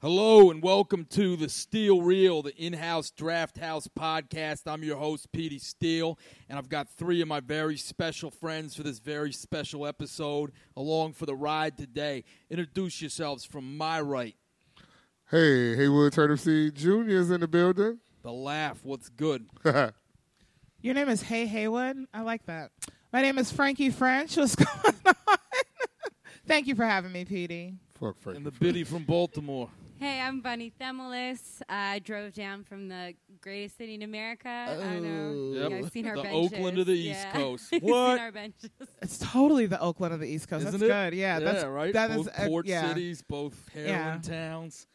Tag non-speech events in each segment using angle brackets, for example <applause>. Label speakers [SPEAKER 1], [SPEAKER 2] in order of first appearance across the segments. [SPEAKER 1] Hello and welcome to the Steel Reel, the in-house draft house podcast. I'm your host, Petey Steele, and I've got three of my very special friends for this very special episode along for the ride today. Introduce yourselves from my right.
[SPEAKER 2] Hey, Haywood Turner Seed Jr. is in the building.
[SPEAKER 1] The laugh, what's good?
[SPEAKER 3] Your name is Hey Haywood. I like that. My name is Frankie French. What's <laughs> going on? Thank you for having me, PD.
[SPEAKER 2] Fuck Frank.
[SPEAKER 1] And the biddy from Baltimore.
[SPEAKER 4] Hey, I'm Bunny Themelis. I drove down from the greatest city in America. I don't know.
[SPEAKER 1] Oh. Yep.
[SPEAKER 4] You know, I've seen our
[SPEAKER 1] The
[SPEAKER 4] benches.
[SPEAKER 1] Oakland of the East
[SPEAKER 4] Yeah. <laughs>
[SPEAKER 1] Coast.
[SPEAKER 4] I've
[SPEAKER 1] What?
[SPEAKER 4] seen our benches.
[SPEAKER 3] It's totally the Oakland of the East Coast.
[SPEAKER 1] Isn't
[SPEAKER 3] that's
[SPEAKER 1] it?
[SPEAKER 3] good. <laughs> Yeah, that's
[SPEAKER 1] right.
[SPEAKER 3] That is
[SPEAKER 1] both port
[SPEAKER 3] uh, yeah.
[SPEAKER 1] cities, both heroin towns.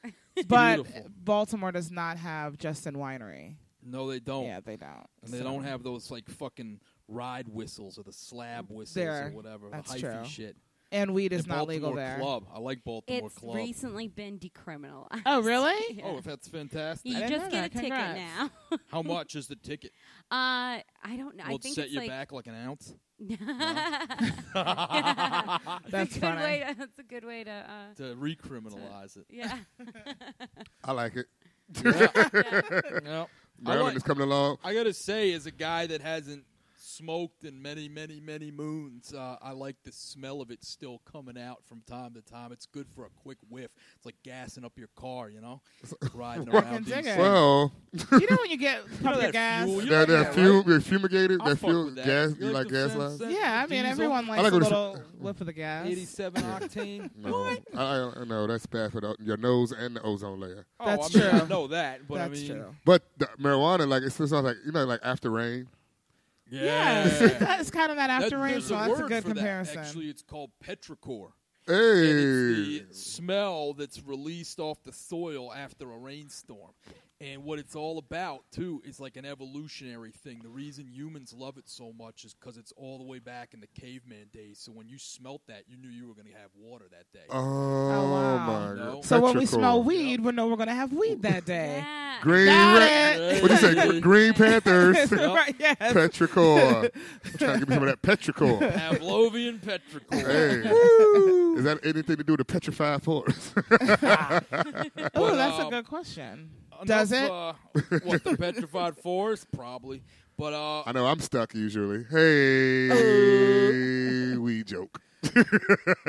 [SPEAKER 3] But
[SPEAKER 1] Beautiful.
[SPEAKER 3] Baltimore does not have Justin Winery.
[SPEAKER 1] No, they don't.
[SPEAKER 3] Yeah, they don't.
[SPEAKER 1] Oh. and they
[SPEAKER 3] So-
[SPEAKER 1] don't have those like fucking ride whistles or the slab whistles or
[SPEAKER 3] There.
[SPEAKER 1] whatever.
[SPEAKER 3] That's
[SPEAKER 1] the hyphy
[SPEAKER 3] true.
[SPEAKER 1] shit.
[SPEAKER 3] And weed is
[SPEAKER 1] And
[SPEAKER 3] not
[SPEAKER 1] Baltimore
[SPEAKER 3] legal there.
[SPEAKER 1] Club. I like Baltimore
[SPEAKER 4] It's
[SPEAKER 1] Club.
[SPEAKER 4] recently been decriminalized.
[SPEAKER 3] Oh, <laughs> really?
[SPEAKER 4] Yeah.
[SPEAKER 1] Oh, that's fantastic.
[SPEAKER 4] you
[SPEAKER 3] I didn't
[SPEAKER 4] just
[SPEAKER 3] know
[SPEAKER 4] get
[SPEAKER 3] that.
[SPEAKER 4] a ticket
[SPEAKER 3] Congrats.
[SPEAKER 4] now.
[SPEAKER 1] How much is the ticket?
[SPEAKER 4] Uh, I don't know.
[SPEAKER 1] Will
[SPEAKER 4] I
[SPEAKER 1] it
[SPEAKER 4] think
[SPEAKER 1] set
[SPEAKER 4] it's
[SPEAKER 1] you
[SPEAKER 4] like <laughs>
[SPEAKER 1] back like an ounce?
[SPEAKER 3] <laughs> That's
[SPEAKER 4] good
[SPEAKER 3] funny.
[SPEAKER 4] way. To, that's a good way to. Uh,
[SPEAKER 1] To recriminalize it.
[SPEAKER 4] yeah.
[SPEAKER 2] I
[SPEAKER 1] <laughs>
[SPEAKER 2] like it. <laughs>
[SPEAKER 1] No. I,
[SPEAKER 2] Maryland
[SPEAKER 1] like-
[SPEAKER 2] is coming along.
[SPEAKER 1] I gotta say, as a guy that hasn't smoked in many, many, many moons, uh, I like the smell of it still coming out from time to time. It's good for a quick whiff. It's like gassing up your car, you
[SPEAKER 3] <laughs>
[SPEAKER 1] know, riding around.
[SPEAKER 3] dig
[SPEAKER 1] DC.
[SPEAKER 3] it.
[SPEAKER 2] Well,
[SPEAKER 3] you
[SPEAKER 2] <laughs>
[SPEAKER 3] know when
[SPEAKER 1] <laughs>
[SPEAKER 3] you get
[SPEAKER 1] You know
[SPEAKER 3] public
[SPEAKER 1] that
[SPEAKER 3] gas?
[SPEAKER 1] fuel, you know
[SPEAKER 2] that, that fume, you're fumigated,
[SPEAKER 1] I
[SPEAKER 2] that
[SPEAKER 1] fuck
[SPEAKER 2] fuel
[SPEAKER 1] with that.
[SPEAKER 2] gas,
[SPEAKER 1] You
[SPEAKER 2] you
[SPEAKER 1] like
[SPEAKER 2] like
[SPEAKER 1] the
[SPEAKER 2] gas
[SPEAKER 1] sense
[SPEAKER 2] lines?
[SPEAKER 1] that-
[SPEAKER 3] yeah, I mean,
[SPEAKER 1] Diesel.
[SPEAKER 3] everyone likes
[SPEAKER 2] like
[SPEAKER 3] a
[SPEAKER 2] when it's-
[SPEAKER 3] little whiff of the gas.
[SPEAKER 1] Eighty-seven octane.
[SPEAKER 2] No, I, I no, that's bad for the, your nose and the ozone layer.
[SPEAKER 1] Oh,
[SPEAKER 3] <laughs> That's
[SPEAKER 1] I mean, I
[SPEAKER 3] true.
[SPEAKER 1] know that, but
[SPEAKER 3] That's
[SPEAKER 1] I mean,
[SPEAKER 3] true.
[SPEAKER 2] But the marijuana, like it sounds like you know, like after rain.
[SPEAKER 3] Yeah,
[SPEAKER 1] yeah,
[SPEAKER 3] <laughs> that's kind of that
[SPEAKER 1] That-
[SPEAKER 3] after rain,
[SPEAKER 1] there's
[SPEAKER 3] so that's a
[SPEAKER 1] word
[SPEAKER 3] good
[SPEAKER 1] for
[SPEAKER 3] comparison.
[SPEAKER 1] That. Actually, it's called petrichor. and
[SPEAKER 2] Hey,
[SPEAKER 1] it's the smell that's released off the soil after a rainstorm. And what it's all about, too, is like an evolutionary thing. The reason humans love it so much is because it's all the way back in the caveman days. So when you smelt that, you knew you were going to have water that day.
[SPEAKER 2] oh,
[SPEAKER 3] wow.
[SPEAKER 2] my
[SPEAKER 1] No.
[SPEAKER 2] god!
[SPEAKER 3] so when we
[SPEAKER 2] Petrichor.
[SPEAKER 3] smell weed, we know we're gonna have weed that day.
[SPEAKER 4] yeah.
[SPEAKER 2] green,
[SPEAKER 3] Got
[SPEAKER 2] Ra-
[SPEAKER 3] it.
[SPEAKER 2] what you say?
[SPEAKER 1] Yeah.
[SPEAKER 2] Gr- Green Panthers,
[SPEAKER 3] <laughs> Right, yes. <laughs>
[SPEAKER 2] petrichor. I'm trying to give me some of that petrichor.
[SPEAKER 1] Pavlovian petrichor.
[SPEAKER 2] Hey, is that anything to do with the petrified forest? <laughs>
[SPEAKER 3] Oh,
[SPEAKER 1] But,
[SPEAKER 3] that's
[SPEAKER 2] uh,
[SPEAKER 1] um,
[SPEAKER 3] a good question. Does it?
[SPEAKER 1] Enough, Uh, what, the petrified forest? Probably. But uh,
[SPEAKER 2] I know I'm stuck usually. Hey, we joke.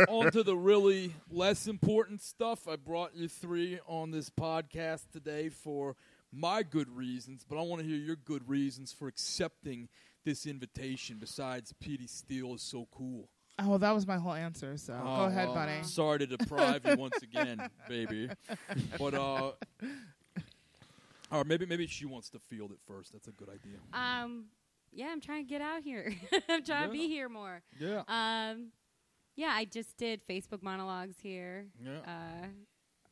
[SPEAKER 1] on to the really less important stuff. I brought you three on this podcast today for my good reasons, but I want to hear your good reasons for accepting this invitation. Besides, Petey Steele is so cool.
[SPEAKER 3] oh, that was my whole answer. So go
[SPEAKER 1] Oh,
[SPEAKER 3] ahead,
[SPEAKER 1] well,
[SPEAKER 3] Bunny.
[SPEAKER 1] Sorry to deprive you once again, baby. But uh, or maybe maybe she wants to field it first. That's a good idea.
[SPEAKER 4] Um. Yeah, I'm trying to get out here. <laughs> I'm trying to
[SPEAKER 1] Yeah.
[SPEAKER 4] be here more.
[SPEAKER 1] Yeah.
[SPEAKER 4] Um, yeah, I just did Facebook monologues here.
[SPEAKER 1] Yeah.
[SPEAKER 4] Uh,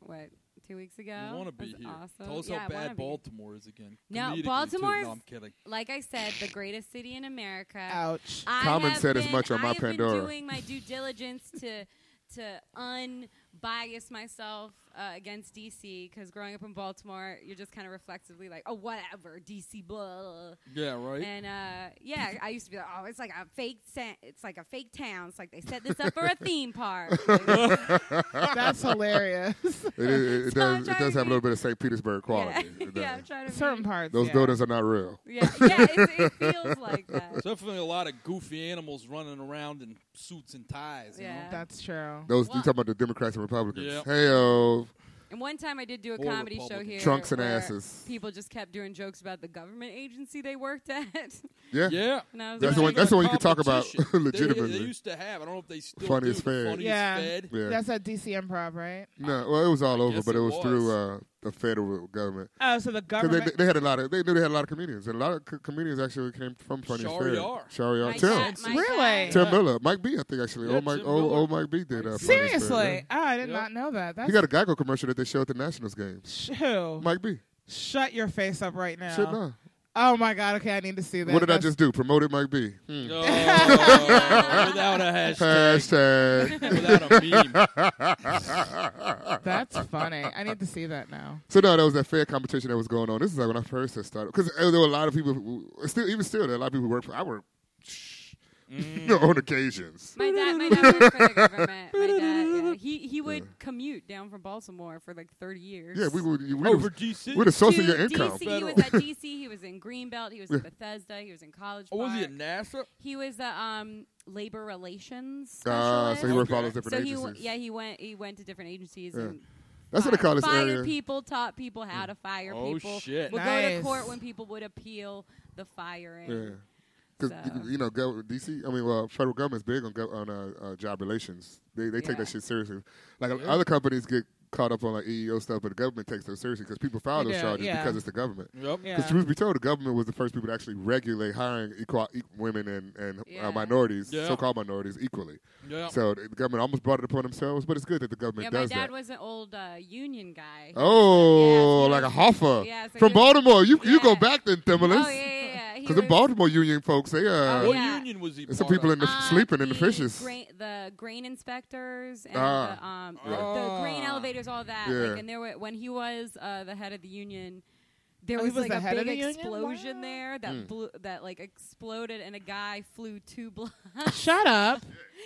[SPEAKER 4] what two weeks ago?
[SPEAKER 1] You want to be
[SPEAKER 4] It was
[SPEAKER 1] here?
[SPEAKER 4] Awesome.
[SPEAKER 1] Tell us
[SPEAKER 4] yeah,
[SPEAKER 1] how
[SPEAKER 4] I wanna
[SPEAKER 1] bad
[SPEAKER 4] be.
[SPEAKER 1] Baltimore is again.
[SPEAKER 4] No,
[SPEAKER 1] Comedically, too.
[SPEAKER 4] Baltimore's-
[SPEAKER 1] No, I'm kidding.
[SPEAKER 4] Like I said, the greatest city in America.
[SPEAKER 3] <laughs> Ouch.
[SPEAKER 4] I
[SPEAKER 2] Common
[SPEAKER 4] have
[SPEAKER 2] said as
[SPEAKER 4] been-
[SPEAKER 2] much on
[SPEAKER 4] I
[SPEAKER 2] my
[SPEAKER 4] have
[SPEAKER 2] Pandora.
[SPEAKER 4] Been doing my due diligence to to unbias myself uh, against DC because growing up in Baltimore, you're just kind of reflexively like, oh, whatever, DC, blah. blah, blah."
[SPEAKER 1] Yeah. Right.
[SPEAKER 4] And uh, yeah, I used to be like, oh, it's like a fake, sa- it's like a fake town. It's like they set this up for a theme
[SPEAKER 2] <laughs>
[SPEAKER 4] park.
[SPEAKER 1] <laughs>
[SPEAKER 3] That's hilarious. <laughs>
[SPEAKER 2] It, it, it
[SPEAKER 4] So I'm
[SPEAKER 2] does. It does
[SPEAKER 4] trying to
[SPEAKER 2] have a
[SPEAKER 4] be-
[SPEAKER 2] little bit of St. Petersburg
[SPEAKER 4] yeah, <laughs>
[SPEAKER 2] quality. It does.
[SPEAKER 4] yeah, I'm trying to
[SPEAKER 3] Certain
[SPEAKER 4] be-
[SPEAKER 3] parts.
[SPEAKER 2] Those
[SPEAKER 3] yeah.
[SPEAKER 2] buildings are not real.
[SPEAKER 4] Yeah, yeah, it,
[SPEAKER 2] <laughs>
[SPEAKER 4] it feels like that.
[SPEAKER 1] Definitely a lot of goofy animals running around in suits and ties. you know?
[SPEAKER 4] Yeah.
[SPEAKER 3] That's true.
[SPEAKER 2] Those you
[SPEAKER 4] Well-
[SPEAKER 2] talking about the Democrats and Republicans?
[SPEAKER 1] Yep.
[SPEAKER 2] Hey, oh,
[SPEAKER 4] And one time I did do a
[SPEAKER 1] Or
[SPEAKER 4] comedy show
[SPEAKER 1] Republican.
[SPEAKER 4] here.
[SPEAKER 2] Trunks and
[SPEAKER 4] where
[SPEAKER 2] asses.
[SPEAKER 4] People just kept doing jokes about the government agency they worked at. <laughs>
[SPEAKER 2] yeah.
[SPEAKER 1] Yeah.
[SPEAKER 4] And I was
[SPEAKER 2] That's the one-
[SPEAKER 4] like,
[SPEAKER 2] that's the one you can talk about
[SPEAKER 1] Competition. They- They,
[SPEAKER 2] <laughs> legitimately.
[SPEAKER 1] used to have. I don't know if they still
[SPEAKER 2] Funniest
[SPEAKER 1] do. the
[SPEAKER 2] Fed.
[SPEAKER 1] Funniest
[SPEAKER 2] <laughs>
[SPEAKER 3] Yeah.
[SPEAKER 1] Fed.
[SPEAKER 2] Yeah.
[SPEAKER 3] That's at DC Improv, right?
[SPEAKER 2] no, well, it was all over,
[SPEAKER 1] guess
[SPEAKER 2] but it
[SPEAKER 1] it
[SPEAKER 2] was, through uh,
[SPEAKER 1] was.
[SPEAKER 2] the federal government.
[SPEAKER 3] Oh, so the
[SPEAKER 2] 'Cause They,
[SPEAKER 3] government.
[SPEAKER 2] they, they had a lot of. They knew they had a lot of comedians, and a lot of co- comedians actually came from Funny
[SPEAKER 1] Shari
[SPEAKER 2] Fair.
[SPEAKER 1] R.
[SPEAKER 2] Shari R.
[SPEAKER 4] my
[SPEAKER 2] Tim.
[SPEAKER 4] God, my
[SPEAKER 3] Really?
[SPEAKER 4] God.
[SPEAKER 2] Tim Miller, Mike B, I think actually.
[SPEAKER 1] Yeah,
[SPEAKER 2] old Mike,
[SPEAKER 1] Tim
[SPEAKER 2] old,
[SPEAKER 1] Miller.
[SPEAKER 2] old Mike B did. Uh, Funny Fair, yeah.
[SPEAKER 3] Seriously? Oh, I did
[SPEAKER 1] Yep.
[SPEAKER 3] not know that. That's
[SPEAKER 2] He got a Geico commercial that they showed at the Nationals game.
[SPEAKER 3] Sh- who?
[SPEAKER 2] Mike B.
[SPEAKER 3] Shut your face up right now.
[SPEAKER 2] Shit, no.
[SPEAKER 3] Oh my God. Okay, I need to see that.
[SPEAKER 2] What did I
[SPEAKER 3] That's-
[SPEAKER 2] just do? Promoted Mike B. Hmm.
[SPEAKER 4] <laughs>
[SPEAKER 1] Oh, without a hashtag.
[SPEAKER 2] Hashtag.
[SPEAKER 1] without a meme.
[SPEAKER 2] <laughs>
[SPEAKER 3] That's funny. I need to see that now.
[SPEAKER 2] so no, that was that fair competition that was going on. This is like when I first had started because there were a lot of people. Who, still, even still, there are a lot of people who work for. I work.
[SPEAKER 1] Mm.
[SPEAKER 2] <laughs> on occasions.
[SPEAKER 4] My dad, my dad worked for the government. My dad,
[SPEAKER 2] <laughs>
[SPEAKER 4] yeah. he he would commute down from Baltimore for like thirty years.
[SPEAKER 2] Yeah, we would. We
[SPEAKER 1] Over
[SPEAKER 2] would
[SPEAKER 1] GC.
[SPEAKER 2] we're the source of
[SPEAKER 4] To
[SPEAKER 2] your income.
[SPEAKER 4] DC, he was
[SPEAKER 1] Federal.
[SPEAKER 4] at DC. He was in Greenbelt. He was in Bethesda. He was in College
[SPEAKER 1] oh,
[SPEAKER 4] Park.
[SPEAKER 1] was he at NASA?
[SPEAKER 4] He was the um, labor relations.
[SPEAKER 2] Ah, so he
[SPEAKER 4] specialist.
[SPEAKER 2] worked for all those
[SPEAKER 1] Okay.
[SPEAKER 2] different
[SPEAKER 4] So he
[SPEAKER 2] agencies.
[SPEAKER 4] w- yeah he went he went to different agencies
[SPEAKER 2] Yeah.
[SPEAKER 4] and
[SPEAKER 2] That's what they call this
[SPEAKER 4] fired
[SPEAKER 2] area.
[SPEAKER 4] people taught people how to fire
[SPEAKER 1] Oh,
[SPEAKER 4] people
[SPEAKER 1] shit.
[SPEAKER 4] would go to
[SPEAKER 3] Nice.
[SPEAKER 4] court when people would appeal the firing
[SPEAKER 2] Yeah, because
[SPEAKER 4] So-
[SPEAKER 2] you know, gov- DC. I mean, well, federal government's big on gov- on uh, uh, job relations. They they take
[SPEAKER 4] Yeah.
[SPEAKER 2] that shit seriously. Like
[SPEAKER 1] Yeah.
[SPEAKER 2] other companies get caught up on like EEO stuff, but the government takes those seriously because people file
[SPEAKER 3] They
[SPEAKER 2] those
[SPEAKER 3] do,
[SPEAKER 2] charges
[SPEAKER 3] yeah.
[SPEAKER 2] because it's the government.
[SPEAKER 1] Yep.
[SPEAKER 3] Yeah.
[SPEAKER 2] Because truth be told, the government was the first people to actually regulate hiring equal, e- women and and
[SPEAKER 4] Yeah.
[SPEAKER 2] uh, minorities,
[SPEAKER 1] Yeah.
[SPEAKER 2] so-called minorities, equally.
[SPEAKER 1] Yep.
[SPEAKER 2] So the government almost brought it upon themselves, but it's good that the
[SPEAKER 4] yeah
[SPEAKER 2] government
[SPEAKER 4] my
[SPEAKER 2] does
[SPEAKER 4] dad
[SPEAKER 2] that.
[SPEAKER 4] was an old uh, union guy
[SPEAKER 2] oh,
[SPEAKER 4] Yeah,
[SPEAKER 2] like
[SPEAKER 4] it's
[SPEAKER 2] a
[SPEAKER 4] like-
[SPEAKER 2] Hoffa
[SPEAKER 4] yeah, it's like
[SPEAKER 2] from
[SPEAKER 4] you're-
[SPEAKER 2] Baltimore. You you go
[SPEAKER 4] Yeah.
[SPEAKER 2] back then, Timberlands.
[SPEAKER 4] oh yeah yeah, yeah He
[SPEAKER 2] Because
[SPEAKER 4] was-
[SPEAKER 2] the Baltimore Union folks, they uh,
[SPEAKER 4] Oh,
[SPEAKER 1] what
[SPEAKER 4] yeah.
[SPEAKER 1] union was he?
[SPEAKER 2] there's some
[SPEAKER 1] part
[SPEAKER 2] people
[SPEAKER 1] of?
[SPEAKER 2] in the
[SPEAKER 4] uh,
[SPEAKER 2] sleeping in the
[SPEAKER 4] the
[SPEAKER 2] fishes. <laughs>
[SPEAKER 4] grain, the grain inspectors and
[SPEAKER 2] Ah.
[SPEAKER 4] the, um,
[SPEAKER 1] Yeah.
[SPEAKER 3] Oh.
[SPEAKER 4] the grain
[SPEAKER 1] Ah.
[SPEAKER 4] elevators all that
[SPEAKER 2] Yeah.
[SPEAKER 4] like, and there were when he was uh, the head of the union there
[SPEAKER 3] Oh, he
[SPEAKER 4] was,
[SPEAKER 3] was
[SPEAKER 4] like
[SPEAKER 3] the
[SPEAKER 4] a
[SPEAKER 3] head of
[SPEAKER 4] big
[SPEAKER 3] the union?
[SPEAKER 4] explosion
[SPEAKER 3] Wow.
[SPEAKER 4] there
[SPEAKER 2] Hmm.
[SPEAKER 4] that blew, that like exploded and a guy flew two <laughs> blocks
[SPEAKER 3] Shut up.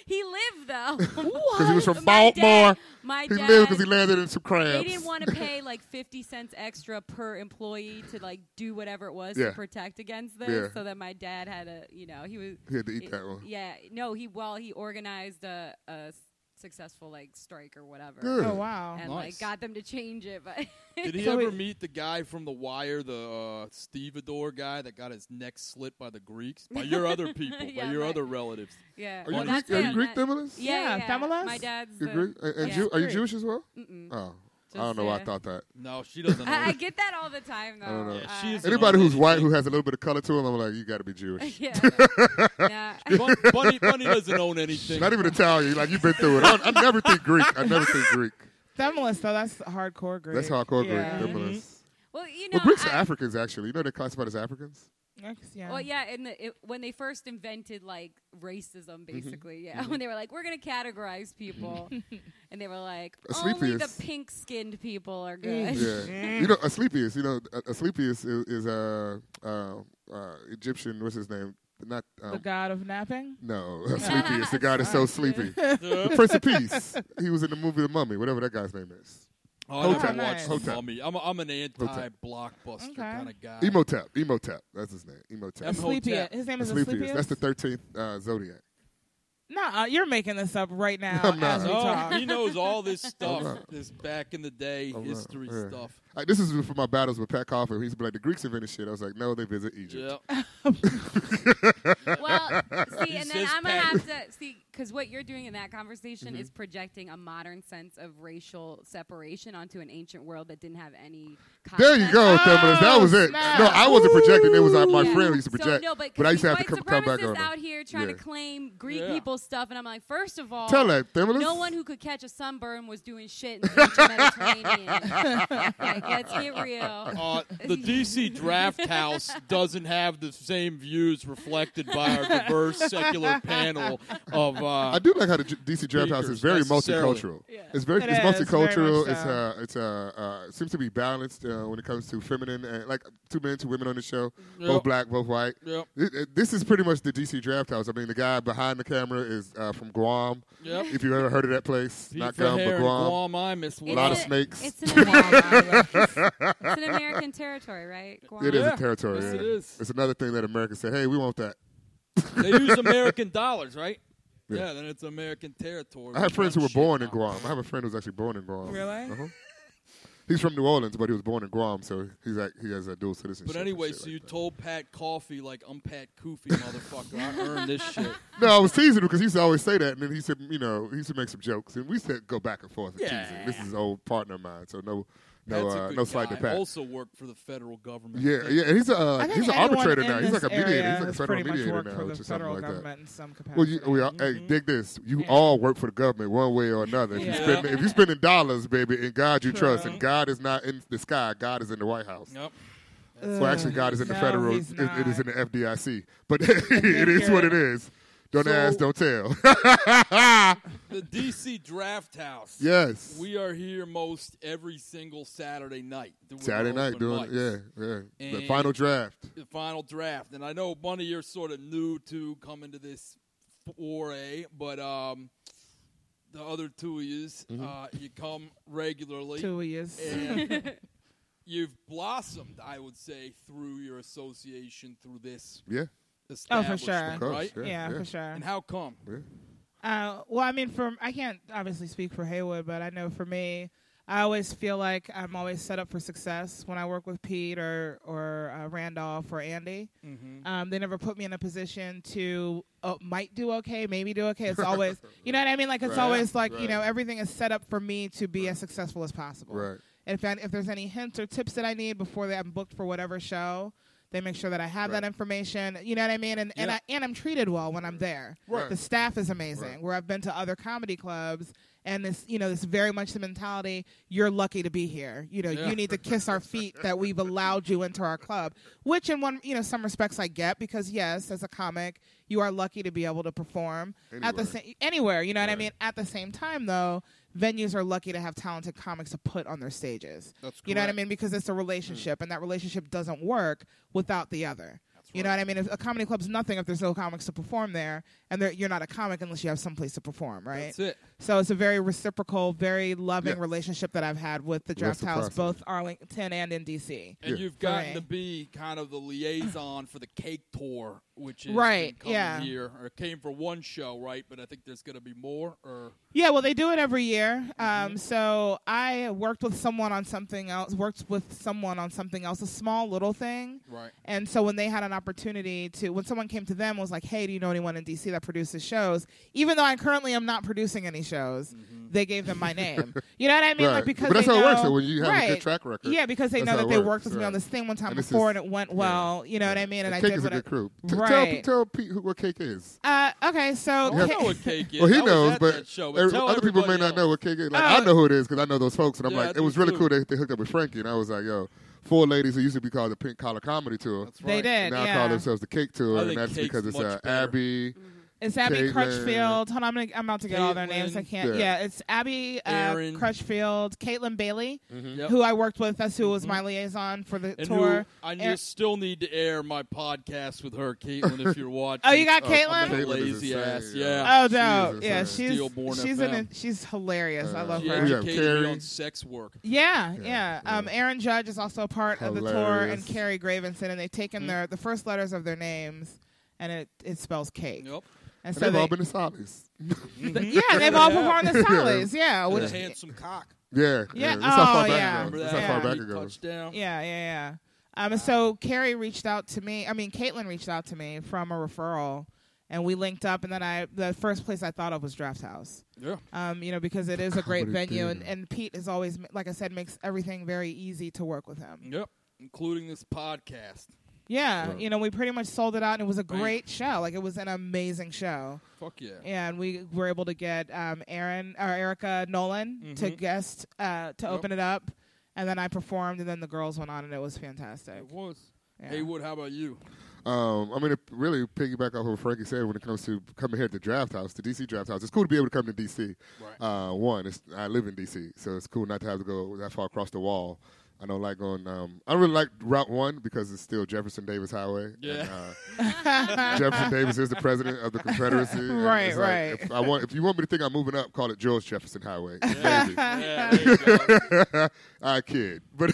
[SPEAKER 4] He
[SPEAKER 2] <laughs>
[SPEAKER 4] lived <laughs> though.
[SPEAKER 2] Because he was from
[SPEAKER 4] My
[SPEAKER 2] Baltimore.
[SPEAKER 4] dad- my
[SPEAKER 2] He
[SPEAKER 4] dad.
[SPEAKER 2] lived because he landed in some
[SPEAKER 4] they
[SPEAKER 2] crabs.
[SPEAKER 4] didn't
[SPEAKER 2] <laughs>
[SPEAKER 4] want to pay like fifty cents extra per employee to like do whatever it was
[SPEAKER 2] Yeah.
[SPEAKER 4] to protect against this.
[SPEAKER 2] Yeah.
[SPEAKER 4] So that my dad had a, you know, he was.
[SPEAKER 2] He had to eat that one.
[SPEAKER 4] Yeah, no, he well he organized a, a s- successful like strike or whatever.
[SPEAKER 2] Good.
[SPEAKER 3] <laughs> Oh wow.
[SPEAKER 4] And
[SPEAKER 1] Nice.
[SPEAKER 4] like got them to change it, but <laughs>
[SPEAKER 1] Did he
[SPEAKER 3] So
[SPEAKER 1] ever
[SPEAKER 3] wait-
[SPEAKER 1] meet the guy from The Wire, the uh, stevedore guy that got his neck slit by the Greeks, by your
[SPEAKER 4] <laughs>
[SPEAKER 1] other people, by
[SPEAKER 4] Yeah,
[SPEAKER 1] your
[SPEAKER 4] my-
[SPEAKER 1] other relatives?
[SPEAKER 4] yeah.
[SPEAKER 2] Are you
[SPEAKER 1] Well,
[SPEAKER 2] Greek?
[SPEAKER 4] that's
[SPEAKER 2] Are you
[SPEAKER 4] him.
[SPEAKER 2] Greek,
[SPEAKER 4] That-
[SPEAKER 2] Timberlands?
[SPEAKER 4] Yeah,
[SPEAKER 3] Yeah,
[SPEAKER 4] yeah.
[SPEAKER 3] Thamelas?
[SPEAKER 4] My dad's.
[SPEAKER 2] You
[SPEAKER 4] the-
[SPEAKER 2] Greek? And, and
[SPEAKER 4] yeah.
[SPEAKER 2] Jew, are you
[SPEAKER 3] Greek.
[SPEAKER 2] Jewish as well?
[SPEAKER 4] Mm-mm.
[SPEAKER 2] Oh, I
[SPEAKER 4] Just,
[SPEAKER 2] don't know why I
[SPEAKER 4] uh,
[SPEAKER 2] thought that.
[SPEAKER 1] No, she doesn't. know.
[SPEAKER 4] I, I get that all the time though.
[SPEAKER 2] I don't know.
[SPEAKER 1] Yeah, she
[SPEAKER 4] Uh, <laughs>
[SPEAKER 2] <laughs>
[SPEAKER 1] is-
[SPEAKER 2] Anybody who's
[SPEAKER 1] Jewish.
[SPEAKER 2] white who has a little bit of color to them, I'm like, you got to be Jewish.
[SPEAKER 4] yeah. yeah.
[SPEAKER 1] Bun- Bunny, Bunny doesn't own anything.
[SPEAKER 2] Not even Italian. Like you've been through it. I, I never think Greek. I never think Greek.
[SPEAKER 3] Themlis though, that's hardcore Greek.
[SPEAKER 2] That's hardcore
[SPEAKER 3] yeah.
[SPEAKER 2] Greek. Themlis.
[SPEAKER 4] Well, you know,
[SPEAKER 2] Well, Greeks
[SPEAKER 4] I-
[SPEAKER 2] are Africans actually. You know they classified as Africans.
[SPEAKER 3] Next, Mm-hmm. yeah.
[SPEAKER 4] Well, yeah, in the, it, when they first invented like racism,
[SPEAKER 2] Mm-hmm.
[SPEAKER 4] basically, yeah, <laughs> when they were like, we're gonna categorize people, <laughs> and they were like,
[SPEAKER 2] A
[SPEAKER 4] only the
[SPEAKER 2] sleepiest.
[SPEAKER 4] pink-skinned people are
[SPEAKER 3] Mm.
[SPEAKER 4] good.
[SPEAKER 2] Mm-hmm. Yeah, you know, Asclepius. You know, A- Asclepius is, is uh, uh, uh, Egyptian. What's his name? Not
[SPEAKER 3] the
[SPEAKER 2] um,
[SPEAKER 3] god of napping.
[SPEAKER 2] no Asclepius. the guy that's so
[SPEAKER 3] <laughs>
[SPEAKER 2] sleepy. The
[SPEAKER 1] Yeah.
[SPEAKER 2] Prince of Peace. He was in the movie The Mummy. Whatever that guy's name is.
[SPEAKER 1] Oh, I never
[SPEAKER 2] Hotep.
[SPEAKER 1] watched The
[SPEAKER 2] Hotep.
[SPEAKER 1] Mummy. I'm, a, I'm an anti-blockbuster
[SPEAKER 3] Okay.
[SPEAKER 1] kind of guy.
[SPEAKER 2] Emotep. Emotep. That's his name. Emotep.
[SPEAKER 1] Em-
[SPEAKER 3] Sleepy.
[SPEAKER 1] Hotep.
[SPEAKER 3] His name is
[SPEAKER 2] Asclepius.
[SPEAKER 3] Asclepius.
[SPEAKER 2] That's the thirteenth uh, zodiac.
[SPEAKER 3] Nah, uh, you're making this up right now
[SPEAKER 2] <laughs> I'm not.
[SPEAKER 3] as we
[SPEAKER 1] No,
[SPEAKER 3] talk.
[SPEAKER 1] Oh. he knows all <laughs> this stuff.
[SPEAKER 2] not.
[SPEAKER 1] This back in the day
[SPEAKER 2] I'm not.
[SPEAKER 1] history
[SPEAKER 2] Yeah.
[SPEAKER 1] stuff.
[SPEAKER 2] Like, this is for my battles with Pat Coffin. He's like, the Greeks invented shit. I was like, no, they visit Egypt.
[SPEAKER 1] Yeah.
[SPEAKER 2] <laughs>
[SPEAKER 4] <laughs> Well, see,
[SPEAKER 1] He
[SPEAKER 4] and then
[SPEAKER 1] says
[SPEAKER 4] I'm gonna
[SPEAKER 1] Pat.
[SPEAKER 4] have to see because what you're doing in that conversation
[SPEAKER 2] Mm-hmm.
[SPEAKER 4] is projecting a modern sense of racial separation onto an ancient world that didn't have any.
[SPEAKER 2] There you
[SPEAKER 4] context.
[SPEAKER 2] go, Timberlands. That was it.
[SPEAKER 3] snap.
[SPEAKER 2] No, I wasn't projecting. It was like my
[SPEAKER 4] Yeah.
[SPEAKER 2] friend used to project.
[SPEAKER 4] So, no, but,
[SPEAKER 2] I used to have to
[SPEAKER 4] these
[SPEAKER 2] come,
[SPEAKER 4] white
[SPEAKER 2] come back
[SPEAKER 4] supremacists
[SPEAKER 2] on.
[SPEAKER 4] out
[SPEAKER 2] him.
[SPEAKER 4] here trying
[SPEAKER 2] Yeah.
[SPEAKER 4] to claim Greek
[SPEAKER 1] Yeah.
[SPEAKER 4] people stuff, and I'm like, first of all,
[SPEAKER 2] Tell that, Timberlands.
[SPEAKER 4] No one who could catch a sunburn was doing shit in the ancient Mediterranean.
[SPEAKER 2] <laughs>
[SPEAKER 4] like, let's get real.
[SPEAKER 1] Uh, the DC Draft House doesn't have the same views reflected by our diverse secular panel of. Uh,
[SPEAKER 2] I do like how the J- DC Draft House is
[SPEAKER 1] Speakers,
[SPEAKER 2] very
[SPEAKER 1] necessarily.
[SPEAKER 2] multicultural.
[SPEAKER 3] Yeah.
[SPEAKER 2] It's very
[SPEAKER 3] It
[SPEAKER 2] it's
[SPEAKER 3] is, very much
[SPEAKER 2] multicultural.
[SPEAKER 3] so.
[SPEAKER 2] It's uh it's uh, uh it seems to be balanced uh, when it comes to feminine and like two men, two women on the show,
[SPEAKER 1] Yep.
[SPEAKER 2] both black, both white.
[SPEAKER 1] Yep.
[SPEAKER 2] Th- uh, This is pretty much the DC Draft House. I mean, the guy behind the camera is uh, from Guam.
[SPEAKER 1] Yep.
[SPEAKER 2] If you've ever heard of that place,
[SPEAKER 1] Pete
[SPEAKER 2] not Guam,
[SPEAKER 1] Verhaere
[SPEAKER 2] but
[SPEAKER 1] and
[SPEAKER 2] Guam.
[SPEAKER 1] Guam, I miss
[SPEAKER 4] It's
[SPEAKER 2] lot of
[SPEAKER 4] a-
[SPEAKER 2] snakes.
[SPEAKER 4] It's an, <laughs> American, it's
[SPEAKER 2] Uh,
[SPEAKER 4] an American territory, right? Guam?
[SPEAKER 2] It is
[SPEAKER 1] Yeah.
[SPEAKER 2] a territory.
[SPEAKER 1] Yes,
[SPEAKER 2] yeah.
[SPEAKER 1] it is.
[SPEAKER 2] It's another thing that America said, "Hey, we want that."
[SPEAKER 1] They
[SPEAKER 2] <laughs>
[SPEAKER 1] use American dollars, right? Yeah.
[SPEAKER 2] Yeah.
[SPEAKER 1] then it's American territory.
[SPEAKER 2] I have friends who were
[SPEAKER 1] Shit.
[SPEAKER 2] born in Guam. I have a friend who was actually born in Guam.
[SPEAKER 3] Really?
[SPEAKER 2] Uh-huh. He's from New Orleans, but he was born in Guam, so he's like he has a dual citizenship.
[SPEAKER 1] But
[SPEAKER 2] and
[SPEAKER 1] anyway,
[SPEAKER 2] shit
[SPEAKER 1] so
[SPEAKER 2] like
[SPEAKER 1] you
[SPEAKER 2] that.
[SPEAKER 1] told Pat Coffee like I'm Pat Koofy, motherfucker. I earned this shit.
[SPEAKER 2] No, I was teasing him because he used to always say that, and then he said, you know, he used to make some jokes, and we said go back and forth. And
[SPEAKER 1] Yeah.
[SPEAKER 2] teasing. this is an old partner of mine, so no, <laughs> no,
[SPEAKER 1] That's a
[SPEAKER 2] uh,
[SPEAKER 1] good
[SPEAKER 2] no slight
[SPEAKER 1] guy.
[SPEAKER 2] to Pat.
[SPEAKER 1] Also worked for the federal government.
[SPEAKER 2] yeah, yeah, he's a uh,
[SPEAKER 3] I think
[SPEAKER 2] he's an
[SPEAKER 3] anyone
[SPEAKER 2] arbitrator
[SPEAKER 3] in
[SPEAKER 2] now. He's like
[SPEAKER 3] this
[SPEAKER 2] a mediator.
[SPEAKER 3] area
[SPEAKER 2] He's like a
[SPEAKER 3] has
[SPEAKER 2] federal
[SPEAKER 3] pretty much
[SPEAKER 2] mediator
[SPEAKER 3] worked
[SPEAKER 2] now,
[SPEAKER 3] for
[SPEAKER 2] which
[SPEAKER 3] the
[SPEAKER 2] is something
[SPEAKER 3] federal
[SPEAKER 2] like that.
[SPEAKER 3] government in some capacity.
[SPEAKER 2] Well, you, oh, we all, hey, dig this. You
[SPEAKER 3] Yeah.
[SPEAKER 2] all work for the government one way or another. If, you
[SPEAKER 3] Yeah.
[SPEAKER 2] spend, if you're spending dollars, baby, in God you
[SPEAKER 3] True.
[SPEAKER 2] trust, and God is not in the sky, God is in the White House.
[SPEAKER 1] Yep.
[SPEAKER 2] Well, actually, God is in the
[SPEAKER 3] No,
[SPEAKER 2] federal. It,
[SPEAKER 3] he's
[SPEAKER 2] it is in
[SPEAKER 3] not.
[SPEAKER 2] the FDIC, but <laughs> it is what it is. Don't
[SPEAKER 1] So-
[SPEAKER 2] ask, don't tell. <laughs>
[SPEAKER 1] The DC Draft House.
[SPEAKER 2] yes,
[SPEAKER 1] We are here most every single Saturday night. doing
[SPEAKER 2] Saturday
[SPEAKER 1] open
[SPEAKER 2] night doing
[SPEAKER 1] mics.
[SPEAKER 2] it. Yeah, yeah. the
[SPEAKER 1] And-
[SPEAKER 2] final draft.
[SPEAKER 1] the final draft. And I know, Bunny, you're sort of new to coming to this foray, but um, the other two of yous,
[SPEAKER 2] Mm-hmm.
[SPEAKER 1] uh, you come regularly.
[SPEAKER 3] Two years. <laughs>
[SPEAKER 1] And you've blossomed, I would say, through your association through this
[SPEAKER 2] Yeah,
[SPEAKER 3] Oh, for
[SPEAKER 1] establishment,
[SPEAKER 3] sure. Of
[SPEAKER 2] course,
[SPEAKER 1] right?
[SPEAKER 2] yeah,
[SPEAKER 3] yeah,
[SPEAKER 2] yeah.
[SPEAKER 3] for sure.
[SPEAKER 1] And how come?
[SPEAKER 2] yeah.
[SPEAKER 3] Uh, well, I mean, for I can't obviously speak for Haywood, but I know for me, I always feel like I'm always set up for success when I work with Pete or or uh, Randolph or Andy.
[SPEAKER 1] Mm-hmm.
[SPEAKER 3] Um, they never put me in a position to uh, might do okay, maybe do okay. It's always, you know what I mean? Like it's
[SPEAKER 2] Right.
[SPEAKER 3] always like you
[SPEAKER 2] Right.
[SPEAKER 3] know everything is set up for me to be as successful as possible.
[SPEAKER 2] <laughs> Right.
[SPEAKER 3] And if I, if there's any hints or tips that I need before that I'm booked for whatever show, they make sure that I have
[SPEAKER 2] Right.
[SPEAKER 3] that information. You know what I mean? And and
[SPEAKER 1] Yeah.
[SPEAKER 3] I and I'm treated well when I'm there.
[SPEAKER 2] Right.
[SPEAKER 3] The staff is amazing.
[SPEAKER 2] Right.
[SPEAKER 3] Where I've been to other comedy clubs and this, you know, this very much the mentality, you're lucky to be here. You know,
[SPEAKER 1] Yeah.
[SPEAKER 3] you need to kiss our feet that we've allowed you into our club. Which in one you know, some respects I get because yes, as a comic, you are lucky to be able to perform at the
[SPEAKER 2] Anywhere.
[SPEAKER 3] same anywhere, you know what I mean? At the same time though, venues are lucky to have talented comics to put on their stages.
[SPEAKER 2] That's
[SPEAKER 3] You know what I
[SPEAKER 2] correct. Hmm.
[SPEAKER 3] mean? Because it's a relationship, and that relationship doesn't work without the other. You know what I mean? If a comedy club's nothing if there's no comics to perform there, and they're- you're not a comic unless you have someplace to perform, right?
[SPEAKER 1] That's it.
[SPEAKER 3] So it's a very reciprocal, very loving
[SPEAKER 2] Yes.
[SPEAKER 3] relationship that I've had with the Draft House,
[SPEAKER 2] Reciprocity.
[SPEAKER 3] both Arlington and in DC.
[SPEAKER 1] And
[SPEAKER 2] Yeah.
[SPEAKER 1] you've gotten
[SPEAKER 3] Right.
[SPEAKER 1] to be kind of the liaison for the cake tour, which is
[SPEAKER 3] Right,
[SPEAKER 1] coming
[SPEAKER 3] yeah.
[SPEAKER 1] here or came for one show, right? But I think there's going to be more. Or
[SPEAKER 3] Yeah, well, they do it every year.
[SPEAKER 2] Mm-hmm.
[SPEAKER 3] Um, so I worked with someone on something else, worked with someone on something else, a small little thing.
[SPEAKER 1] right,
[SPEAKER 3] And so when they had an opportunity to, when someone came to them and was like, "Hey, do you know anyone in DC that produces shows?" Even though I currently am not producing any shows, they gave them my name. you know what I mean?
[SPEAKER 2] Mm-hmm. Right.
[SPEAKER 3] Like because
[SPEAKER 2] But that's
[SPEAKER 3] they
[SPEAKER 2] how it works,
[SPEAKER 3] know-
[SPEAKER 2] though, when you have a good
[SPEAKER 3] Right.
[SPEAKER 2] track record.
[SPEAKER 3] Yeah, because they
[SPEAKER 2] That's
[SPEAKER 3] know
[SPEAKER 2] how
[SPEAKER 3] that
[SPEAKER 2] it
[SPEAKER 3] they
[SPEAKER 2] works.
[SPEAKER 3] worked with me
[SPEAKER 2] Right.
[SPEAKER 3] on this thing one time
[SPEAKER 2] And this
[SPEAKER 3] before,
[SPEAKER 2] is-
[SPEAKER 3] and it went
[SPEAKER 2] yeah.
[SPEAKER 3] well. You know what I mean?
[SPEAKER 2] And
[SPEAKER 3] And I
[SPEAKER 2] Cake
[SPEAKER 3] did
[SPEAKER 2] is a
[SPEAKER 3] what I.
[SPEAKER 2] good crew. T-
[SPEAKER 3] Right.
[SPEAKER 2] Tell, tell Pete who, what Cake is.
[SPEAKER 3] Uh, okay, so
[SPEAKER 1] I
[SPEAKER 3] Ca-
[SPEAKER 1] know what cake is.
[SPEAKER 2] Well, he
[SPEAKER 1] I was
[SPEAKER 2] knows,
[SPEAKER 1] at
[SPEAKER 2] but
[SPEAKER 1] that show,
[SPEAKER 2] every-
[SPEAKER 1] tell
[SPEAKER 2] other people may
[SPEAKER 1] everybody
[SPEAKER 2] not know
[SPEAKER 1] else. Ah.
[SPEAKER 2] what Cake is. Like,
[SPEAKER 3] Uh,
[SPEAKER 2] I know who it is because I know those folks, and I'm
[SPEAKER 1] Yeah, I
[SPEAKER 2] like, it
[SPEAKER 1] do
[SPEAKER 2] was really
[SPEAKER 1] too.
[SPEAKER 2] cool. They, they hooked up with Frankie, and I was like, yo, four ladies who used to be called the Pink Collar Comedy Tour.
[SPEAKER 1] That's
[SPEAKER 3] they
[SPEAKER 1] right.
[SPEAKER 3] did.
[SPEAKER 2] now
[SPEAKER 3] yeah.
[SPEAKER 2] call themselves the Cake Tour,
[SPEAKER 1] I
[SPEAKER 2] and
[SPEAKER 1] think
[SPEAKER 2] that's
[SPEAKER 1] Cake's
[SPEAKER 2] because it's
[SPEAKER 1] much
[SPEAKER 2] uh,
[SPEAKER 1] better.
[SPEAKER 2] Abby.
[SPEAKER 3] <laughs> It's Abby
[SPEAKER 2] Caitlin.
[SPEAKER 3] Crutchfield. Hold on, I'm, gonna, I'm about to get all their
[SPEAKER 1] Caitlin.
[SPEAKER 3] names. I can't.
[SPEAKER 2] Yeah.
[SPEAKER 3] Yeah, it's Abby uh,
[SPEAKER 1] Erin.
[SPEAKER 3] Crutchfield, Caitlin Bailey,
[SPEAKER 1] Yep.
[SPEAKER 3] who I worked with. That's who was
[SPEAKER 2] Mm-hmm.
[SPEAKER 3] my liaison for the
[SPEAKER 1] And
[SPEAKER 3] tour.
[SPEAKER 1] who, I
[SPEAKER 3] Erin-
[SPEAKER 1] just still need to air my podcast with her, Caitlin, if you're watching.
[SPEAKER 3] Oh, you got
[SPEAKER 2] Oh,
[SPEAKER 3] Caitlin?
[SPEAKER 1] I'm a
[SPEAKER 2] Caitlin is
[SPEAKER 1] lazy
[SPEAKER 2] insane,
[SPEAKER 1] ass. <laughs>
[SPEAKER 2] yeah.
[SPEAKER 1] Yeah.
[SPEAKER 3] Oh no!
[SPEAKER 2] Jesus,
[SPEAKER 3] yeah,
[SPEAKER 2] uh,
[SPEAKER 3] she's
[SPEAKER 1] Stillborn
[SPEAKER 3] she's
[SPEAKER 1] FM.
[SPEAKER 3] an, she's hilarious. I
[SPEAKER 2] Uh,
[SPEAKER 3] love
[SPEAKER 1] She
[SPEAKER 3] her.
[SPEAKER 2] We
[SPEAKER 3] Yeah,
[SPEAKER 2] have
[SPEAKER 1] educated me
[SPEAKER 2] Carrie.
[SPEAKER 1] on sex work.
[SPEAKER 3] yeah.
[SPEAKER 2] Yeah,
[SPEAKER 3] Um, Aaron Judge is also a part of the tour, and
[SPEAKER 2] Hilarious.
[SPEAKER 3] Carrie Gravenson, and they've taken their the first letters of their names, and it, it spells cake.
[SPEAKER 1] Yep.
[SPEAKER 2] And
[SPEAKER 3] And so
[SPEAKER 2] they've
[SPEAKER 3] they,
[SPEAKER 2] all been to Sally's.
[SPEAKER 1] <laughs>
[SPEAKER 2] <laughs>
[SPEAKER 3] <laughs> yeah, they've all
[SPEAKER 1] Yeah.
[SPEAKER 3] performed the Sally's. Yeah,
[SPEAKER 1] With
[SPEAKER 3] which
[SPEAKER 1] a handsome cock.
[SPEAKER 2] Yeah.
[SPEAKER 3] Yeah,
[SPEAKER 2] That's how
[SPEAKER 3] oh,
[SPEAKER 2] far
[SPEAKER 3] yeah.
[SPEAKER 2] back it
[SPEAKER 1] Remember
[SPEAKER 2] goes. That's
[SPEAKER 1] that?
[SPEAKER 2] how far
[SPEAKER 3] Yeah.
[SPEAKER 2] back
[SPEAKER 1] Big
[SPEAKER 2] it goes.
[SPEAKER 1] Touchdown.
[SPEAKER 3] Yeah, yeah, yeah. Um, and so Carrie reached out to me. I mean, Caitlin reached out to me from a referral, and we linked up. And then I, the first place I thought of was Draft House.
[SPEAKER 1] Yeah.
[SPEAKER 3] Um, you know, because it is a great
[SPEAKER 2] Comedy
[SPEAKER 3] venue, and,
[SPEAKER 2] theater.
[SPEAKER 3] and Pete is always, like I said, makes everything very easy to work with him.
[SPEAKER 1] Yep. Including this podcast.
[SPEAKER 3] Yeah,
[SPEAKER 2] Right.
[SPEAKER 3] you know, we pretty much sold it out, and it was a
[SPEAKER 1] Bam.
[SPEAKER 3] great show. Like it was an amazing show.
[SPEAKER 1] Fuck yeah.
[SPEAKER 3] And we were able to get um, Aaron or Erica Nolan to
[SPEAKER 1] Mhm.
[SPEAKER 3] guest uh, to
[SPEAKER 1] Yep.
[SPEAKER 3] open it up, and then I performed, and then the girls went on, and it was fantastic.
[SPEAKER 1] It was.
[SPEAKER 3] Yeah. <laughs>
[SPEAKER 1] Haywood, how about you?
[SPEAKER 2] Um, I mean, it really piggyback off what Frankie said when it comes to coming here to Draft House, the DC Draft House. It's cool to be able to come to DC.
[SPEAKER 1] Right.
[SPEAKER 2] Uh, one, it's, I live in DC, so it's cool not to have to go that far across the wall. I don't like going. Um, I really like Route One because it's still Jefferson Davis Highway.
[SPEAKER 1] Yeah.
[SPEAKER 2] And, uh, Jefferson Davis is the president of the Confederacy. and
[SPEAKER 3] <laughs> Right,
[SPEAKER 2] it's like,
[SPEAKER 3] right.
[SPEAKER 2] If I want, if you want me to think I'm moving up, call it George Jefferson Highway.
[SPEAKER 3] <laughs>
[SPEAKER 1] Yeah, there you
[SPEAKER 2] <laughs>
[SPEAKER 1] go.
[SPEAKER 2] Maybe. I kid, but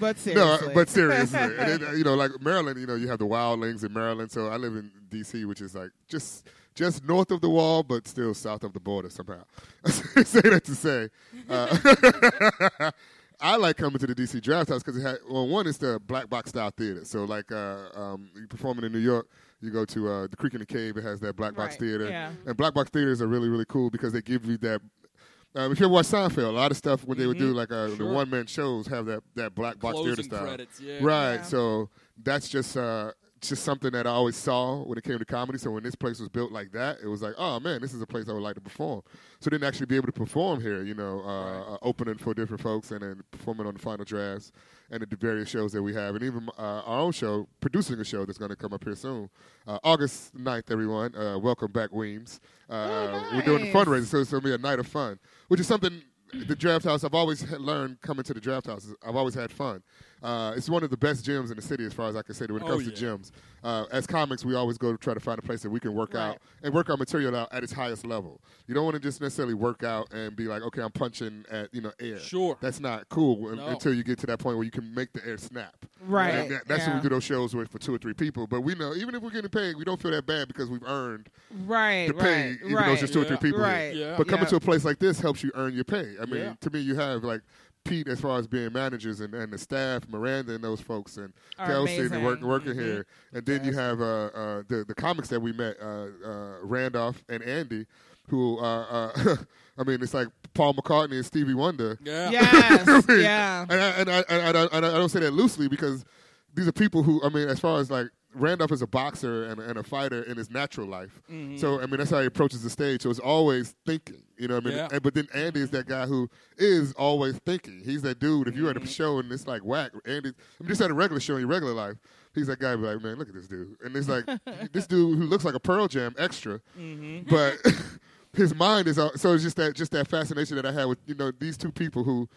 [SPEAKER 2] <laughs> No,
[SPEAKER 3] seriously,
[SPEAKER 2] uh, but seriously,
[SPEAKER 3] <laughs>
[SPEAKER 2] And then, uh, you know, like Maryland, you know, you have the wildlings in Maryland. So I live in D.C., which is like just just north of the wall, but still south of the border somehow. <laughs> say that to say, uh, <laughs> I like coming to the D.C. Draft House because it had well, one is the black box style theater. So like uh, um, you performing in New York, you go to uh, the Creek in the Cave. It has that black box
[SPEAKER 3] Right,
[SPEAKER 2] theater,
[SPEAKER 3] yeah.
[SPEAKER 2] and black box theaters are really really cool because they give you that. Um, if you ever watch Seinfeld, a lot of stuff when they would do like uh, the
[SPEAKER 1] Mm-hmm. Sure.
[SPEAKER 2] one man shows have that, that black box theater
[SPEAKER 1] Closing
[SPEAKER 2] style,
[SPEAKER 1] credits, yeah.
[SPEAKER 2] right?
[SPEAKER 3] Yeah.
[SPEAKER 2] So that's just uh, just something that I always saw when it came to comedy. So when this place was built like that, it was like, oh man, this is a place I would like to perform. So then actually be able to perform here, you know, uh, uh, opening for different folks and then performing on the final drafts and at the various shows that we have, and even uh, our own show, producing a show that's going to come up here soon, uh, August 9th, everyone. Uh, welcome back, Weems. Uh, We're doing a
[SPEAKER 3] Oh, nice.
[SPEAKER 2] fundraiser, so it's going to be a night of fun, which is something the draft house I've always had learned coming to the draft house. is I've always had fun. Uh, it's one of the best gyms in the city, as far as I can say, when it
[SPEAKER 1] Oh,
[SPEAKER 2] comes to
[SPEAKER 1] yeah.
[SPEAKER 2] gyms. Uh, as comics, we always go to try to find a place that we can work
[SPEAKER 4] Right.
[SPEAKER 2] out and work our material out at its highest level. You don't want to just necessarily work out and be like, okay, I'm punching at you know air.
[SPEAKER 1] Sure.
[SPEAKER 2] that's not cool un-
[SPEAKER 1] No.
[SPEAKER 2] until you get to that point where you can make the air snap.
[SPEAKER 3] Right,
[SPEAKER 2] And that- that's
[SPEAKER 3] yeah.
[SPEAKER 2] what we do those shows with for two or three people. But we know even if we're getting paid, we don't feel that bad because we've earned
[SPEAKER 3] right,
[SPEAKER 2] the pay,
[SPEAKER 3] right,
[SPEAKER 2] even though
[SPEAKER 3] right.
[SPEAKER 2] it's just two or three
[SPEAKER 1] Yeah.
[SPEAKER 2] people. here.
[SPEAKER 3] Right.
[SPEAKER 1] Yeah.
[SPEAKER 2] But coming
[SPEAKER 3] Uh, Yeah.
[SPEAKER 2] to a place like this helps you earn your pay. I mean,
[SPEAKER 1] Yeah.
[SPEAKER 2] to me, you have like Pete as far as being managers and, and the staff, Miranda and those folks, and
[SPEAKER 3] Are
[SPEAKER 2] Kelsey and the work,
[SPEAKER 3] amazing. Mm-hmm.
[SPEAKER 2] working here. And then you have uh, uh, the the comics that we met, uh, uh, Randolph and Andy, who are. Uh, <laughs> I mean, it's like Paul McCartney and Stevie Wonder.
[SPEAKER 1] Yeah.
[SPEAKER 2] <laughs>
[SPEAKER 3] Yes, yeah.
[SPEAKER 2] And I, and I, and I, don't- and I don't say that loosely because these are people who, I mean, as far as like Randolph is a boxer and, and a fighter in his natural life.
[SPEAKER 3] Mm-hmm.
[SPEAKER 2] So, I mean, that's how he approaches the stage. So it's always thinking, you know what I mean?
[SPEAKER 1] Yeah.
[SPEAKER 2] And, but then Andy is that guy who is always thinking. He's that dude, if
[SPEAKER 3] Mm-hmm.
[SPEAKER 2] you're at a show and it's like whack, Andy, I mean, just at a regular show in your regular life, he's that guy be like, man, look at this dude. And it's
[SPEAKER 3] <laughs>
[SPEAKER 2] like, this dude who looks like a Pearl Jam extra,
[SPEAKER 3] Mm-hmm.
[SPEAKER 2] but. <laughs> His mind is all, so it's just that just that fascination that I had with you know these two people who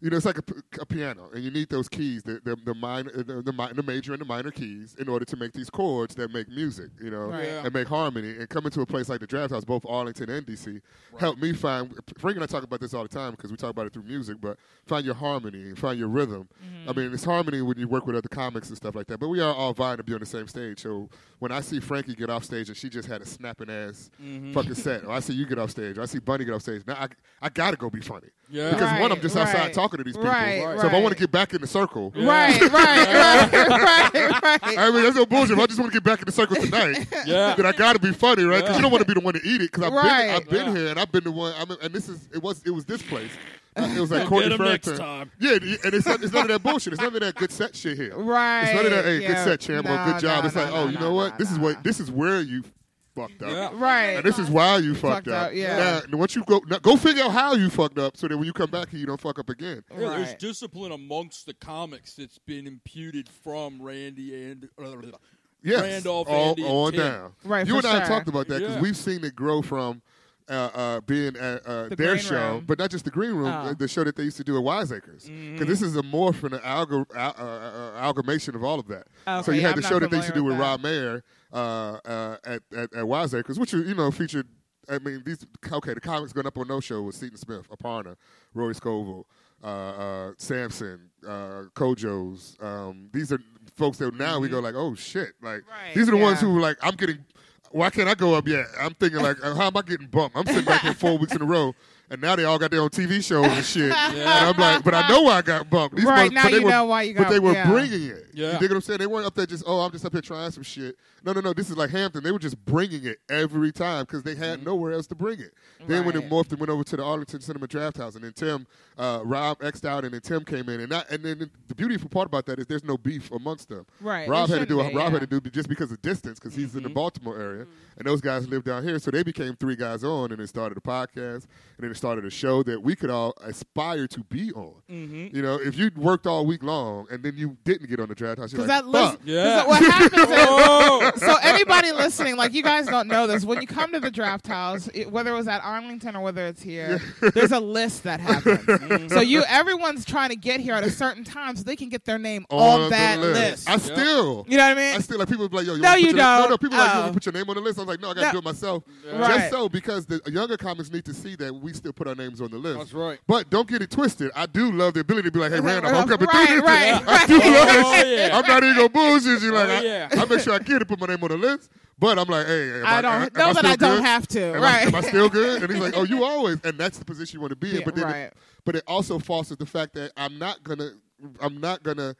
[SPEAKER 2] you know, it's like a, p- a piano, and you need those keys, the the, the minor, the, the, mi- the major and the minor keys, in order to make these chords that make music, you know,
[SPEAKER 3] Right.
[SPEAKER 1] Yeah.
[SPEAKER 2] and make harmony. And coming to a place like the Draft House, both Arlington and DC, helped me find. Frank and I talk about this all the time because we talk about it through music, but find your harmony and find your rhythm. I mean, it's harmony when you work with other comics and stuff like that. But we are all vying to be on the same stage. So when I see Frankie get off stage and she just had a snapping ass
[SPEAKER 1] Mm-hmm.
[SPEAKER 2] fucking set, or I see you get off stage, or I see Bunny get off stage, now I I gotta go be funny.
[SPEAKER 1] Yeah.
[SPEAKER 2] Because <laughs> one, I'm
[SPEAKER 3] Right,
[SPEAKER 2] just outside
[SPEAKER 3] right.
[SPEAKER 2] talking to these people.
[SPEAKER 3] Right,
[SPEAKER 2] so
[SPEAKER 3] Right.
[SPEAKER 2] if I
[SPEAKER 3] right.
[SPEAKER 2] want to get back in the circle,
[SPEAKER 1] Yeah.
[SPEAKER 3] Right, right, right, right, <laughs> right.
[SPEAKER 2] <laughs> I mean, that's no bullshit. If I just want to get back in the circle
[SPEAKER 3] <laughs>
[SPEAKER 2] tonight,
[SPEAKER 1] Yeah.
[SPEAKER 2] then I got to be funny, right? Because
[SPEAKER 1] Yeah.
[SPEAKER 2] you don't want to be the one to eat it. Because I've
[SPEAKER 3] Right.
[SPEAKER 2] been, I've been
[SPEAKER 1] Yeah.
[SPEAKER 2] here and I've been the one. I mean, and this is it was it was this place. Uh, It was like
[SPEAKER 1] You'll
[SPEAKER 2] Courtney
[SPEAKER 1] get 'em next
[SPEAKER 2] Farrington.
[SPEAKER 1] time.
[SPEAKER 2] Yeah, and it's, not, it's none of that bullshit. It's none of that good set shit here.
[SPEAKER 3] Right.
[SPEAKER 2] It's none of that. Hey,
[SPEAKER 3] yeah.
[SPEAKER 2] good set, champ. or
[SPEAKER 3] No,
[SPEAKER 2] good job.
[SPEAKER 3] no,
[SPEAKER 2] it's
[SPEAKER 3] no,
[SPEAKER 2] like,
[SPEAKER 3] no,
[SPEAKER 2] oh, you
[SPEAKER 3] no,
[SPEAKER 2] know
[SPEAKER 3] no,
[SPEAKER 2] what? This is
[SPEAKER 3] no.
[SPEAKER 2] what. This is where you fucked up.
[SPEAKER 1] Yeah.
[SPEAKER 2] And
[SPEAKER 3] Right.
[SPEAKER 2] this is why you fucked,
[SPEAKER 3] Fucked up, yeah.
[SPEAKER 2] Now, once you go, now go figure out how you fucked up, so that when you come back here, you don't fuck up again.
[SPEAKER 1] Yeah, there's
[SPEAKER 3] Right.
[SPEAKER 1] discipline amongst the comics that's been imputed from Randy and
[SPEAKER 3] Mm-hmm.
[SPEAKER 2] Yes,
[SPEAKER 1] Randolph,
[SPEAKER 2] all
[SPEAKER 1] Andy, and
[SPEAKER 2] on
[SPEAKER 1] Tim.
[SPEAKER 2] down.
[SPEAKER 3] Right,
[SPEAKER 2] you
[SPEAKER 3] for
[SPEAKER 2] and I have
[SPEAKER 3] sure.
[SPEAKER 2] talked about that because
[SPEAKER 1] Yeah.
[SPEAKER 2] we've seen it grow from uh, uh, being at uh,
[SPEAKER 3] The
[SPEAKER 2] their
[SPEAKER 3] Green
[SPEAKER 2] show,
[SPEAKER 3] Room.
[SPEAKER 2] but not just the green room,
[SPEAKER 3] Oh.
[SPEAKER 2] the- the show that they used to do at Wiseacres. Because
[SPEAKER 1] Mm-hmm.
[SPEAKER 2] this is a morph and an alg- uh, uh, uh, amalgamation of all of that.
[SPEAKER 3] Okay,
[SPEAKER 2] so you had
[SPEAKER 3] I'm
[SPEAKER 2] the
[SPEAKER 3] not
[SPEAKER 2] show that they used to do
[SPEAKER 3] familiar
[SPEAKER 2] with Rob
[SPEAKER 3] with
[SPEAKER 2] Mayer uh, uh, at, at at Wiseacres, which you know featured. I mean, these okay. The comics going up on no show was Seton Smith, Aparna, Roy Scoville, uh, uh, Samson, uh, Kojo's. Um, these are folks that now we go like, oh shit, like
[SPEAKER 3] Mm-hmm. Right,
[SPEAKER 2] these are the ones
[SPEAKER 3] yeah.
[SPEAKER 2] who like I'm getting. Why can't I go up yet? I'm thinking like, uh, how am I getting bumped? I'm sitting back here four weeks in a row, and now they all got their own TV shows and shit. And I'm like, but I know why I got bumped. These
[SPEAKER 3] Right,
[SPEAKER 2] motherf-
[SPEAKER 3] now
[SPEAKER 2] but they
[SPEAKER 3] you
[SPEAKER 2] were,
[SPEAKER 3] know why you
[SPEAKER 2] But
[SPEAKER 3] got-
[SPEAKER 2] they were
[SPEAKER 3] yeah.
[SPEAKER 2] bringing it.
[SPEAKER 1] Yeah.
[SPEAKER 2] You dig what I'm saying? They weren't up there just, oh, I'm just up here trying some shit. No, no, no. This is like Hampton. They were just bringing it every time because they had nowhere else to bring it. Then when it
[SPEAKER 3] Mm-hmm. Right.
[SPEAKER 2] morphed and went over to the Arlington Cinema Draft House, and then Tim, uh, Rob X'd out, and then Tim came in, and not, and then the beautiful part about that is there's no beef amongst them.
[SPEAKER 3] Right,
[SPEAKER 2] Rob
[SPEAKER 3] there
[SPEAKER 2] had to do.
[SPEAKER 3] shouldn't be,
[SPEAKER 2] Rob
[SPEAKER 3] yeah. Mm-hmm.
[SPEAKER 2] had to do just because of distance because he's in the Baltimore area, and those guys live down here, so they became three guys on, and it started a podcast, and then it started a show that we could all aspire to be on. You know, if you worked all week long and then you didn't get on the draft house, you're
[SPEAKER 3] Because
[SPEAKER 2] like,
[SPEAKER 3] that listen,
[SPEAKER 2] fuck.
[SPEAKER 1] Yeah.
[SPEAKER 3] yeah. what happens is
[SPEAKER 1] Oh,
[SPEAKER 3] so anybody listening, like you guys don't know this, when you come to the draft house, it, whether it was at Arlington or whether it's here, there's a list
[SPEAKER 2] <laughs>
[SPEAKER 3] that happens. Mm-hmm. so you, everyone's trying to get here at a certain time so they can get their name on,
[SPEAKER 2] the
[SPEAKER 3] that
[SPEAKER 2] list.
[SPEAKER 3] list.
[SPEAKER 2] I still.
[SPEAKER 3] you know what I
[SPEAKER 2] I
[SPEAKER 3] mean?
[SPEAKER 2] still like people be like yo. You
[SPEAKER 3] No,
[SPEAKER 2] wanna put
[SPEAKER 3] you
[SPEAKER 2] your- No,
[SPEAKER 3] don't.
[SPEAKER 2] no. People like you
[SPEAKER 3] Oh.
[SPEAKER 2] wanna put your name on the list. I was like, no, I gotta
[SPEAKER 3] No.
[SPEAKER 2] do it myself. Just
[SPEAKER 3] Right.
[SPEAKER 2] so because the younger comics need to see that we still put our names on the list.
[SPEAKER 1] That's right.
[SPEAKER 2] But don't get it twisted. I do love the ability to be like, hey, Randolph, I'm coming
[SPEAKER 3] Right,
[SPEAKER 2] through this. <laughs>
[SPEAKER 3] right,
[SPEAKER 2] I do love that
[SPEAKER 1] Oh,
[SPEAKER 2] shit.
[SPEAKER 1] yeah.
[SPEAKER 2] I'm not even gonna bullshit you. Like,
[SPEAKER 1] Oh,
[SPEAKER 2] I-
[SPEAKER 1] yeah.
[SPEAKER 2] I, make sure I get it, put my name on the list. But I'm like, hey, am I,
[SPEAKER 3] I
[SPEAKER 2] am- am
[SPEAKER 3] don't know that
[SPEAKER 2] still
[SPEAKER 3] I don't
[SPEAKER 2] good?
[SPEAKER 3] have to.
[SPEAKER 2] Am, I,
[SPEAKER 3] right.
[SPEAKER 2] am I still
[SPEAKER 3] <laughs>
[SPEAKER 2] good? And he's like, oh, you always. And that's the position you want to be in.
[SPEAKER 3] Yeah,
[SPEAKER 2] but then,
[SPEAKER 3] right.
[SPEAKER 2] but it also fosters the fact that I'm not gonna, I'm not gonna.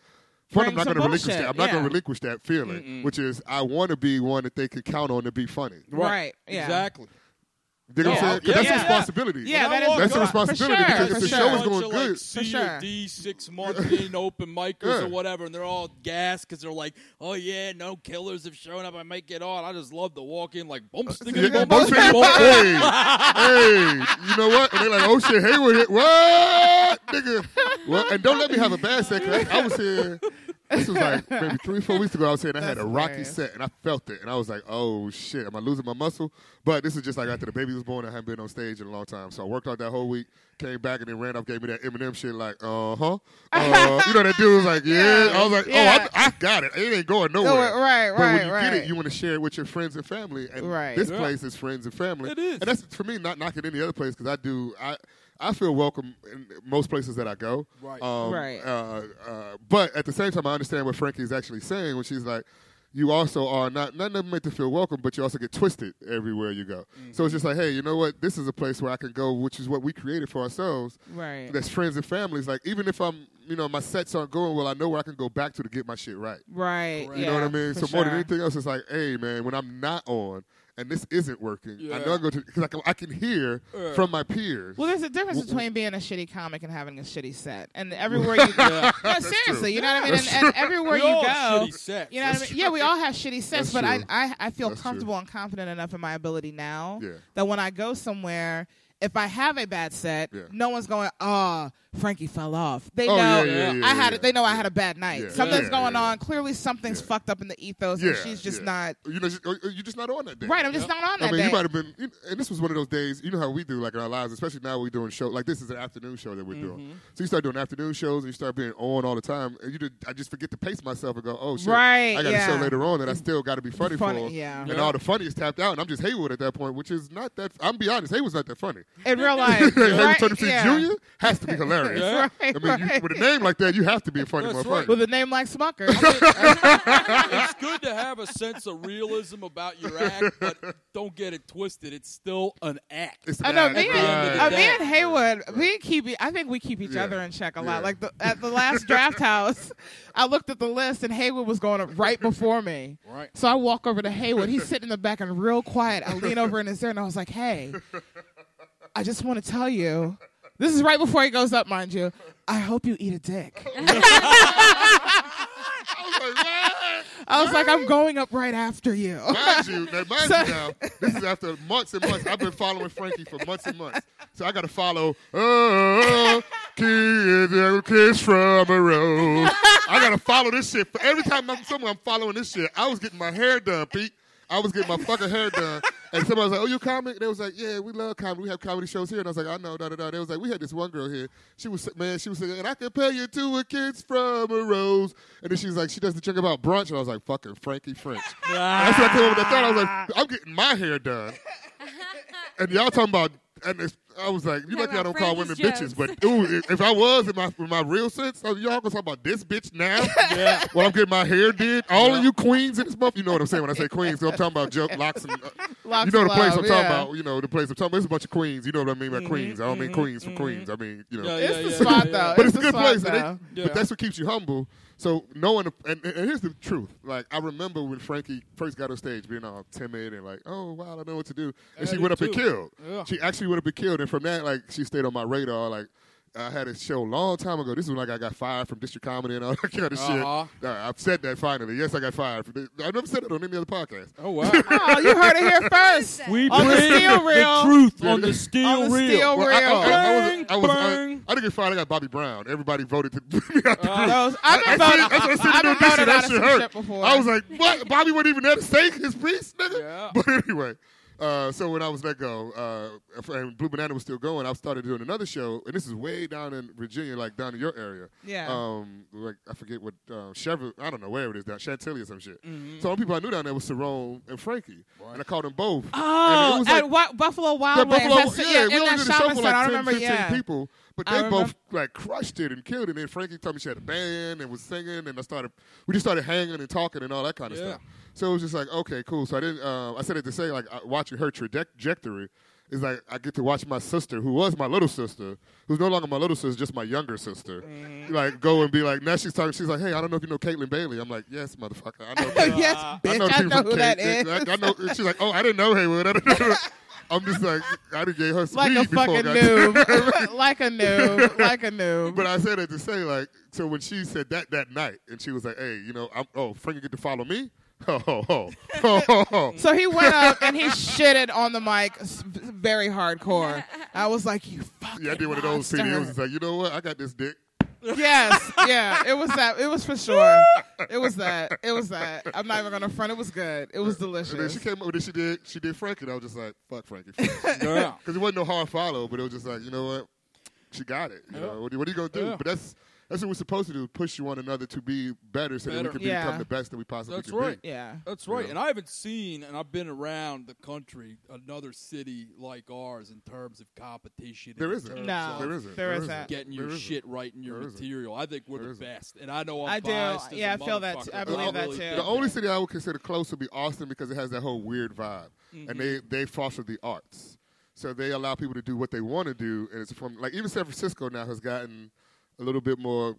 [SPEAKER 2] One, I'm
[SPEAKER 3] Bring
[SPEAKER 2] not
[SPEAKER 3] some
[SPEAKER 2] gonna relinquish
[SPEAKER 3] bullshit,
[SPEAKER 2] that. I'm not gonna
[SPEAKER 3] yeah.
[SPEAKER 2] relinquish that feeling, which is I want to be one that they can count on to be funny. You
[SPEAKER 3] Right, yeah.
[SPEAKER 1] Exactly.
[SPEAKER 2] dig what I'm
[SPEAKER 3] Yeah.
[SPEAKER 2] saying? 'Cause
[SPEAKER 1] Yeah,
[SPEAKER 2] that's
[SPEAKER 1] yeah.
[SPEAKER 2] responsibility.
[SPEAKER 3] yeah,
[SPEAKER 1] When I
[SPEAKER 3] that is
[SPEAKER 1] walked
[SPEAKER 2] That's a
[SPEAKER 1] up-
[SPEAKER 2] responsibility
[SPEAKER 3] for sure,
[SPEAKER 2] because if
[SPEAKER 3] for
[SPEAKER 2] the
[SPEAKER 3] sure.
[SPEAKER 2] show
[SPEAKER 1] bunch
[SPEAKER 2] is going
[SPEAKER 1] of,
[SPEAKER 2] good-
[SPEAKER 1] like
[SPEAKER 3] For
[SPEAKER 1] C
[SPEAKER 3] sure.
[SPEAKER 1] or D six month in open micers
[SPEAKER 2] Yeah.
[SPEAKER 1] or whatever, and they're all gassed because they're like, "Oh yeah, no killers have shown up. I might get on." I just love to walk in like bumps,
[SPEAKER 2] <laughs> Yeah,
[SPEAKER 1] bump,
[SPEAKER 2] most
[SPEAKER 1] bump,
[SPEAKER 2] people-
[SPEAKER 1] bump.
[SPEAKER 2] hey, hey, you know what? And they're like, oh shit, Hayward hit. What? Nigga. What? And don't let me have a bad second. I was here This was like maybe three, four weeks ago. I was saying I had a
[SPEAKER 3] That's
[SPEAKER 2] rocky
[SPEAKER 3] hilarious.
[SPEAKER 2] set, and I felt it, and I was like, "Oh shit, am I losing my muscle?" But this is just like after the baby was born, I hadn't been on stage in a long time, so I worked out that whole week, came back, and then Randolph gave me that Eminem shit, like, "Uh huh," uh, you know that dude was like, "Yeah," I was like,
[SPEAKER 3] <laughs> Yeah.
[SPEAKER 2] "Oh, I, I got it. It ain't going
[SPEAKER 3] No,
[SPEAKER 2] nowhere."
[SPEAKER 3] right, right,
[SPEAKER 2] But when you
[SPEAKER 3] right.
[SPEAKER 2] get it, you want to share it with your friends and family, and
[SPEAKER 3] Right.
[SPEAKER 2] this
[SPEAKER 1] Yeah.
[SPEAKER 2] place is friends and family.
[SPEAKER 1] It is.
[SPEAKER 2] and that's for me not knocking any other place because I do I. I feel welcome in most places that I go.
[SPEAKER 1] Right.
[SPEAKER 2] Um,
[SPEAKER 3] Right.
[SPEAKER 2] Uh, uh, but at the same time, I understand what Frankie is actually saying when she's like, you also are not, not never meant to feel welcome, but you also get twisted everywhere you go. So it's just like, hey, you know what? This is a place where I can go, which is what we created for ourselves.
[SPEAKER 3] Right.
[SPEAKER 2] That's friends and families. Like, even if I'm, you know, my sets aren't going well, I know where I can go back to to get my shit right.
[SPEAKER 3] Right.
[SPEAKER 1] Correct.
[SPEAKER 2] You know
[SPEAKER 3] yeah,
[SPEAKER 2] what I mean?
[SPEAKER 3] for
[SPEAKER 2] So more than
[SPEAKER 3] sure.
[SPEAKER 2] anything else, it's like, hey, man, when I'm not on and this isn't working, I know
[SPEAKER 1] Yeah.
[SPEAKER 2] I go to, because I can, I can hear
[SPEAKER 1] Yeah.
[SPEAKER 2] from my peers.
[SPEAKER 3] Well, there's a difference between being a shitty comic and having a shitty set.
[SPEAKER 2] <laughs>
[SPEAKER 3] And everywhere you go,
[SPEAKER 1] <laughs> Yeah.
[SPEAKER 3] no, seriously, you know what I mean. And, and everywhere
[SPEAKER 1] We
[SPEAKER 3] you
[SPEAKER 1] all
[SPEAKER 3] go,
[SPEAKER 1] shitty sex.
[SPEAKER 3] you know what I mean. Yeah, we all have shitty sets,
[SPEAKER 2] That's
[SPEAKER 3] but I,
[SPEAKER 2] true.
[SPEAKER 3] I I feel
[SPEAKER 2] That's true.
[SPEAKER 3] comfortable and confident enough in my ability now
[SPEAKER 2] Yeah.
[SPEAKER 3] that when I go somewhere. If I have a bad set,
[SPEAKER 2] Yeah.
[SPEAKER 3] no one's going. Oh, Frankie fell off. They
[SPEAKER 2] Oh, yeah,
[SPEAKER 3] know
[SPEAKER 2] yeah, yeah,
[SPEAKER 3] I had.
[SPEAKER 2] yeah.
[SPEAKER 3] They know I had a bad night.
[SPEAKER 2] Yeah.
[SPEAKER 3] Something's
[SPEAKER 2] Yeah,
[SPEAKER 3] going
[SPEAKER 2] yeah.
[SPEAKER 3] on. Clearly, something's
[SPEAKER 2] Yeah.
[SPEAKER 3] fucked up in the ethos, and she's just
[SPEAKER 2] yeah.
[SPEAKER 3] not
[SPEAKER 2] You know, just- or- or you're just not on that day.
[SPEAKER 3] right. I'm just not on that
[SPEAKER 2] I mean,
[SPEAKER 3] day.
[SPEAKER 2] you might have been, you and this was one of those days. You know how we do, like in our lives, especially now we're doing show. Like this is an afternoon show that we're
[SPEAKER 3] Mm-hmm.
[SPEAKER 2] doing. So you start doing afternoon shows, and you start being on all the time. And you, did, I just forget to pace myself and go, oh shit,
[SPEAKER 3] Right,
[SPEAKER 2] I got
[SPEAKER 3] yeah.
[SPEAKER 2] a show later on that I still got to be funny,
[SPEAKER 3] Funny,
[SPEAKER 2] for.
[SPEAKER 3] yeah.
[SPEAKER 2] And all the funny is tapped out, and I'm just Haywood at that point, which is not that. I'm be honest, Haywood's not that funny. <laughs>
[SPEAKER 3] in real life.
[SPEAKER 2] Haywood
[SPEAKER 3] right?
[SPEAKER 2] Turner Street
[SPEAKER 3] yeah.
[SPEAKER 2] Jr. has to be hilarious.
[SPEAKER 1] Yeah.
[SPEAKER 2] I
[SPEAKER 3] <laughs> Right,
[SPEAKER 2] mean, you,
[SPEAKER 3] right.
[SPEAKER 2] with a name like that, you have to be a funny
[SPEAKER 1] That's
[SPEAKER 2] motherfucker.
[SPEAKER 1] right.
[SPEAKER 3] with a name like Smucker.
[SPEAKER 2] <laughs>
[SPEAKER 1] it's good to have a sense of realism about your act, but don't get it twisted. It's still an act.
[SPEAKER 2] It's
[SPEAKER 3] I know
[SPEAKER 2] bad.
[SPEAKER 3] me
[SPEAKER 1] the end of
[SPEAKER 3] and,
[SPEAKER 1] the
[SPEAKER 3] uh,
[SPEAKER 1] day.
[SPEAKER 3] me and Haywood, we keep. e- I think we keep each
[SPEAKER 2] Yeah.
[SPEAKER 3] other in check a
[SPEAKER 2] Yeah.
[SPEAKER 3] lot. Like the, at the last draft house, I looked at the list and Haywood was going up right before me.
[SPEAKER 1] Right.
[SPEAKER 3] So I walk over to Haywood. He's sitting in the back and real quiet. I lean over in his ear and I was like, "Hey, I just want to tell you." This is right before he goes up, mind you. I hope you eat a dick.
[SPEAKER 2] I was like, "What?"
[SPEAKER 3] I was
[SPEAKER 2] <laughs>
[SPEAKER 3] like, I'm going up right after you.
[SPEAKER 2] mind you, now, mind
[SPEAKER 3] So-
[SPEAKER 2] you now, this is after months and months. I've been following Frankie for months and months, so I got to follow. Oh, kids, a kiss from a rose. I got to follow this shit. For every time I'm somewhere, I'm following this shit. I was getting my hair done, Pete. I was getting my fucking hair done, and somebody was like, "Oh, you a comic?" They was like, "Yeah, we love comedy. We have comedy shows here." And I was like, "I know, da da da." They was like, "We had this one girl here. She was man, she was singing, and I compare you to a kids from a rose." And then she was like, "She does the joke about brunch," and I was like, "Fucking Frankie French." That's what I came up with that thought. I was like, I'm getting my
[SPEAKER 1] <laughs>
[SPEAKER 2] hair done. And y'all talking about, and it's, I was like, you
[SPEAKER 4] Talking
[SPEAKER 2] lucky I
[SPEAKER 4] about
[SPEAKER 2] don't call women
[SPEAKER 4] Frankie's
[SPEAKER 2] bitches, but ooh, if I was in my, in my real sense, oh, y'all gonna talk about this bitch now?
[SPEAKER 1] <laughs> Yeah.
[SPEAKER 2] While I'm getting my hair did? All of you queens in this month, you know what I'm saying when I say queens, 'cause I'm talking about joke locks and. Uh,
[SPEAKER 3] Locks
[SPEAKER 2] you know the
[SPEAKER 3] of
[SPEAKER 2] place
[SPEAKER 3] love,
[SPEAKER 2] I'm talking
[SPEAKER 3] yeah.
[SPEAKER 2] about. You know the place I'm talking about. It's a bunch of queens. You know what I mean by queens. I don't mean queens from Queens. I mean you know.
[SPEAKER 1] Mm-hmm. Yeah,
[SPEAKER 3] It's the
[SPEAKER 1] yeah,
[SPEAKER 3] spot
[SPEAKER 1] yeah, yeah.
[SPEAKER 3] though.
[SPEAKER 2] But it's,
[SPEAKER 3] the
[SPEAKER 2] a good
[SPEAKER 3] spot,
[SPEAKER 2] place, and
[SPEAKER 3] though.
[SPEAKER 2] they-
[SPEAKER 1] Yeah.
[SPEAKER 2] but that's what keeps you humble. So knowing, the, and, and here's the truth. Like I remember when Frankie first got on stage, being all timid and like, "Oh wow, I don't know what to do," and she
[SPEAKER 1] do
[SPEAKER 2] went up and
[SPEAKER 1] too.
[SPEAKER 2] killed.
[SPEAKER 1] Yeah.
[SPEAKER 2] She actually went up and killed, and from that, like, she stayed on my radar. Like, I had a show a long time ago. This is when like I got fired from District Comedy and all <laughs> that kind of
[SPEAKER 1] Uh-huh.
[SPEAKER 2] shit. Nah, I've said that finally. Yes, I got fired. From I never said it on any other podcast.
[SPEAKER 1] Oh wow.
[SPEAKER 3] Oh, you heard it here first.
[SPEAKER 1] We
[SPEAKER 3] On the
[SPEAKER 1] bring
[SPEAKER 3] steel
[SPEAKER 1] the
[SPEAKER 3] reel.
[SPEAKER 1] truth on the steel
[SPEAKER 3] On the
[SPEAKER 1] reel.
[SPEAKER 3] steel
[SPEAKER 2] Well, I-
[SPEAKER 3] reel.
[SPEAKER 2] I, I, I, was, I, was, I,
[SPEAKER 1] Bang,
[SPEAKER 2] I didn't get fired. I got Bobby Brown. Everybody voted to <laughs> put me out the group.
[SPEAKER 3] Those- I've been
[SPEAKER 2] That's
[SPEAKER 3] voted.
[SPEAKER 2] what- that's what I said
[SPEAKER 3] I've
[SPEAKER 2] during
[SPEAKER 3] been
[SPEAKER 2] this shit. That
[SPEAKER 3] voted out
[SPEAKER 2] shit
[SPEAKER 3] of some
[SPEAKER 2] hurt.
[SPEAKER 3] shit before.
[SPEAKER 2] I was like, what? Bobby wasn't even there to say his piece, nigga.
[SPEAKER 1] Yeah.
[SPEAKER 2] <laughs> But anyway, uh, so when I was let go, uh, and Blue Banana was still going, I started doing another show, and this is way down in Virginia, like down in your area.
[SPEAKER 3] Yeah.
[SPEAKER 2] Um, like I forget what uh, Chevrolet, I don't know where it is down Chantilly or some shit.
[SPEAKER 3] Mm-hmm.
[SPEAKER 2] So all the people I knew down there was Cerrone and Frankie, and I called them both. and it
[SPEAKER 3] Oh,
[SPEAKER 2] was
[SPEAKER 3] at
[SPEAKER 2] like-
[SPEAKER 3] Wa- Buffalo Wild
[SPEAKER 2] yeah,
[SPEAKER 3] Wings.
[SPEAKER 2] Buffalo,
[SPEAKER 3] That's-
[SPEAKER 2] yeah,
[SPEAKER 3] yeah,
[SPEAKER 2] we
[SPEAKER 3] in
[SPEAKER 2] only
[SPEAKER 3] that
[SPEAKER 2] did a show
[SPEAKER 3] shopping
[SPEAKER 2] for
[SPEAKER 3] center. I
[SPEAKER 2] like 10,
[SPEAKER 3] remember.
[SPEAKER 2] 15
[SPEAKER 3] Yeah.
[SPEAKER 2] people, but
[SPEAKER 3] I
[SPEAKER 2] they both
[SPEAKER 3] remember.
[SPEAKER 2] like crushed it and killed it. And then Frankie told me she had a band and was singing, and I started, we just started hanging and talking and all that kind of
[SPEAKER 1] Yeah.
[SPEAKER 2] stuff. So it was just like, okay, cool. So I didn't, uh, I said it to say, like, uh, watching her trajectory is like, I get to watch my sister, who was my little sister, who's no longer my little sister, just my younger sister,
[SPEAKER 3] Mm.
[SPEAKER 2] like, go and be like, now she's talking, she's like, hey, I don't know if you know Caitlin Bailey. I'm like, yes, motherfucker,
[SPEAKER 3] <laughs>
[SPEAKER 2] I know Caitlin.
[SPEAKER 3] yes,
[SPEAKER 2] I
[SPEAKER 3] bitch.
[SPEAKER 2] know,
[SPEAKER 3] I
[SPEAKER 2] people
[SPEAKER 3] know who
[SPEAKER 2] from
[SPEAKER 3] that
[SPEAKER 2] Kate-
[SPEAKER 3] is.
[SPEAKER 2] I, I know. She's like, oh, I didn't know Haywood. I didn't know. <laughs> I'm just like, I didn't get her speed
[SPEAKER 3] <laughs> Like a
[SPEAKER 2] before I
[SPEAKER 3] fucking
[SPEAKER 2] got there.
[SPEAKER 3] noob. <laughs> like a noob. Like a
[SPEAKER 2] <laughs>
[SPEAKER 3] noob.
[SPEAKER 2] But I said it to say like, so when she said that that night, and she was like, hey, you know, I'm oh, Frankie get to follow me. <laughs> Oh, Ho ho ho ho ho. ho.
[SPEAKER 3] so he
[SPEAKER 2] <laughs>
[SPEAKER 3] went up and he shitted on the mic s- very hardcore. I was like, you fucking.
[SPEAKER 2] Yeah, I did one of those
[SPEAKER 3] monster.
[SPEAKER 2] CDs. It was just like, you know what? I got this dick.
[SPEAKER 3] Yes, yeah, it was that. It was
[SPEAKER 2] <laughs>
[SPEAKER 3] for sure. It was that. It was that. I'm not even gonna front. It was good. It was
[SPEAKER 2] And then
[SPEAKER 3] delicious.
[SPEAKER 2] she came up with it. She did. She did Frankie. And I was just like, "Fuck Frankie," because
[SPEAKER 1] Yeah.
[SPEAKER 2] it wasn't no hard follow, but it was just like, you know what? She got it.
[SPEAKER 1] Yeah.
[SPEAKER 2] You know? what, are- what are you gonna do?
[SPEAKER 1] Yeah.
[SPEAKER 2] But that's that's what we're supposed to do: push you on another to be better, so that
[SPEAKER 1] Better.
[SPEAKER 2] we can
[SPEAKER 3] Yeah.
[SPEAKER 2] become the best that we possibly
[SPEAKER 1] That's
[SPEAKER 2] can
[SPEAKER 1] right.
[SPEAKER 2] be.
[SPEAKER 3] Yeah.
[SPEAKER 1] That's right.
[SPEAKER 2] Yeah.
[SPEAKER 1] And I haven't seen, and I've been around the country, another city like ours in terms of competition.
[SPEAKER 2] There
[SPEAKER 1] in
[SPEAKER 2] isn't.
[SPEAKER 1] terms
[SPEAKER 3] No.
[SPEAKER 1] of
[SPEAKER 2] There isn't.
[SPEAKER 3] There
[SPEAKER 2] There
[SPEAKER 3] is that.
[SPEAKER 2] isn't.
[SPEAKER 1] Getting your
[SPEAKER 2] There isn't.
[SPEAKER 1] shit right in your
[SPEAKER 2] There isn't.
[SPEAKER 1] material. I think we're
[SPEAKER 2] There
[SPEAKER 1] the
[SPEAKER 2] isn't.
[SPEAKER 1] best. And I know I'm
[SPEAKER 3] I do.
[SPEAKER 1] biased as
[SPEAKER 3] Yeah,
[SPEAKER 1] a
[SPEAKER 3] I feel that too.
[SPEAKER 1] motherfucker,
[SPEAKER 3] I
[SPEAKER 1] but
[SPEAKER 2] believe that
[SPEAKER 1] really
[SPEAKER 3] too.
[SPEAKER 1] think
[SPEAKER 2] The only
[SPEAKER 1] that-
[SPEAKER 2] city I would consider close would be Austin because it has that whole weird vibe,
[SPEAKER 1] Mm-hmm.
[SPEAKER 2] and they
[SPEAKER 3] Mm-hmm.
[SPEAKER 2] they foster the arts, so they allow people to do what they want to do, and it's from like even San Francisco now has gotten a little bit more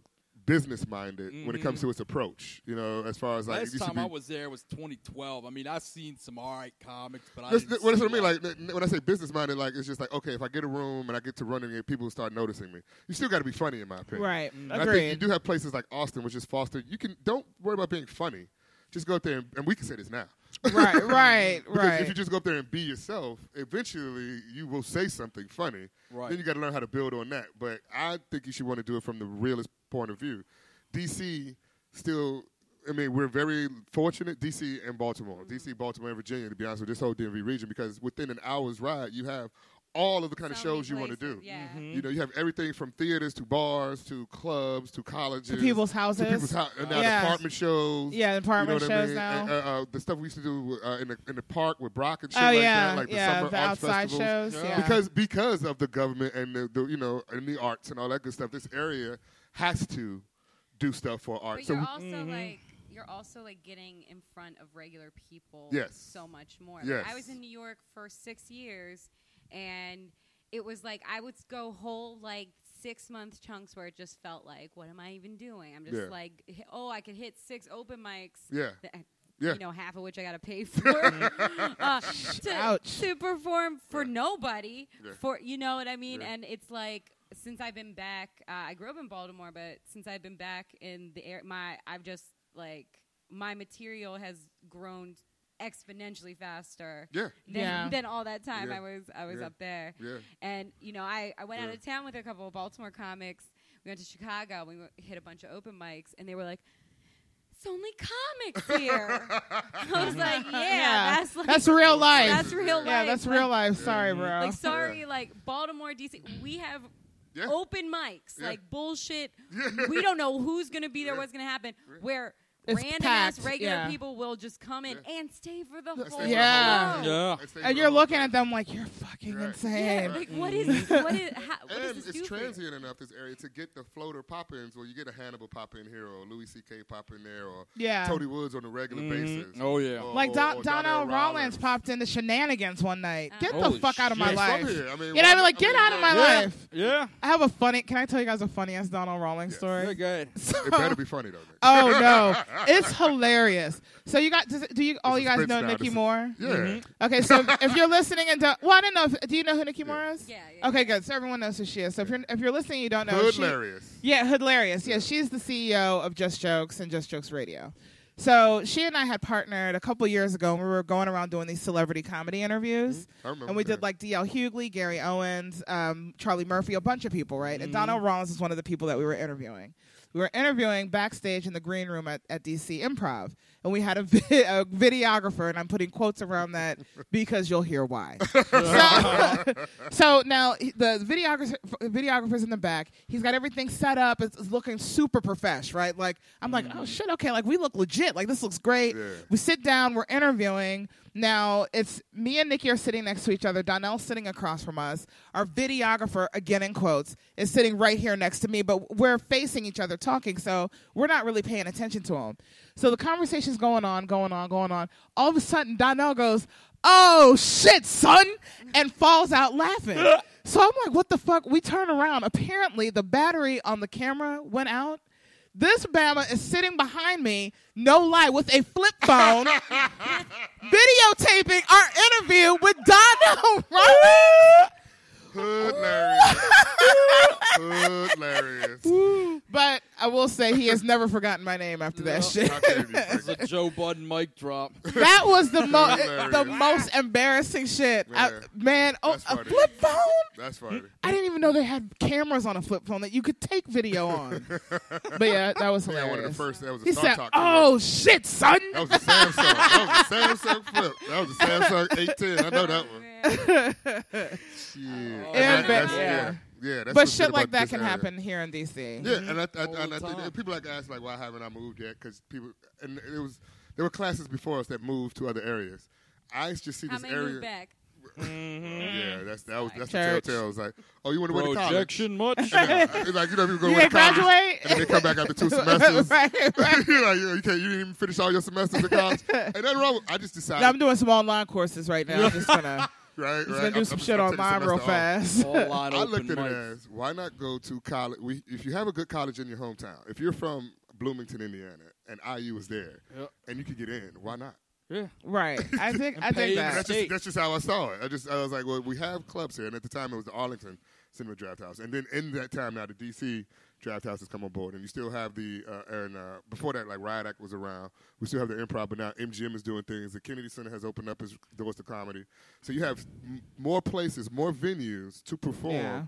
[SPEAKER 2] business minded when it comes
[SPEAKER 3] Mm-hmm.
[SPEAKER 2] to its approach. You know, as far as like it
[SPEAKER 1] Last
[SPEAKER 2] used to
[SPEAKER 1] time I
[SPEAKER 2] be-
[SPEAKER 1] was there was 2012. I mean, I've seen some all right comics, but I
[SPEAKER 2] That's,
[SPEAKER 1] didn't
[SPEAKER 2] that's what I
[SPEAKER 1] see
[SPEAKER 2] mean. Like n- n- when I say business minded, like it's just like okay, if I get a room and I get to running it, people start noticing me. You still got to be funny, in my opinion.
[SPEAKER 3] Right.
[SPEAKER 2] And I think you
[SPEAKER 3] Agreed.
[SPEAKER 2] do have places like Austin, which is foster. You can don't worry about being funny. Just go up there, and, and we can say this now.
[SPEAKER 3] Right. Right.
[SPEAKER 2] <laughs> Because
[SPEAKER 3] Right.
[SPEAKER 2] if you just go up there and be yourself, eventually you will say something funny.
[SPEAKER 1] Right.
[SPEAKER 2] Then you got to learn how to build on that. But I think you should want to do it from the realest point of view. DC still, I mean, we're very fortunate, DC and Baltimore.
[SPEAKER 4] Mm-hmm.
[SPEAKER 2] DC, Baltimore, and Virginia, to be honest with this whole DMV region, because within an hour's ride, you have all of the kind of
[SPEAKER 4] So many
[SPEAKER 2] shows you want to do.
[SPEAKER 4] places, yeah.
[SPEAKER 3] Mm-hmm.
[SPEAKER 2] You know, you have everything from theaters to bars to clubs to colleges
[SPEAKER 3] To people's
[SPEAKER 2] to
[SPEAKER 3] houses.
[SPEAKER 2] people's house, and now
[SPEAKER 3] Yeah.
[SPEAKER 2] the apartment shows.
[SPEAKER 3] Yeah, the apartment
[SPEAKER 2] you know what
[SPEAKER 3] shows
[SPEAKER 2] I mean?
[SPEAKER 3] now.
[SPEAKER 2] And, uh, uh, the stuff we used to do uh, in the in the park with Brock and shit
[SPEAKER 3] oh
[SPEAKER 2] like
[SPEAKER 3] yeah.
[SPEAKER 2] that, like the
[SPEAKER 3] yeah.
[SPEAKER 2] summer
[SPEAKER 3] the
[SPEAKER 2] arts
[SPEAKER 3] outside
[SPEAKER 2] festivals.
[SPEAKER 3] shows.
[SPEAKER 1] Yeah.
[SPEAKER 3] Yeah.
[SPEAKER 2] Because because of the government and the, the you know and the arts and all that good stuff, this area has to do stuff for
[SPEAKER 4] But
[SPEAKER 2] art.
[SPEAKER 4] you're
[SPEAKER 2] So
[SPEAKER 4] also like you're also like getting in front of regular people
[SPEAKER 2] Yes.
[SPEAKER 4] so much more. Like,
[SPEAKER 2] Yes.
[SPEAKER 4] I was in New York for six years and it was like I would go whole like six month chunks where it just felt like, what am I even doing? I'm just
[SPEAKER 2] Yeah.
[SPEAKER 4] like hi- oh, I could hit six open mics.
[SPEAKER 2] yeah,
[SPEAKER 4] th-
[SPEAKER 2] yeah,
[SPEAKER 4] You know, half of which I got to pay <laughs> for uh, to,
[SPEAKER 3] Ouch.
[SPEAKER 4] to perform for nobody.
[SPEAKER 2] Yeah.
[SPEAKER 4] For you know what I mean.
[SPEAKER 2] Yeah.
[SPEAKER 4] And it's like since I've been back, uh, I grew up in Baltimore, but since I've been back in the air, my I've just like my material has grown exponentially faster
[SPEAKER 2] yeah,
[SPEAKER 4] than,
[SPEAKER 3] Yeah.
[SPEAKER 4] than all that time
[SPEAKER 2] Yeah.
[SPEAKER 4] I was I was
[SPEAKER 2] Yeah.
[SPEAKER 4] up there.
[SPEAKER 2] yeah.
[SPEAKER 4] And you know, I, I went
[SPEAKER 2] Yeah.
[SPEAKER 4] out of town with a couple of Baltimore comics. We went to Chicago. We went, hit a bunch of open mics, and they were like, "It's only
[SPEAKER 2] <laughs>
[SPEAKER 4] comics here." <laughs> I
[SPEAKER 3] <laughs>
[SPEAKER 4] was like, "Yeah, that's like
[SPEAKER 3] that's real life.
[SPEAKER 4] that's real life.
[SPEAKER 3] yeah, that's
[SPEAKER 4] Like-
[SPEAKER 3] real life.
[SPEAKER 2] Mm-hmm.
[SPEAKER 3] Sorry, bro.
[SPEAKER 4] Like, sorry, like Baltimore, DC, we have
[SPEAKER 2] Yeah.
[SPEAKER 4] open mics,
[SPEAKER 2] Yeah.
[SPEAKER 4] like bullshit.
[SPEAKER 2] <laughs> Yeah.
[SPEAKER 4] We don't know who's gonna be there, what's gonna happen. Where
[SPEAKER 3] It's
[SPEAKER 4] random
[SPEAKER 3] packed,
[SPEAKER 4] ass regular
[SPEAKER 3] yeah.
[SPEAKER 4] people will just come in and stay for the
[SPEAKER 2] Yeah, stay
[SPEAKER 4] whole
[SPEAKER 2] for the
[SPEAKER 3] Yeah.
[SPEAKER 4] show.
[SPEAKER 1] yeah.
[SPEAKER 2] I'd say
[SPEAKER 3] and
[SPEAKER 2] for
[SPEAKER 3] you're
[SPEAKER 2] the whole
[SPEAKER 3] looking
[SPEAKER 2] time.
[SPEAKER 3] at them like you're fucking
[SPEAKER 2] uh, Right.
[SPEAKER 3] insane.
[SPEAKER 4] Yeah, like what is this?
[SPEAKER 3] Mm-hmm.
[SPEAKER 4] What is how, what does
[SPEAKER 2] And
[SPEAKER 4] this
[SPEAKER 2] it's
[SPEAKER 4] do for you?
[SPEAKER 2] transient enough this area to get the floater pop-ins, where you get a Hannibal pop in here, or Louis C.K. pop in there, or
[SPEAKER 3] Yeah.
[SPEAKER 2] Tony Woods on a regular
[SPEAKER 1] Mhm.
[SPEAKER 2] basis.
[SPEAKER 1] Oh, yeah.
[SPEAKER 2] or-
[SPEAKER 3] Like
[SPEAKER 2] or-
[SPEAKER 3] Don-
[SPEAKER 2] or
[SPEAKER 3] Donnell
[SPEAKER 2] Donnell
[SPEAKER 3] Rollins popped into shenanigans one night. Get
[SPEAKER 1] Holy
[SPEAKER 3] the fuck out of my
[SPEAKER 1] shit.
[SPEAKER 2] Yeah,
[SPEAKER 3] life.
[SPEAKER 2] from
[SPEAKER 3] You
[SPEAKER 2] here. I mean,
[SPEAKER 3] know, what I mean, like,
[SPEAKER 2] why-
[SPEAKER 3] get out of my
[SPEAKER 1] yeah.
[SPEAKER 3] life.
[SPEAKER 1] Yeah.
[SPEAKER 3] I have a funny. Can I tell you guys a funny ass Donald Rollins
[SPEAKER 2] Yes.
[SPEAKER 3] story? <laughs>
[SPEAKER 1] Yeah,
[SPEAKER 2] <laughs>
[SPEAKER 1] go ahead.
[SPEAKER 2] It better be funny though. Nick.
[SPEAKER 3] Oh
[SPEAKER 2] <laughs>
[SPEAKER 3] no, it's hilarious. So you got? Does, do you all
[SPEAKER 2] This
[SPEAKER 3] you
[SPEAKER 2] is
[SPEAKER 3] guys
[SPEAKER 2] Prince
[SPEAKER 3] know
[SPEAKER 2] now.
[SPEAKER 3] Nikki
[SPEAKER 2] This is- <laughs>
[SPEAKER 3] Moore?
[SPEAKER 2] Yeah.
[SPEAKER 1] Mm-hmm.
[SPEAKER 3] Okay, so if you're listening and don't, well, I don't know. If, do you know who Nikki
[SPEAKER 2] Yeah.
[SPEAKER 3] Moore is?
[SPEAKER 4] Yeah, yeah,
[SPEAKER 3] Okay,
[SPEAKER 4] yeah.
[SPEAKER 3] good. So everyone knows who she is. So if you're if you're listening, and you don't know.
[SPEAKER 2] Hood
[SPEAKER 3] she-
[SPEAKER 2] hilarious.
[SPEAKER 3] Yeah, hilarious. Yeah, she's the CEO of Just Jokes and Just Jokes Radio. So she and I had partnered a couple years ago, and we were going around doing these celebrity comedy interviews.
[SPEAKER 2] I remember.
[SPEAKER 3] And we
[SPEAKER 2] that.
[SPEAKER 3] did like D.L. Hughley, Gary Owens, um, Charlie Murphy, a bunch of people, right? And Donald Rollins is one of the people that we were interviewing. We were interviewing backstage in the green room at, at DC Improv. And we had a, <laughs> vi- a videographer, and I'm putting quotes around that because you'll hear why. so, <laughs> so now he- the videographer, videographer's in the back. He's got everything set up. It's, it's looking super profesh, right? Like, I'm like, oh shit, okay, like we look legit. Like, this looks great.
[SPEAKER 2] Yeah.
[SPEAKER 3] We sit down, we're interviewing. Now it's me and Nikki are sitting next to each other. Donnell's sitting across from us. Our videographer, again in quotes, is sitting right here next to me, but we're facing each other talking, so we're not really paying attention to him. So the conversation's going on, going on, going on. All of a sudden, Donnell goes, Oh shit, son, and falls out laughing. so I'm like, What the fuck? We turn around. Apparently, the battery on the camera went out. This Bama is sitting behind me, no lie, with a flip
[SPEAKER 2] <laughs>
[SPEAKER 3] phone, videotaping our interview with <laughs> Donnell Rollins.
[SPEAKER 2] Hood hilarious. Hood hilarious.
[SPEAKER 3] but I will say say he has never forgotten my name after
[SPEAKER 1] No.
[SPEAKER 3] that
[SPEAKER 2] <laughs>
[SPEAKER 3] shit.
[SPEAKER 2] How can you be
[SPEAKER 1] It's
[SPEAKER 2] freaking-
[SPEAKER 1] a Joe Budden mic
[SPEAKER 2] <laughs>
[SPEAKER 1] drop.
[SPEAKER 3] That was the most
[SPEAKER 2] Hilarious.
[SPEAKER 3] the most embarrassing shit. I-
[SPEAKER 2] Yeah.
[SPEAKER 3] man, oh,
[SPEAKER 2] That's
[SPEAKER 3] a
[SPEAKER 2] funny.
[SPEAKER 3] flip phone.
[SPEAKER 2] That's
[SPEAKER 3] <laughs>
[SPEAKER 2] funny.
[SPEAKER 3] I didn't even know they had cameras on a flip phone that you could take video
[SPEAKER 2] <laughs>
[SPEAKER 3] on. but yeah, that was
[SPEAKER 2] Yeah,
[SPEAKER 3] hilarious.
[SPEAKER 2] one of the first. That was a
[SPEAKER 3] He
[SPEAKER 2] Star
[SPEAKER 3] said,
[SPEAKER 2] Talk.
[SPEAKER 3] "Oh
[SPEAKER 2] commercial.
[SPEAKER 3] shit, son."
[SPEAKER 2] that was a Samsung. That was a Samsung flip. That was a Samsung 810. I know that one.
[SPEAKER 3] <laughs>
[SPEAKER 2] Shit.
[SPEAKER 1] Yeah,
[SPEAKER 2] And that's-
[SPEAKER 1] but-
[SPEAKER 2] yeah, yeah. That's
[SPEAKER 3] But
[SPEAKER 2] what's good
[SPEAKER 3] shit like
[SPEAKER 2] about
[SPEAKER 3] that
[SPEAKER 2] this
[SPEAKER 3] can
[SPEAKER 2] area.
[SPEAKER 3] happen here in DC.
[SPEAKER 2] Yeah, and I, I,
[SPEAKER 1] All
[SPEAKER 2] and
[SPEAKER 1] the
[SPEAKER 2] I think
[SPEAKER 1] time.
[SPEAKER 2] people like ask like, why haven't I moved yet? Because people and it was there were classes before us that moved to other areas. I just see
[SPEAKER 4] How
[SPEAKER 2] this
[SPEAKER 4] many
[SPEAKER 2] area.
[SPEAKER 4] moved back?
[SPEAKER 2] Yeah,
[SPEAKER 1] Mm.
[SPEAKER 2] that's that was that's
[SPEAKER 3] Church.
[SPEAKER 2] the telltale. It's like, oh, you want to go to college?
[SPEAKER 1] Projection much?
[SPEAKER 2] <laughs> Yeah, it's like you know people go
[SPEAKER 3] You
[SPEAKER 2] away to
[SPEAKER 3] didn't
[SPEAKER 2] college
[SPEAKER 3] graduate?
[SPEAKER 2] and then they come back after two semesters. <laughs>
[SPEAKER 3] <laughs> right, right.
[SPEAKER 2] You're like, you, you can't, you didn't even finish all your semesters in college.
[SPEAKER 3] <laughs>
[SPEAKER 2] Ain't nothing wrong. With, I just decided.
[SPEAKER 3] No, I'm doing some online courses right now. I'm just
[SPEAKER 2] <laughs>
[SPEAKER 3] gonna,
[SPEAKER 2] right, right.
[SPEAKER 3] just gonna do
[SPEAKER 2] I'm-
[SPEAKER 3] some
[SPEAKER 2] I'm
[SPEAKER 3] shit
[SPEAKER 2] gonna take a
[SPEAKER 3] online
[SPEAKER 2] semester
[SPEAKER 3] real
[SPEAKER 2] off.
[SPEAKER 3] fast.
[SPEAKER 1] All line
[SPEAKER 2] I
[SPEAKER 1] open
[SPEAKER 2] looked at
[SPEAKER 1] mics.
[SPEAKER 2] it as why not go to college? We, if you have a good college in your hometown, if you're from Bloomington, Indiana, and IU is there,
[SPEAKER 1] Yep.
[SPEAKER 2] and you could get in, why not?
[SPEAKER 1] Yeah.
[SPEAKER 3] <laughs> Right. I think I
[SPEAKER 1] pay the
[SPEAKER 3] think
[SPEAKER 2] That's
[SPEAKER 3] that.
[SPEAKER 1] state.
[SPEAKER 2] just, that's just how I saw it. I just I was like, well, we have clubs here, and at the time it was the Arlington Cinema Draft House, and then in that time now the DC Draft House has come on board, and you still have the uh, and uh, before that like Riot Act was around. We still have the Improv, but now MGM is doing things. The Kennedy Center has opened up its doors to comedy, so you have m- more places, more venues to perform.
[SPEAKER 3] Yeah.
[SPEAKER 2] th-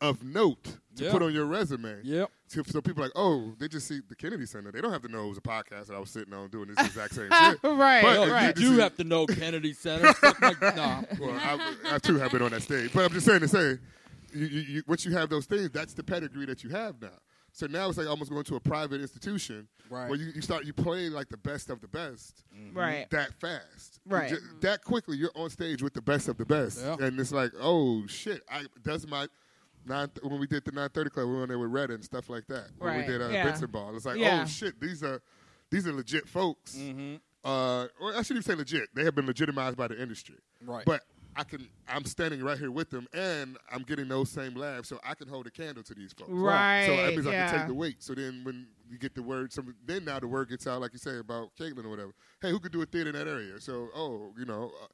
[SPEAKER 2] Of note to
[SPEAKER 1] Yeah.
[SPEAKER 2] put on your resume.
[SPEAKER 1] Yep.
[SPEAKER 2] So, so people are like, oh, they just see the Kennedy Center. They don't have to know it was a podcast that I was sitting on
[SPEAKER 1] <laughs>
[SPEAKER 2] doing this exact same shit.
[SPEAKER 3] <laughs> Right,
[SPEAKER 2] But
[SPEAKER 1] Yo,
[SPEAKER 2] if
[SPEAKER 3] right.
[SPEAKER 1] You do
[SPEAKER 2] just-
[SPEAKER 1] have to know Kennedy
[SPEAKER 2] <laughs>
[SPEAKER 1] Center. Stuff like, nah.
[SPEAKER 3] <laughs>
[SPEAKER 2] well, I, I too have been on that stage, but I'm just saying to say, you, you, you, once you have those things, that's the pedigree that you have now. So now it's like almost going to a private institution
[SPEAKER 1] Right. Mm-hmm.
[SPEAKER 2] where you, you start you play like the best of the best
[SPEAKER 3] Right.
[SPEAKER 2] that fast, You
[SPEAKER 3] Right.
[SPEAKER 2] ju- that quickly, you're on stage with the best of the best,
[SPEAKER 1] Yeah.
[SPEAKER 2] and it's like, oh shit, I that's my. Nine, when we did the 930 club, we were on there with Red and stuff like that. When
[SPEAKER 3] Right,
[SPEAKER 2] we did uh,
[SPEAKER 3] yeah.
[SPEAKER 2] Benson Ball, it's like,
[SPEAKER 3] Yeah.
[SPEAKER 2] oh shit, these are these are legit folks.
[SPEAKER 1] Mm-hmm.
[SPEAKER 2] Uh, or I shouldn't even say legit; they have been legitimized by the industry.
[SPEAKER 1] Right.
[SPEAKER 2] But I can, I'm standing right here with them, and I'm getting those same laughs, so I can hold a candle to these folks.
[SPEAKER 3] Right,
[SPEAKER 2] So that means I
[SPEAKER 3] yeah.
[SPEAKER 2] can take the weight. So then when you get the word, some then now the word gets out, like you say about Caitlin or whatever. Hey, who could do a theater in that area? So oh, you know. Uh,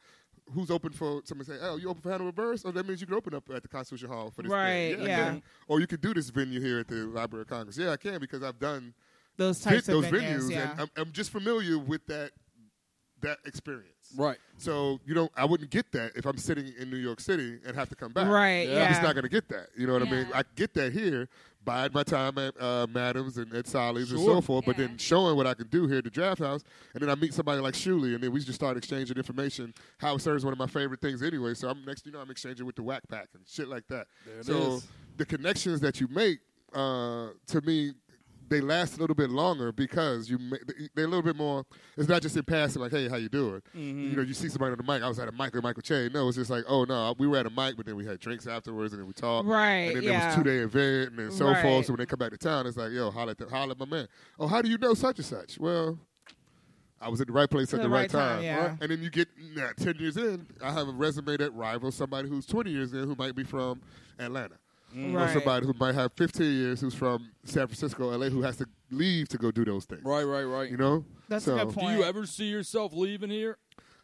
[SPEAKER 2] Who's open for somebody say, Oh, you open for Hannibal Burris? Oh, that means you can open up at the Constitution Hall for this.
[SPEAKER 3] Right,
[SPEAKER 2] thing. I
[SPEAKER 3] yeah.
[SPEAKER 2] can. Or you could do this venue here at the Library of Congress. Yeah, I can because I've done
[SPEAKER 3] Those
[SPEAKER 2] vi-
[SPEAKER 3] types
[SPEAKER 2] those
[SPEAKER 3] of venues.
[SPEAKER 2] venues
[SPEAKER 3] yeah.
[SPEAKER 2] and I'm, I'm just familiar with that that experience.
[SPEAKER 1] Right.
[SPEAKER 2] So you don't. I wouldn't get that if I'm sitting in New York City and have to come back.
[SPEAKER 3] Right,
[SPEAKER 1] Yeah.
[SPEAKER 2] I'm just
[SPEAKER 3] yeah.
[SPEAKER 2] not gonna get that. You know what I mean?
[SPEAKER 4] Yeah.
[SPEAKER 2] I get that here, bide my time at uh, Madams and at Solly's and
[SPEAKER 1] Sure.
[SPEAKER 2] so forth. But
[SPEAKER 4] Yeah.
[SPEAKER 2] then showing what I can do here at the Draft House, and then I meet somebody like Shuli, and then we just start exchanging information. How it serves one of my favorite things anyway. So I'm next. You know, I'm exchanging with the Whack Pack and shit like that.
[SPEAKER 1] There it
[SPEAKER 2] so
[SPEAKER 1] is.
[SPEAKER 2] the connections that you make, uh, to me, they last a little bit longer because you ma- they're a little bit more. It's not just in passing, like, "Hey, how you doing?"
[SPEAKER 1] Mm-hmm.
[SPEAKER 2] You know, you see somebody on the mic. I was at a mic with Michael Che. No, it's just like, "Oh no, we were at a mic, but then we had drinks afterwards, uh, and then we talked,
[SPEAKER 3] Right,
[SPEAKER 2] And then
[SPEAKER 3] yeah.
[SPEAKER 2] there was two day event, and then so
[SPEAKER 3] Right.
[SPEAKER 2] forth. So when they come back to town, it's like, "Yo, holla at, the, holla at my man." Oh, how do you know such and such? Well, I was at the right place at
[SPEAKER 3] The
[SPEAKER 2] the right,
[SPEAKER 3] right time, yeah.
[SPEAKER 2] And then you get nah, ten years in, I have a resume that rivals somebody who's twenty years in, who might be from Atlanta or
[SPEAKER 3] Right.
[SPEAKER 2] somebody who might have 15 years who's from San Francisco, LA, who has to leave to go do those things.
[SPEAKER 1] Right, right, right.
[SPEAKER 2] You know.
[SPEAKER 3] That's
[SPEAKER 2] so,
[SPEAKER 3] a good
[SPEAKER 1] Do
[SPEAKER 3] point.
[SPEAKER 1] you ever see yourself leaving here?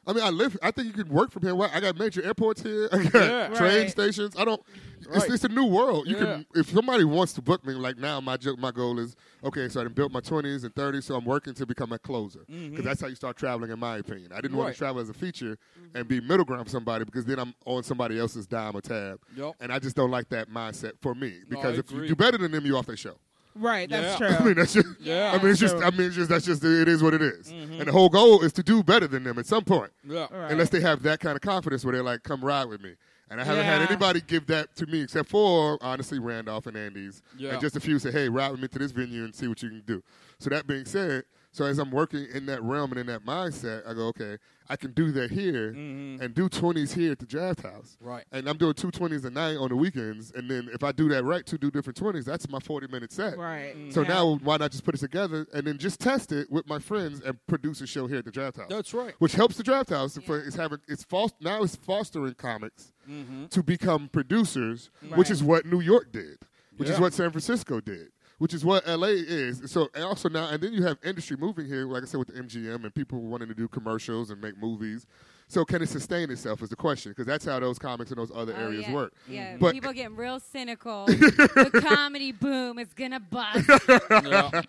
[SPEAKER 2] I mean, I live. I think you can work from here. Well, I got major airports here. <laughs> I got
[SPEAKER 1] Yeah.
[SPEAKER 2] train
[SPEAKER 3] Right.
[SPEAKER 2] stations. I don't.
[SPEAKER 1] Right.
[SPEAKER 2] It's, it's a new world. You can.
[SPEAKER 1] Yeah.
[SPEAKER 2] If somebody wants to book me, like now, my jo- my goal is okay. So I done built my 20s and 30s. So I'm working to become a closer because that's how you start traveling. In my opinion, I didn't
[SPEAKER 1] Mm-hmm.
[SPEAKER 2] want
[SPEAKER 1] Right.
[SPEAKER 2] to travel as a feature and be middle ground for somebody because then I'm on somebody else's dime or tab.
[SPEAKER 1] Yup.
[SPEAKER 2] And I just don't like that mindset for me because
[SPEAKER 1] I
[SPEAKER 2] if
[SPEAKER 1] agree.
[SPEAKER 2] you do better than them, you off their show. <laughs>
[SPEAKER 3] Right, that's
[SPEAKER 1] Yeah.
[SPEAKER 2] I
[SPEAKER 3] true.
[SPEAKER 2] mean, that's just,
[SPEAKER 1] Yeah. Mm-hmm.
[SPEAKER 2] I mean, it's just, I mean, it's just, that's just, it is what it is. And the whole goal is to do better than them at some point.
[SPEAKER 1] Yeah.
[SPEAKER 3] Right.
[SPEAKER 2] Unless they have that kind of confidence where they're like, come ride with me. And I haven't
[SPEAKER 3] Yeah.
[SPEAKER 2] had anybody give that to me except for, honestly, Randolph and Andy's.
[SPEAKER 1] Yeah.
[SPEAKER 2] And just a few say, hey, ride with me to this venue and see what you can do. So that being said, so as I'm working in that realm and in that mindset, I go, okay, I can do that here
[SPEAKER 3] Mm-hmm.
[SPEAKER 2] and do 20s here at the draft house.
[SPEAKER 1] Mm-hmm. Right.
[SPEAKER 2] And I'm doing two 20s a night on the weekends. And then if I do that right, two do different 20s, that's my 40 minute set.
[SPEAKER 3] Right.
[SPEAKER 2] So
[SPEAKER 3] Yeah.
[SPEAKER 2] now, why not just put it together and then just test it with my friends and produce a show here at the Draft House?
[SPEAKER 1] That's right.
[SPEAKER 2] Which helps the Draft House. For, it's having it's fost- now it's fostering comics
[SPEAKER 1] Mm-hmm.
[SPEAKER 2] to become producers, which
[SPEAKER 3] Right.
[SPEAKER 2] is what New York did, which is
[SPEAKER 1] Yeah.
[SPEAKER 2] what San Francisco did, which is what LA is. So and also now, and then you have industry moving here, like I said with the MGM and people wanting to do commercials and make movies. So can it sustain itself is the question because that's how those comics in those other
[SPEAKER 4] Oh,
[SPEAKER 2] areas
[SPEAKER 4] yeah.
[SPEAKER 2] work. Mm-hmm.
[SPEAKER 4] Yeah,
[SPEAKER 2] But-
[SPEAKER 4] people getting
[SPEAKER 2] <laughs>
[SPEAKER 4] real cynical. the comedy boom is gonna bust. Ugh.
[SPEAKER 2] <laughs>
[SPEAKER 1] Yeah.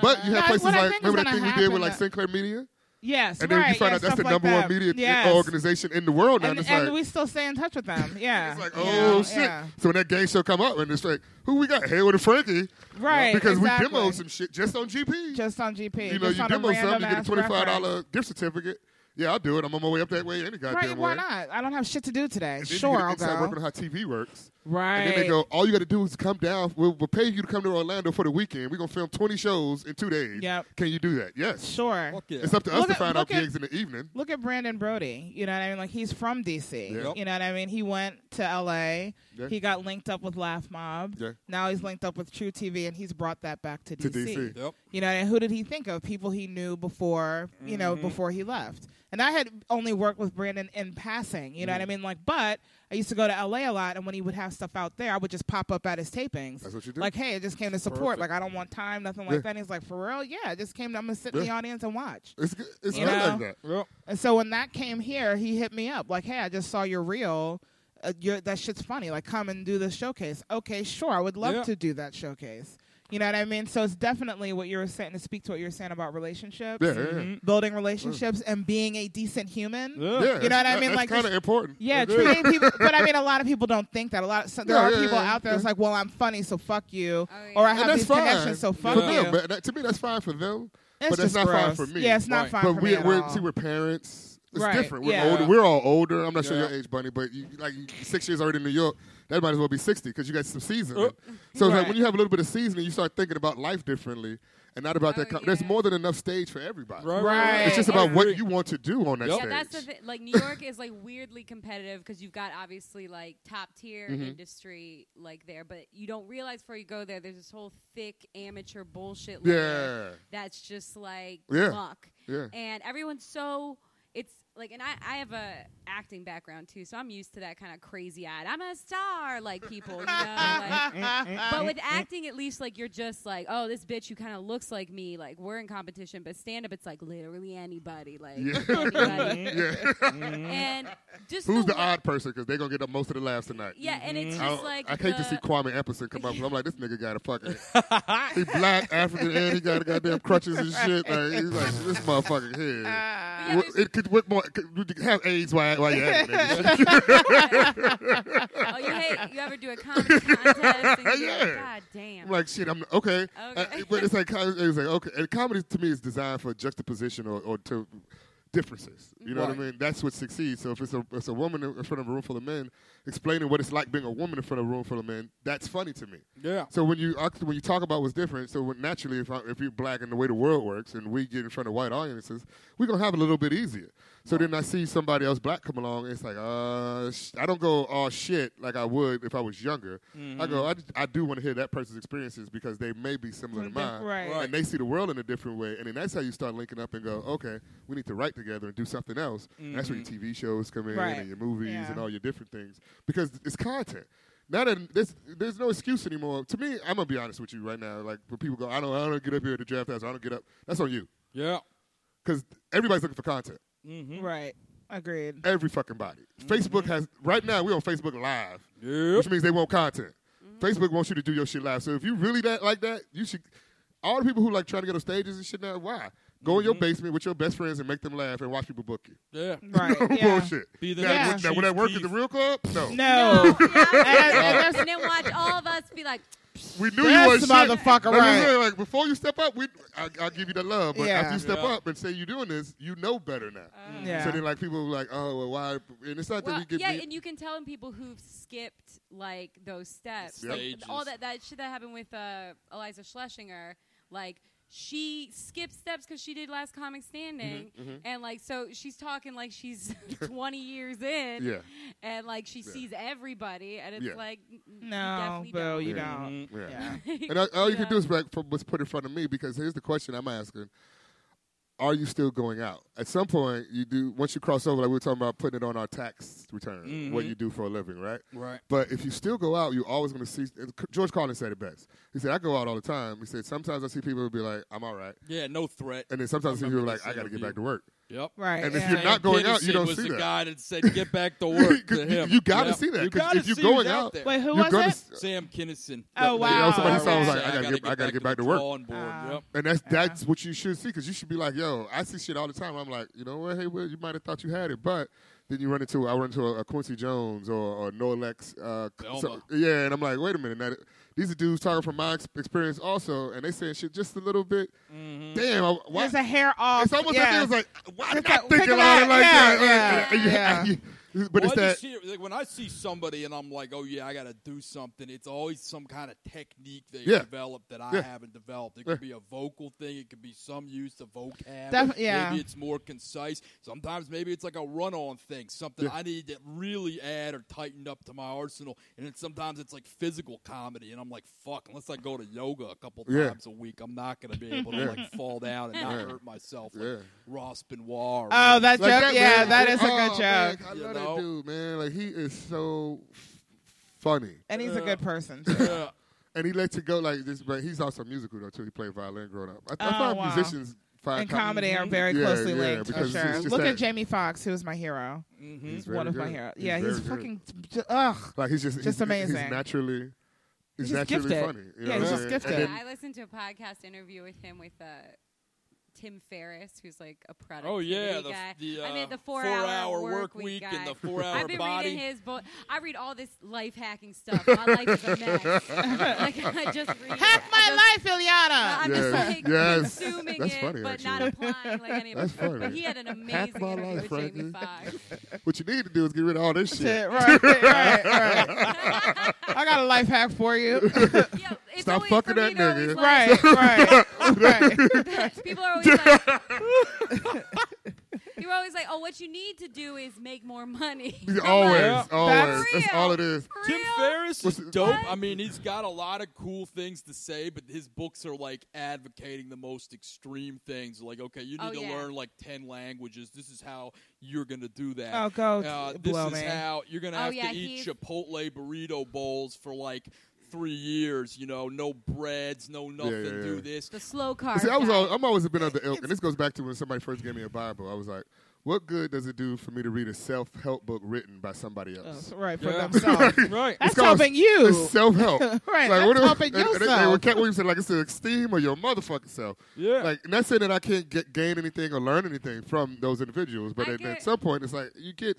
[SPEAKER 2] But you have
[SPEAKER 3] Guys,
[SPEAKER 2] places
[SPEAKER 3] what Uh, I
[SPEAKER 2] like
[SPEAKER 3] think is
[SPEAKER 2] remember that
[SPEAKER 3] gonna
[SPEAKER 2] thing we did with
[SPEAKER 3] happen
[SPEAKER 2] like
[SPEAKER 3] that-
[SPEAKER 2] Sinclair Media,
[SPEAKER 3] Yes,
[SPEAKER 2] and then
[SPEAKER 3] right.
[SPEAKER 2] you find
[SPEAKER 3] yeah,
[SPEAKER 2] out that's the
[SPEAKER 3] stuff like
[SPEAKER 2] number
[SPEAKER 3] that.
[SPEAKER 2] one media
[SPEAKER 3] Yes.
[SPEAKER 2] organization in the world. Now
[SPEAKER 3] And,
[SPEAKER 2] it's
[SPEAKER 3] and
[SPEAKER 2] like
[SPEAKER 3] we still stay in touch with them.
[SPEAKER 2] <laughs>
[SPEAKER 3] Yeah.
[SPEAKER 2] It's like,
[SPEAKER 3] You
[SPEAKER 2] oh
[SPEAKER 3] know,
[SPEAKER 2] shit!
[SPEAKER 3] yeah.
[SPEAKER 2] So when that game show come up, and it's like, who we got? Hayward and Frankie,
[SPEAKER 3] Right.
[SPEAKER 2] because
[SPEAKER 3] exactly.
[SPEAKER 2] we demoed some shit just on GP.
[SPEAKER 3] just on GP.
[SPEAKER 2] you know,
[SPEAKER 3] just
[SPEAKER 2] you
[SPEAKER 3] on a
[SPEAKER 2] demo something, you get a
[SPEAKER 3] random-ass
[SPEAKER 2] twenty five
[SPEAKER 3] reference.
[SPEAKER 2] dollar gift certificate. Yeah, I'll do it. I'm on my way up that way any goddamn
[SPEAKER 3] Right?
[SPEAKER 2] way.
[SPEAKER 3] Why not? I don't have shit to do today.
[SPEAKER 2] And then you
[SPEAKER 3] Sure,
[SPEAKER 2] get an
[SPEAKER 3] I'll
[SPEAKER 2] inside work on
[SPEAKER 3] go.
[SPEAKER 2] how TV works.
[SPEAKER 3] Right.
[SPEAKER 2] And then they go, all you got to do is come down. We'll, we'll pay you to come to Orlando for the weekend. We're gonna film 20 shows in two days.
[SPEAKER 3] Yep.
[SPEAKER 2] Can you do that? Yes.
[SPEAKER 3] Sure.
[SPEAKER 1] Fuck yeah.
[SPEAKER 2] It's up to us
[SPEAKER 3] Look
[SPEAKER 2] to
[SPEAKER 3] at-
[SPEAKER 2] find out
[SPEAKER 3] look at-
[SPEAKER 2] gigs in the evening.
[SPEAKER 3] look at Brandon Brody. You know what I mean? Like he's from DC.
[SPEAKER 2] Yep.
[SPEAKER 3] You know what I mean? He went to LA.
[SPEAKER 2] Yeah.
[SPEAKER 3] He got linked up with Laugh Mob.
[SPEAKER 2] Yeah.
[SPEAKER 3] Now he's linked up with True TV, and he's brought that back to DC.
[SPEAKER 2] To DC.
[SPEAKER 1] Yep.
[SPEAKER 3] You know, and who did he think of? People he knew before. You know,
[SPEAKER 2] Mm-hmm.
[SPEAKER 3] before he left. And I had only worked with Brandon in passing. You know
[SPEAKER 2] Mm.
[SPEAKER 3] what I mean? Like, but I used to go to LA a lot, and when he would have stuff out there, I would just pop up at his tapings.
[SPEAKER 2] That's what you do.
[SPEAKER 3] Like, hey, I just came to support.
[SPEAKER 1] Perfect.
[SPEAKER 3] Like, I don't want time, nothing like
[SPEAKER 2] Yeah.
[SPEAKER 3] that. And he's like, for real? Yeah, I just came. To, I'm gonna sit in the
[SPEAKER 2] Yeah.
[SPEAKER 3] audience and watch.
[SPEAKER 2] It's good. It's
[SPEAKER 3] You
[SPEAKER 2] good
[SPEAKER 3] know?
[SPEAKER 2] like that.
[SPEAKER 1] Yep.
[SPEAKER 3] And so when that came here, he hit me up like, "Hey, I just saw your reel. Uh, your that shit's funny. Like, come and do this showcase." Okay, sure. I would love
[SPEAKER 1] Yeah.
[SPEAKER 3] to do that showcase. You know what I mean? So it's definitely what you were saying to speak to what you were saying about relationships,
[SPEAKER 2] <laughs> Yeah, yeah, yeah.
[SPEAKER 1] Mm-hmm.
[SPEAKER 3] building relationships, and being a decent human.
[SPEAKER 1] Yeah.
[SPEAKER 2] Yeah,
[SPEAKER 3] Mm-hmm. You know what I mean?
[SPEAKER 2] That's
[SPEAKER 3] Like,
[SPEAKER 2] kind of
[SPEAKER 3] just-
[SPEAKER 2] important.
[SPEAKER 3] Yeah,
[SPEAKER 2] That's good. <laughs>
[SPEAKER 3] treating people, but I mean, a lot of people don't think that. A lot, of, so, there
[SPEAKER 2] Yeah,
[SPEAKER 3] are
[SPEAKER 2] yeah,
[SPEAKER 3] people
[SPEAKER 2] yeah,
[SPEAKER 3] out there. that's
[SPEAKER 2] yeah.
[SPEAKER 3] like, well, I'm funny, so fuck you,
[SPEAKER 4] Oh, yeah.
[SPEAKER 3] or I have
[SPEAKER 4] And
[SPEAKER 2] and that's
[SPEAKER 3] these
[SPEAKER 2] fine
[SPEAKER 3] connections, so fuck
[SPEAKER 2] for
[SPEAKER 3] you.
[SPEAKER 2] them. But that, to me, that's fine for them. but
[SPEAKER 3] It's
[SPEAKER 2] that's
[SPEAKER 3] just
[SPEAKER 2] not fine
[SPEAKER 3] gross.
[SPEAKER 2] for me.
[SPEAKER 3] Yeah, it's not
[SPEAKER 1] Right.
[SPEAKER 3] fine
[SPEAKER 2] but
[SPEAKER 3] for
[SPEAKER 2] we,
[SPEAKER 3] me at
[SPEAKER 2] we're
[SPEAKER 3] all.
[SPEAKER 2] see, we're parents. It's
[SPEAKER 3] Right,
[SPEAKER 2] different. We're
[SPEAKER 3] yeah.
[SPEAKER 2] older. We're all older. I'm not sure
[SPEAKER 1] Yeah.
[SPEAKER 2] your age, Bunny, but you like you- six years already in New York. That might as well be sixty because you got some seasoning.
[SPEAKER 1] Uh.
[SPEAKER 2] so it's
[SPEAKER 3] Right.
[SPEAKER 2] like when you have a little bit of seasoning, you start thinking about life differently and not about
[SPEAKER 4] Oh,
[SPEAKER 2] that. com- There's
[SPEAKER 4] yeah.
[SPEAKER 2] more than enough stage for everybody.
[SPEAKER 1] Right.
[SPEAKER 3] Right.
[SPEAKER 2] It's just
[SPEAKER 1] I
[SPEAKER 2] about what
[SPEAKER 1] agree.
[SPEAKER 2] you want to do on that
[SPEAKER 1] Yep.
[SPEAKER 4] Yeah,
[SPEAKER 2] stage.
[SPEAKER 4] that's the thing. Like New York is like weirdly competitive because you've got obviously like top tier industry like there, but you don't realize before you go there. There's this whole thick amateur bullshit. layer
[SPEAKER 2] Yeah.
[SPEAKER 4] that's just like
[SPEAKER 2] Yeah.
[SPEAKER 4] muck.
[SPEAKER 2] Yeah.
[SPEAKER 4] and everyone's so it's like and I, I have a acting background too so i'm used to that kind of crazy eyed i'm a star like people you know
[SPEAKER 2] <laughs>
[SPEAKER 4] like,
[SPEAKER 2] Uh,
[SPEAKER 4] but with acting at least like you're just like oh this bitch who kind of looks like me like we're in competition but stand up it's like literally anybody like
[SPEAKER 2] Yeah.
[SPEAKER 4] <laughs> anybody.
[SPEAKER 2] <laughs> Yeah.
[SPEAKER 4] <laughs> and just
[SPEAKER 2] Who's
[SPEAKER 4] the,
[SPEAKER 2] the
[SPEAKER 4] way-
[SPEAKER 2] odd person? Because they're gonna get up most of the laughs tonight.
[SPEAKER 4] yeah and it's
[SPEAKER 2] I,
[SPEAKER 4] just
[SPEAKER 2] don't-
[SPEAKER 4] like
[SPEAKER 2] I hate
[SPEAKER 4] the-
[SPEAKER 2] to see Kwame Epperson come up. 'cause I'm like, this nigga got a
[SPEAKER 4] <laughs>
[SPEAKER 2] fucking. he black, African, and he got a goddamn crutches and shit. Like, he's
[SPEAKER 4] <laughs>
[SPEAKER 2] like, this motherfucker here.
[SPEAKER 3] Ah.
[SPEAKER 2] Well, it could work more. Could, you could have AIDS while, while you're at it. nigga.
[SPEAKER 4] <laughs>
[SPEAKER 2] <laughs>
[SPEAKER 4] oh you hate you ever do a comedy contest and you're like,
[SPEAKER 2] Yeah.
[SPEAKER 4] god damn
[SPEAKER 2] I'm like, shit, I'm okay.
[SPEAKER 4] Okay.
[SPEAKER 2] Uh, but it's like, co- it's like, okay. And comedy to me is designed for juxtaposition or, or to differences. You know what
[SPEAKER 1] Right.
[SPEAKER 2] I mean? That's what succeeds. So if it's a, it's a woman in front of a room full of men explaining what it's like being a woman in front of a room full of men, that's funny to me.
[SPEAKER 1] Yeah.
[SPEAKER 2] So when you act- when you talk about what's different, so when, naturally, if I, if you're black and the way the world works, and we get in front of white audiences, we're gonna have it a little bit easier. So then I see somebody else black come along, and it's like, uh, sh- I don't go all shit like I would if I was younger. I go, I, I do want to hear that person's experiences because they may be similar to mine,
[SPEAKER 3] Right.
[SPEAKER 1] Right.
[SPEAKER 2] and they see the world in a different way, and then that's how you start linking up and go, okay, we need to write together and do something else. And that's where your TV shows come in
[SPEAKER 3] Mm-hmm. Right.
[SPEAKER 2] and your movies
[SPEAKER 3] Yeah.
[SPEAKER 2] and all your different things because it's content. Now that there's, there's no excuse anymore. To me, I'm gonna be honest with you right now. Like when people go, I don't, I don't get up here at the draft house. I don't get up. That's on you
[SPEAKER 1] Yeah. Mm-hmm.
[SPEAKER 2] because everybody's looking for content. Mm-hmm.
[SPEAKER 3] Right.
[SPEAKER 2] <laughs>
[SPEAKER 3] Agreed.
[SPEAKER 2] Every fucking body.
[SPEAKER 3] Mm-hmm.
[SPEAKER 2] Facebook has right now. We're on Facebook Live,
[SPEAKER 1] Yep. Mm-hmm.
[SPEAKER 2] which means they want content. Facebook wants you to do your shit live. So if you really that like that, you should. All the people who like trying to get on stages and shit now, why? Go in your
[SPEAKER 1] Mm-hmm.
[SPEAKER 2] basement with your best friends and make them laugh and watch people book you. <laughs>
[SPEAKER 1] Yeah.
[SPEAKER 3] Right.
[SPEAKER 2] No
[SPEAKER 3] yeah.
[SPEAKER 2] bullshit.
[SPEAKER 1] Be the
[SPEAKER 2] now,
[SPEAKER 3] next
[SPEAKER 2] would- now,
[SPEAKER 1] Chief
[SPEAKER 2] would that work at the
[SPEAKER 1] Keef.
[SPEAKER 2] real club? No.
[SPEAKER 3] No.
[SPEAKER 4] No,
[SPEAKER 2] <laughs>
[SPEAKER 4] yeah,
[SPEAKER 3] and- and
[SPEAKER 4] and then watch all of us be like
[SPEAKER 2] We knew
[SPEAKER 3] This
[SPEAKER 2] you was shit. Like,
[SPEAKER 3] motherfucker, right.
[SPEAKER 2] yeah, like, before you step up, we I, I'll give you the love. But
[SPEAKER 3] Yeah.
[SPEAKER 2] after you step
[SPEAKER 1] Yeah.
[SPEAKER 2] up and say you're doing this, you know better now.
[SPEAKER 4] "Mm,
[SPEAKER 3] Yeah.
[SPEAKER 2] So then, like people were like, oh, well, why? And it's not that
[SPEAKER 4] Well,
[SPEAKER 2] we give
[SPEAKER 4] yeah,
[SPEAKER 2] me.
[SPEAKER 4] and you can tell in people who've skipped like those steps,
[SPEAKER 2] Yep.
[SPEAKER 4] like, all
[SPEAKER 1] Stages.
[SPEAKER 4] that that shit that happened with uh, Eliza Schlesinger, like. She skipped steps because she did last comic
[SPEAKER 2] Mm-hmm.
[SPEAKER 4] standing, and like so she's talking like
[SPEAKER 2] <laughs>
[SPEAKER 4] she's <laughs> twenty years in,
[SPEAKER 2] Mm-hmm. Yeah.
[SPEAKER 4] and like she sees everybody, and it's
[SPEAKER 2] Yeah.
[SPEAKER 4] like n- n- you
[SPEAKER 3] No,
[SPEAKER 4] definitely
[SPEAKER 3] bro,
[SPEAKER 4] <laughs>
[SPEAKER 3] you
[SPEAKER 2] Yeah.
[SPEAKER 1] Mm-hmm.
[SPEAKER 3] don't.
[SPEAKER 2] Yeah.
[SPEAKER 3] Yeah.
[SPEAKER 2] And I, all you
[SPEAKER 4] Yeah.
[SPEAKER 2] can do
[SPEAKER 4] <laughs>
[SPEAKER 2] is back from what's put in front of me because here's the question I'm asking: Are you still going out? At some point, you do. Once you cross over, like we were talking about, putting it on our tax return,
[SPEAKER 1] Mm-hmm.
[SPEAKER 2] what you do for a living, right?
[SPEAKER 1] Right.
[SPEAKER 2] But if you still go out, you're always going to see. George Carlin said it best. He said, "I go out all the time." He said, "Sometimes I see people who be like, I'm all right."
[SPEAKER 1] Yeah. No threat.
[SPEAKER 2] And then sometimes
[SPEAKER 1] I
[SPEAKER 2] people are
[SPEAKER 1] remember
[SPEAKER 2] like,
[SPEAKER 1] this
[SPEAKER 2] I got to get
[SPEAKER 1] interview.
[SPEAKER 2] back to work.
[SPEAKER 1] Yep.
[SPEAKER 3] Right.
[SPEAKER 2] And
[SPEAKER 3] yeah.
[SPEAKER 2] if you're not going out, you
[SPEAKER 1] Peterson
[SPEAKER 2] don't
[SPEAKER 1] was
[SPEAKER 2] see
[SPEAKER 1] the
[SPEAKER 2] that.
[SPEAKER 1] guy that said, "Get back
[SPEAKER 2] <laughs>
[SPEAKER 1] to work." to him.
[SPEAKER 2] You gotta
[SPEAKER 1] Yep.
[SPEAKER 2] see that,
[SPEAKER 1] You
[SPEAKER 2] 'cause
[SPEAKER 1] gotta
[SPEAKER 2] if you're
[SPEAKER 1] see who's
[SPEAKER 2] going out-
[SPEAKER 1] there.
[SPEAKER 3] Wait, who
[SPEAKER 2] You're
[SPEAKER 3] was
[SPEAKER 2] gonna
[SPEAKER 3] it?
[SPEAKER 2] s-
[SPEAKER 1] Sam Kinnison.
[SPEAKER 3] Oh,
[SPEAKER 2] You know,
[SPEAKER 3] wow.
[SPEAKER 2] somebody
[SPEAKER 3] All
[SPEAKER 2] saw was
[SPEAKER 3] right.
[SPEAKER 2] like, I gotta, get, I gotta get back to
[SPEAKER 1] the
[SPEAKER 2] work.
[SPEAKER 1] drawing board.
[SPEAKER 3] Ah.
[SPEAKER 1] Yep.
[SPEAKER 2] And that's
[SPEAKER 3] Yeah.
[SPEAKER 2] that's what you should see because you should be like, yo, I see shit all the time. I'm like, you know what, hey, Will, you might have thought you had it, but then you run into I run into a, a Quincy Jones or, or Norlex, uh,
[SPEAKER 1] Thelma.
[SPEAKER 2] yeah, and I'm like, wait a minute, now, these are dudes talking from my ex- experience also, and they saying shit just a little bit.
[SPEAKER 1] Mm-hmm. Mm.
[SPEAKER 2] Damn, I, why?
[SPEAKER 3] There's a hair off.
[SPEAKER 2] it's almost
[SPEAKER 3] yeah.
[SPEAKER 2] like they was like, why
[SPEAKER 3] It's
[SPEAKER 2] not
[SPEAKER 3] like,
[SPEAKER 2] thinking
[SPEAKER 3] think
[SPEAKER 2] about it
[SPEAKER 3] about
[SPEAKER 2] like
[SPEAKER 3] it,
[SPEAKER 2] that?
[SPEAKER 3] yeah,
[SPEAKER 2] <laughs> Like,
[SPEAKER 3] yeah,
[SPEAKER 2] you- you- <laughs> but
[SPEAKER 1] Well,
[SPEAKER 2] it's
[SPEAKER 1] I just
[SPEAKER 2] that
[SPEAKER 1] see- like, when I see somebody and I'm like, oh yeah, I got to do something. It's always some kind of technique they
[SPEAKER 2] Yeah.
[SPEAKER 1] developed that I
[SPEAKER 2] Yeah.
[SPEAKER 1] haven't developed. It
[SPEAKER 2] Yeah.
[SPEAKER 1] could be a vocal thing. It could be some use of vocab.
[SPEAKER 3] Def- yeah.
[SPEAKER 1] Maybe it's more concise. Sometimes maybe it's like a run-on thing, something
[SPEAKER 2] Yeah.
[SPEAKER 1] I need to really add or tighten up to my arsenal. And then sometimes it's like physical comedy, and I'm like, fuck, unless I go to yoga a couple
[SPEAKER 2] Yeah.
[SPEAKER 1] times a week, I'm not going to be able to like fall down and not
[SPEAKER 2] Yeah.
[SPEAKER 1] hurt myself.
[SPEAKER 2] Yeah.
[SPEAKER 1] Like Ross Benoit. or
[SPEAKER 3] Oh,
[SPEAKER 1] whatever.
[SPEAKER 3] that joke.
[SPEAKER 2] Like that
[SPEAKER 3] yeah,
[SPEAKER 2] man-
[SPEAKER 3] that is a
[SPEAKER 2] oh,
[SPEAKER 3] good joke.
[SPEAKER 2] man, I
[SPEAKER 1] You
[SPEAKER 2] love
[SPEAKER 1] know?
[SPEAKER 2] that dude, man. Like he is so f- funny.
[SPEAKER 3] And he's a good person.
[SPEAKER 1] Yeah.
[SPEAKER 2] And he lets it go like this, but he's also musical though too. He played violin growing up. I, I
[SPEAKER 3] Oh,
[SPEAKER 2] find
[SPEAKER 3] wow.
[SPEAKER 2] musicians find
[SPEAKER 3] and comedy are very
[SPEAKER 2] Yeah,
[SPEAKER 3] closely
[SPEAKER 2] yeah,
[SPEAKER 3] linked for
[SPEAKER 2] because it's
[SPEAKER 3] sure.
[SPEAKER 2] just
[SPEAKER 3] Look
[SPEAKER 2] that-
[SPEAKER 3] at Jamie Foxx, who is my hero.
[SPEAKER 1] Mhm.
[SPEAKER 2] He's
[SPEAKER 3] He's one
[SPEAKER 2] very
[SPEAKER 3] of my
[SPEAKER 2] good.
[SPEAKER 3] heroes. Yeah, he's,
[SPEAKER 2] very good.
[SPEAKER 3] fucking ugh.
[SPEAKER 2] like he's just he's,
[SPEAKER 3] just amazing.
[SPEAKER 2] He's naturally, he's,
[SPEAKER 3] He's just
[SPEAKER 2] naturally
[SPEAKER 3] gifted.
[SPEAKER 2] funny. you
[SPEAKER 3] Yeah,
[SPEAKER 2] know what
[SPEAKER 3] he's just
[SPEAKER 2] I mean?
[SPEAKER 3] gifted.
[SPEAKER 2] And
[SPEAKER 4] Yeah,
[SPEAKER 2] then-
[SPEAKER 4] I listened to a podcast interview with him with uh, Tim Ferriss, who's like a
[SPEAKER 1] Oh
[SPEAKER 4] productivity
[SPEAKER 1] yeah,
[SPEAKER 4] guy.
[SPEAKER 1] the, the uh,
[SPEAKER 4] I mean, the
[SPEAKER 1] four-hour
[SPEAKER 4] four-hour
[SPEAKER 1] work week
[SPEAKER 4] guy.
[SPEAKER 1] and the four-hour
[SPEAKER 4] <laughs> I've been
[SPEAKER 1] Oh, body.
[SPEAKER 4] reading his book. I read all this life hacking stuff. My life is
[SPEAKER 2] <laughs>
[SPEAKER 4] a mess. like I just read.
[SPEAKER 3] Hack
[SPEAKER 4] I just-
[SPEAKER 3] my life, Ileana.
[SPEAKER 4] I'm just
[SPEAKER 2] Yes,
[SPEAKER 4] like
[SPEAKER 2] yes.
[SPEAKER 4] consuming
[SPEAKER 2] That's
[SPEAKER 4] it,
[SPEAKER 2] funny,
[SPEAKER 4] but not
[SPEAKER 2] actually.
[SPEAKER 4] applying like any of
[SPEAKER 2] That's
[SPEAKER 4] it. But
[SPEAKER 2] funny.
[SPEAKER 4] he had an amazing
[SPEAKER 2] Hack my
[SPEAKER 4] interview
[SPEAKER 2] life,
[SPEAKER 4] with
[SPEAKER 2] Frankie.
[SPEAKER 4] Jamie Foxx.
[SPEAKER 2] what you need to do is get rid of all this
[SPEAKER 3] That's
[SPEAKER 2] shit.
[SPEAKER 3] it. Right,
[SPEAKER 2] <laughs>
[SPEAKER 3] right, right. I got a life hack for you. <laughs>
[SPEAKER 4] Yeah, it's
[SPEAKER 2] Stop
[SPEAKER 4] always-
[SPEAKER 2] fucking
[SPEAKER 4] for me,
[SPEAKER 2] that
[SPEAKER 4] they're always
[SPEAKER 2] nigga.
[SPEAKER 4] like- <laughs>
[SPEAKER 3] right, right, right.
[SPEAKER 2] <laughs>
[SPEAKER 4] People are always like, you're always like, oh, what you need to do is make
[SPEAKER 2] <laughs>
[SPEAKER 4] more money. I'm
[SPEAKER 2] always,
[SPEAKER 1] Yeah.
[SPEAKER 2] always.
[SPEAKER 4] For
[SPEAKER 2] That's
[SPEAKER 4] real.
[SPEAKER 2] all it is.
[SPEAKER 4] like,
[SPEAKER 1] Tim
[SPEAKER 4] "Real?"
[SPEAKER 1] Ferriss is
[SPEAKER 2] What's the-
[SPEAKER 1] dope.
[SPEAKER 4] What?
[SPEAKER 1] I mean, he's got a lot of cool things to say, but his books are like advocating the most extreme things. Like, okay, you need
[SPEAKER 4] Oh,
[SPEAKER 1] to
[SPEAKER 4] yeah.
[SPEAKER 1] learn like ten languages. This is how you're gonna do that.
[SPEAKER 3] Oh, go
[SPEAKER 1] Uh, this
[SPEAKER 3] blow
[SPEAKER 1] is
[SPEAKER 3] me.
[SPEAKER 1] how you're gonna
[SPEAKER 4] Oh,
[SPEAKER 1] have
[SPEAKER 4] yeah,
[SPEAKER 1] to eat
[SPEAKER 4] he's-
[SPEAKER 1] Chipotle burrito bowls for like three years. You know, no breads, no nothing.
[SPEAKER 2] yeah,
[SPEAKER 1] Do
[SPEAKER 2] yeah.
[SPEAKER 1] this.
[SPEAKER 4] The slow car.
[SPEAKER 2] See, I was all, I'm always been of the ilk, and this goes back to when somebody first gave me a Bible. I was like, what good does it do for me to read a self help book written by somebody else? <laughs>
[SPEAKER 3] That's Uh, right for
[SPEAKER 1] Yeah.
[SPEAKER 3] themselves.
[SPEAKER 1] <laughs> right.
[SPEAKER 3] That's
[SPEAKER 2] called
[SPEAKER 3] helping you.
[SPEAKER 2] It's self help.
[SPEAKER 3] <laughs> Right, that's helping yourself.
[SPEAKER 2] Cat Williams said, like it's the esteem of your motherfucking self.
[SPEAKER 1] Yeah.
[SPEAKER 2] Like not saying that I can't get, gain anything or learn anything from those individuals, but
[SPEAKER 4] I
[SPEAKER 2] at,
[SPEAKER 4] get-
[SPEAKER 2] at some point it's like you get.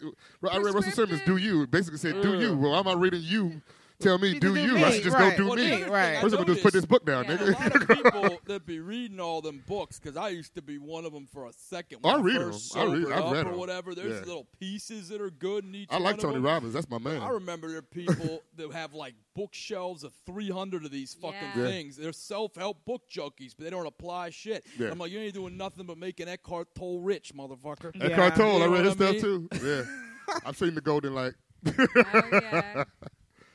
[SPEAKER 2] I read Russell Simmons, "Do you?" Basically said, "Do
[SPEAKER 1] Yeah.
[SPEAKER 2] you?" Well, am I reading you? Tell me, do, you? I
[SPEAKER 3] me,
[SPEAKER 2] should just
[SPEAKER 3] right.
[SPEAKER 2] go do
[SPEAKER 1] Well, the
[SPEAKER 2] me.
[SPEAKER 1] other thing
[SPEAKER 3] Right.
[SPEAKER 1] I
[SPEAKER 4] <laughs>
[SPEAKER 2] First of all, just put
[SPEAKER 1] noticed-
[SPEAKER 2] this book down,
[SPEAKER 4] Yeah.
[SPEAKER 1] a
[SPEAKER 2] nigga.
[SPEAKER 1] lot of people that be reading all them books because I used to be one of them for a second. When
[SPEAKER 2] I read
[SPEAKER 1] first
[SPEAKER 2] 'em. I read-
[SPEAKER 1] sobered
[SPEAKER 2] I've
[SPEAKER 1] up
[SPEAKER 2] read
[SPEAKER 1] or
[SPEAKER 2] 'em.
[SPEAKER 1] whatever. There's
[SPEAKER 2] Yeah.
[SPEAKER 1] little pieces that are good in each.
[SPEAKER 2] <laughs> I
[SPEAKER 1] one
[SPEAKER 2] like
[SPEAKER 1] of
[SPEAKER 2] Tony
[SPEAKER 1] 'em.
[SPEAKER 2] Robbins. That's my man.
[SPEAKER 1] I remember there are
[SPEAKER 2] <laughs>
[SPEAKER 1] people that have like bookshelves of 300 of these fucking
[SPEAKER 4] Yeah. Yeah.
[SPEAKER 1] things. They're self help book junkies, but they don't apply shit.
[SPEAKER 2] Yeah.
[SPEAKER 1] I'm like, you ain't doing nothing but making Eckhart Tolle rich, motherfucker.
[SPEAKER 3] Yeah.
[SPEAKER 2] Eckhart Tolle.
[SPEAKER 1] You
[SPEAKER 2] I
[SPEAKER 1] know
[SPEAKER 2] read his
[SPEAKER 1] what I
[SPEAKER 2] stuff too. Yeah.
[SPEAKER 1] <laughs>
[SPEAKER 2] I've seen the Golden Light.
[SPEAKER 4] Oh, yeah.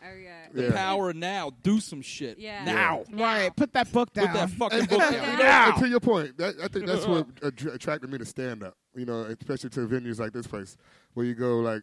[SPEAKER 4] Oh, yeah.
[SPEAKER 1] The
[SPEAKER 2] Yeah.
[SPEAKER 1] power of now. Do some shit.
[SPEAKER 4] Yeah.
[SPEAKER 1] Now.
[SPEAKER 3] Right, put that book down.
[SPEAKER 1] Put that fucking
[SPEAKER 2] And-
[SPEAKER 1] book
[SPEAKER 2] and-
[SPEAKER 1] down.
[SPEAKER 2] and- <laughs>
[SPEAKER 1] Now.
[SPEAKER 2] and to your point, that, I think that's what attr- attracted me to stand up. You know, especially to venues like this place, where you go like,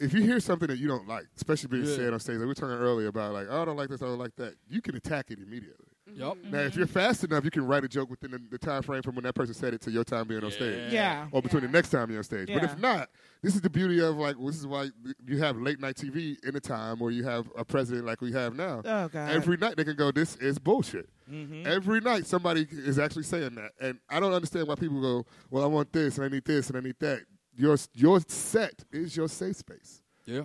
[SPEAKER 2] if you hear something that you don't like, especially being
[SPEAKER 1] Yeah.
[SPEAKER 2] said on stage, like we were talking earlier about like, oh, I don't like this, I don't like that. You can attack it immediately.
[SPEAKER 1] Yep.
[SPEAKER 4] Mm-hmm.
[SPEAKER 2] Now,
[SPEAKER 3] Mm-hmm.
[SPEAKER 2] if you're fast enough, you can write a joke within the, the time frame from when that person said it to your time being on stage,
[SPEAKER 3] Yeah.
[SPEAKER 2] or between
[SPEAKER 4] Yeah.
[SPEAKER 2] the next time you're on stage. But if
[SPEAKER 3] Yeah.
[SPEAKER 2] not, this is the beauty of like, this is why you have late night TV in a time, or you have a president like we have now.
[SPEAKER 3] Oh god.
[SPEAKER 2] Every night they can go, this is bullshit.
[SPEAKER 1] Mhm.
[SPEAKER 2] Every night somebody is actually saying that, and I don't understand why people go, well, I want this and I need this and I need that. Your your set is your safe space.
[SPEAKER 1] Yeah.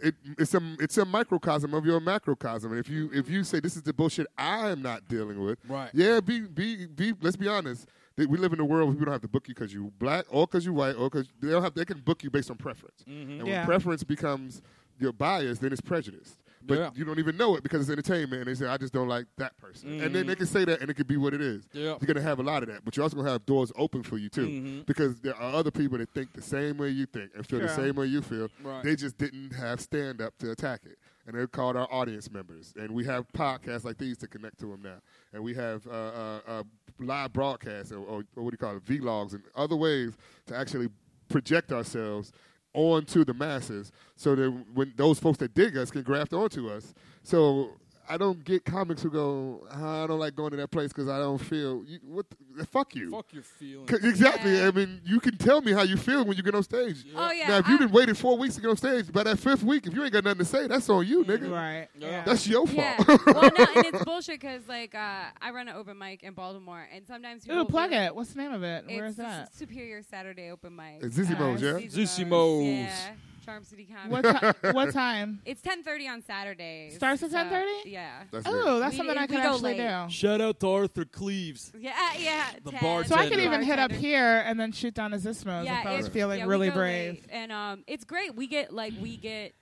[SPEAKER 2] It, it's a it's a microcosm of your macrocosm, and if you if you say this is the bullshit I am not dealing with,
[SPEAKER 1] Right.
[SPEAKER 2] Yeah, be be be. Let's be honest. that We live in a world where people don't have to book you because you black or because you white or because they don't have. They can book you based on preference,
[SPEAKER 1] Mm-hmm.
[SPEAKER 2] and when
[SPEAKER 3] Yeah.
[SPEAKER 2] preference becomes your bias, then it's prejudice. But
[SPEAKER 1] Yeah.
[SPEAKER 2] you don't even know it because it's entertainment, and they say, "I just don't like that person," and then they can say that, and it could be what it is.
[SPEAKER 1] Mm-hmm. Yeah.
[SPEAKER 2] You're gonna have a lot of that, but you're also gonna have doors open for you too,
[SPEAKER 1] Mhm.
[SPEAKER 2] because there are other people that think the same way you think and feel the
[SPEAKER 3] Sure.
[SPEAKER 2] same way you feel.
[SPEAKER 1] Right.
[SPEAKER 2] They just didn't have stand up to attack it, and they're called our audience members. And we have podcasts like these to connect to them now, and we have uh, uh, uh, live broadcasts or, or, or what do you call it, vlogs, and other ways to actually project ourselves onto the masses, so that when those folks that dig us can graft onto us. So I don't get comics who go, "Ah, I don't like going to that place because I don't feel. You, what? The, fuck you.
[SPEAKER 1] Fuck your feelings.
[SPEAKER 2] 'Cause- Exactly.
[SPEAKER 4] Yeah.
[SPEAKER 2] I mean, you can tell me how you feel when you get on stage.
[SPEAKER 4] Oh yeah.
[SPEAKER 2] now, if you've
[SPEAKER 4] I-
[SPEAKER 2] been waiting four weeks to get on stage, by that fifth week, if you ain't got nothing to say, that's on you, nigga.
[SPEAKER 3] Right.
[SPEAKER 1] Yeah.
[SPEAKER 3] Yeah.
[SPEAKER 2] That's your fault.
[SPEAKER 4] yeah. Oh, well, no, and it's bullshit because like uh, I run an open mic in Baltimore, and sometimes people
[SPEAKER 3] Ooh, plug
[SPEAKER 4] will-
[SPEAKER 3] it. What's the name of it? Where
[SPEAKER 4] It's
[SPEAKER 3] is that?
[SPEAKER 4] Superior Saturday open mic.
[SPEAKER 2] It's Zizzy
[SPEAKER 3] Uh,
[SPEAKER 2] Mo's, yeah?
[SPEAKER 1] Zizzy Mo's.
[SPEAKER 4] Yeah. Charm City Comedy.
[SPEAKER 3] What,
[SPEAKER 2] <laughs>
[SPEAKER 3] ti- what time?
[SPEAKER 4] It's ten thirty on Saturdays.
[SPEAKER 3] Starts at
[SPEAKER 4] so-
[SPEAKER 3] 10:30?
[SPEAKER 4] Yeah.
[SPEAKER 2] <laughs> That's good.
[SPEAKER 3] Oh, that's
[SPEAKER 4] We-
[SPEAKER 3] something I
[SPEAKER 4] we
[SPEAKER 3] could
[SPEAKER 4] go
[SPEAKER 3] actually
[SPEAKER 4] late.
[SPEAKER 3] do.
[SPEAKER 1] Shout out to Arthur Cleaves.
[SPEAKER 4] Yeah, yeah.
[SPEAKER 1] The
[SPEAKER 4] 10.
[SPEAKER 1] bartender.
[SPEAKER 3] So I could
[SPEAKER 1] Bartender.
[SPEAKER 3] even hit up here and then shoot down to Zismos
[SPEAKER 4] Yeah,
[SPEAKER 3] if I was
[SPEAKER 4] it's-
[SPEAKER 3] feeling
[SPEAKER 4] yeah, we
[SPEAKER 3] really
[SPEAKER 4] go
[SPEAKER 3] brave.
[SPEAKER 4] <laughs> late. And um, it's great. We get like we get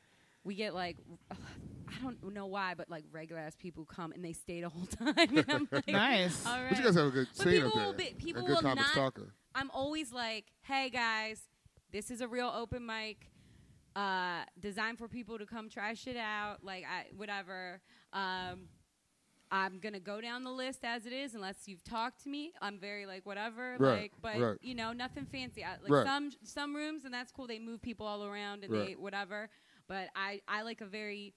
[SPEAKER 4] we get like I don't know why, but like regular ass people come and they stay the whole <laughs> time. And
[SPEAKER 3] <laughs>
[SPEAKER 4] I'm like,
[SPEAKER 3] Nice.
[SPEAKER 4] All right.
[SPEAKER 2] But you guys have a good
[SPEAKER 4] But
[SPEAKER 2] scene
[SPEAKER 4] people
[SPEAKER 2] up there.
[SPEAKER 4] will be- people
[SPEAKER 2] a good
[SPEAKER 4] will
[SPEAKER 2] comics
[SPEAKER 4] not-
[SPEAKER 2] talker.
[SPEAKER 4] I'm always like, hey guys, this is a real open mic, uh, designed for people to come try shit out, like I whatever. Um, I'm gonna go down the list as it is, unless you've talked to me. I'm very like whatever,
[SPEAKER 2] Right,
[SPEAKER 4] like, but
[SPEAKER 2] right.
[SPEAKER 4] you know, nothing fancy. I, like
[SPEAKER 2] Right.
[SPEAKER 4] some some rooms, and that's cool. They move people all around and
[SPEAKER 2] Right.
[SPEAKER 4] they whatever. But I I like a very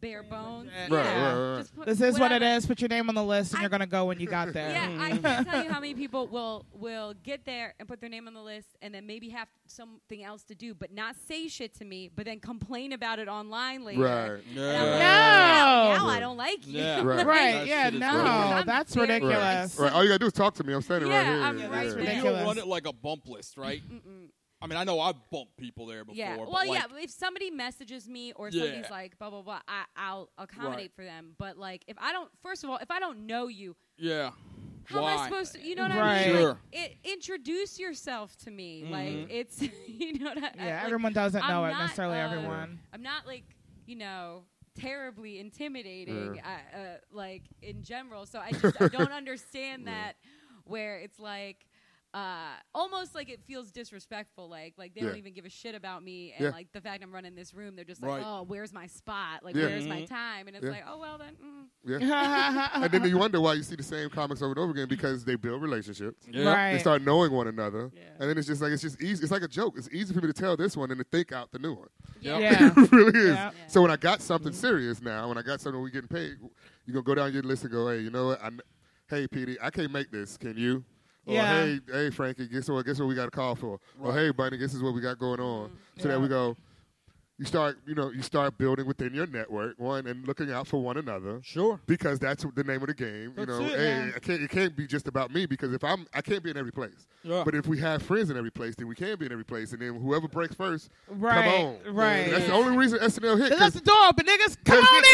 [SPEAKER 4] bare bones.
[SPEAKER 3] Right,
[SPEAKER 4] yeah.
[SPEAKER 2] right, right.
[SPEAKER 4] Just put
[SPEAKER 3] This is what it
[SPEAKER 4] whatever.
[SPEAKER 3] is. Put your name on the list, and
[SPEAKER 4] I-
[SPEAKER 3] you're gonna go when you got there.
[SPEAKER 4] <laughs> Yeah, I can't tell you how many people will will get there and put their name on the list, and then maybe have something else to do, but not say shit to me, but then complain about it online later.
[SPEAKER 2] Right.
[SPEAKER 4] And I'm like,
[SPEAKER 3] No.
[SPEAKER 4] Now I don't like you. <laughs>
[SPEAKER 1] Yeah.
[SPEAKER 2] Right.
[SPEAKER 3] Right?
[SPEAKER 1] That
[SPEAKER 3] Yeah.
[SPEAKER 1] shit is
[SPEAKER 3] No,
[SPEAKER 1] ridiculous.
[SPEAKER 3] that's
[SPEAKER 4] I'm very-
[SPEAKER 3] ridiculous.
[SPEAKER 2] Right. All you got to do is talk to me. I'm standing
[SPEAKER 4] Yeah,
[SPEAKER 2] right here.
[SPEAKER 4] I'm right
[SPEAKER 3] that's
[SPEAKER 1] But you
[SPEAKER 3] ridiculous.
[SPEAKER 1] don't run it like a bump list, right?
[SPEAKER 4] Mm-mm.
[SPEAKER 1] I mean, I know I've bumped people there before.
[SPEAKER 4] Yeah.
[SPEAKER 1] But
[SPEAKER 4] Well,
[SPEAKER 1] like,
[SPEAKER 4] yeah. If somebody messages me or
[SPEAKER 1] Yeah.
[SPEAKER 4] somebody's like blah blah blah, I, I'll accommodate for them. But like, if I don't, first of all, if I don't know you,
[SPEAKER 1] yeah.
[SPEAKER 4] How am I
[SPEAKER 1] Why?
[SPEAKER 4] supposed to? You know what I
[SPEAKER 3] Right.
[SPEAKER 4] mean? Like,
[SPEAKER 1] Sure.
[SPEAKER 4] it- introduce yourself to me.
[SPEAKER 1] Mhm.
[SPEAKER 4] Like it's <laughs> you know what I,
[SPEAKER 3] Yeah,
[SPEAKER 4] like,
[SPEAKER 3] everyone doesn't know
[SPEAKER 4] I'm
[SPEAKER 3] it
[SPEAKER 4] not,
[SPEAKER 3] necessarily.
[SPEAKER 2] <laughs>
[SPEAKER 4] uh,
[SPEAKER 3] everyone.
[SPEAKER 4] I'm not like you know terribly intimidating. I, uh, like in general, so I just I
[SPEAKER 2] <laughs>
[SPEAKER 4] don't understand that where it's like. Uh, almost like it feels disrespectful. Like like they don't
[SPEAKER 2] Yeah.
[SPEAKER 4] even give a shit about me, and
[SPEAKER 2] Yeah.
[SPEAKER 4] like the fact I'm running this room, they're just
[SPEAKER 1] Right.
[SPEAKER 4] like, oh, where's my spot? Like
[SPEAKER 2] Yeah.
[SPEAKER 4] where's my time? And it's
[SPEAKER 2] Yeah.
[SPEAKER 4] like, oh well then. Mm.
[SPEAKER 2] Yeah.
[SPEAKER 3] right.
[SPEAKER 2] and
[SPEAKER 3] <laughs>
[SPEAKER 2] then you wonder why you see the same comics over and over again because they build relationships.
[SPEAKER 1] Yeah.
[SPEAKER 2] They start knowing one another.
[SPEAKER 4] Yeah.
[SPEAKER 2] And then it's just like, it's just easy. It's like a joke. It's easy for me to tell this one and to think out the new one.
[SPEAKER 1] Yeah.
[SPEAKER 3] Yeah.
[SPEAKER 2] <laughs> it really is.
[SPEAKER 3] Yeah.
[SPEAKER 2] So when I got something serious now, when I got something we getting paid, you gonna go down your list and go, hey, you know what? I, kn- hey, PD, I can't make this. Can you? Or
[SPEAKER 3] Yeah.
[SPEAKER 2] hey, hey, Frankie, guess what? Guess what we got a call for? Or hey, Bunny, this is what we got going on. So
[SPEAKER 3] Mm-hmm. Yeah.
[SPEAKER 2] that we go. You start, you know, you start building within your network one and looking out for one another
[SPEAKER 1] Sure.
[SPEAKER 2] because that's the name of the game.
[SPEAKER 1] That's
[SPEAKER 2] you know,
[SPEAKER 1] it,
[SPEAKER 2] hey,
[SPEAKER 3] yeah.
[SPEAKER 2] I can't, it can't be just about me because if I'm, I can't be in every place.
[SPEAKER 1] Yeah.
[SPEAKER 2] But if we have friends in every place, then we can be in every place, and then whoever breaks first,
[SPEAKER 3] Right,
[SPEAKER 2] come on.
[SPEAKER 3] right.
[SPEAKER 2] And that's the only reason SNL hit.
[SPEAKER 3] They
[SPEAKER 2] 'cause-
[SPEAKER 3] left the door open, niggas. Come <laughs> on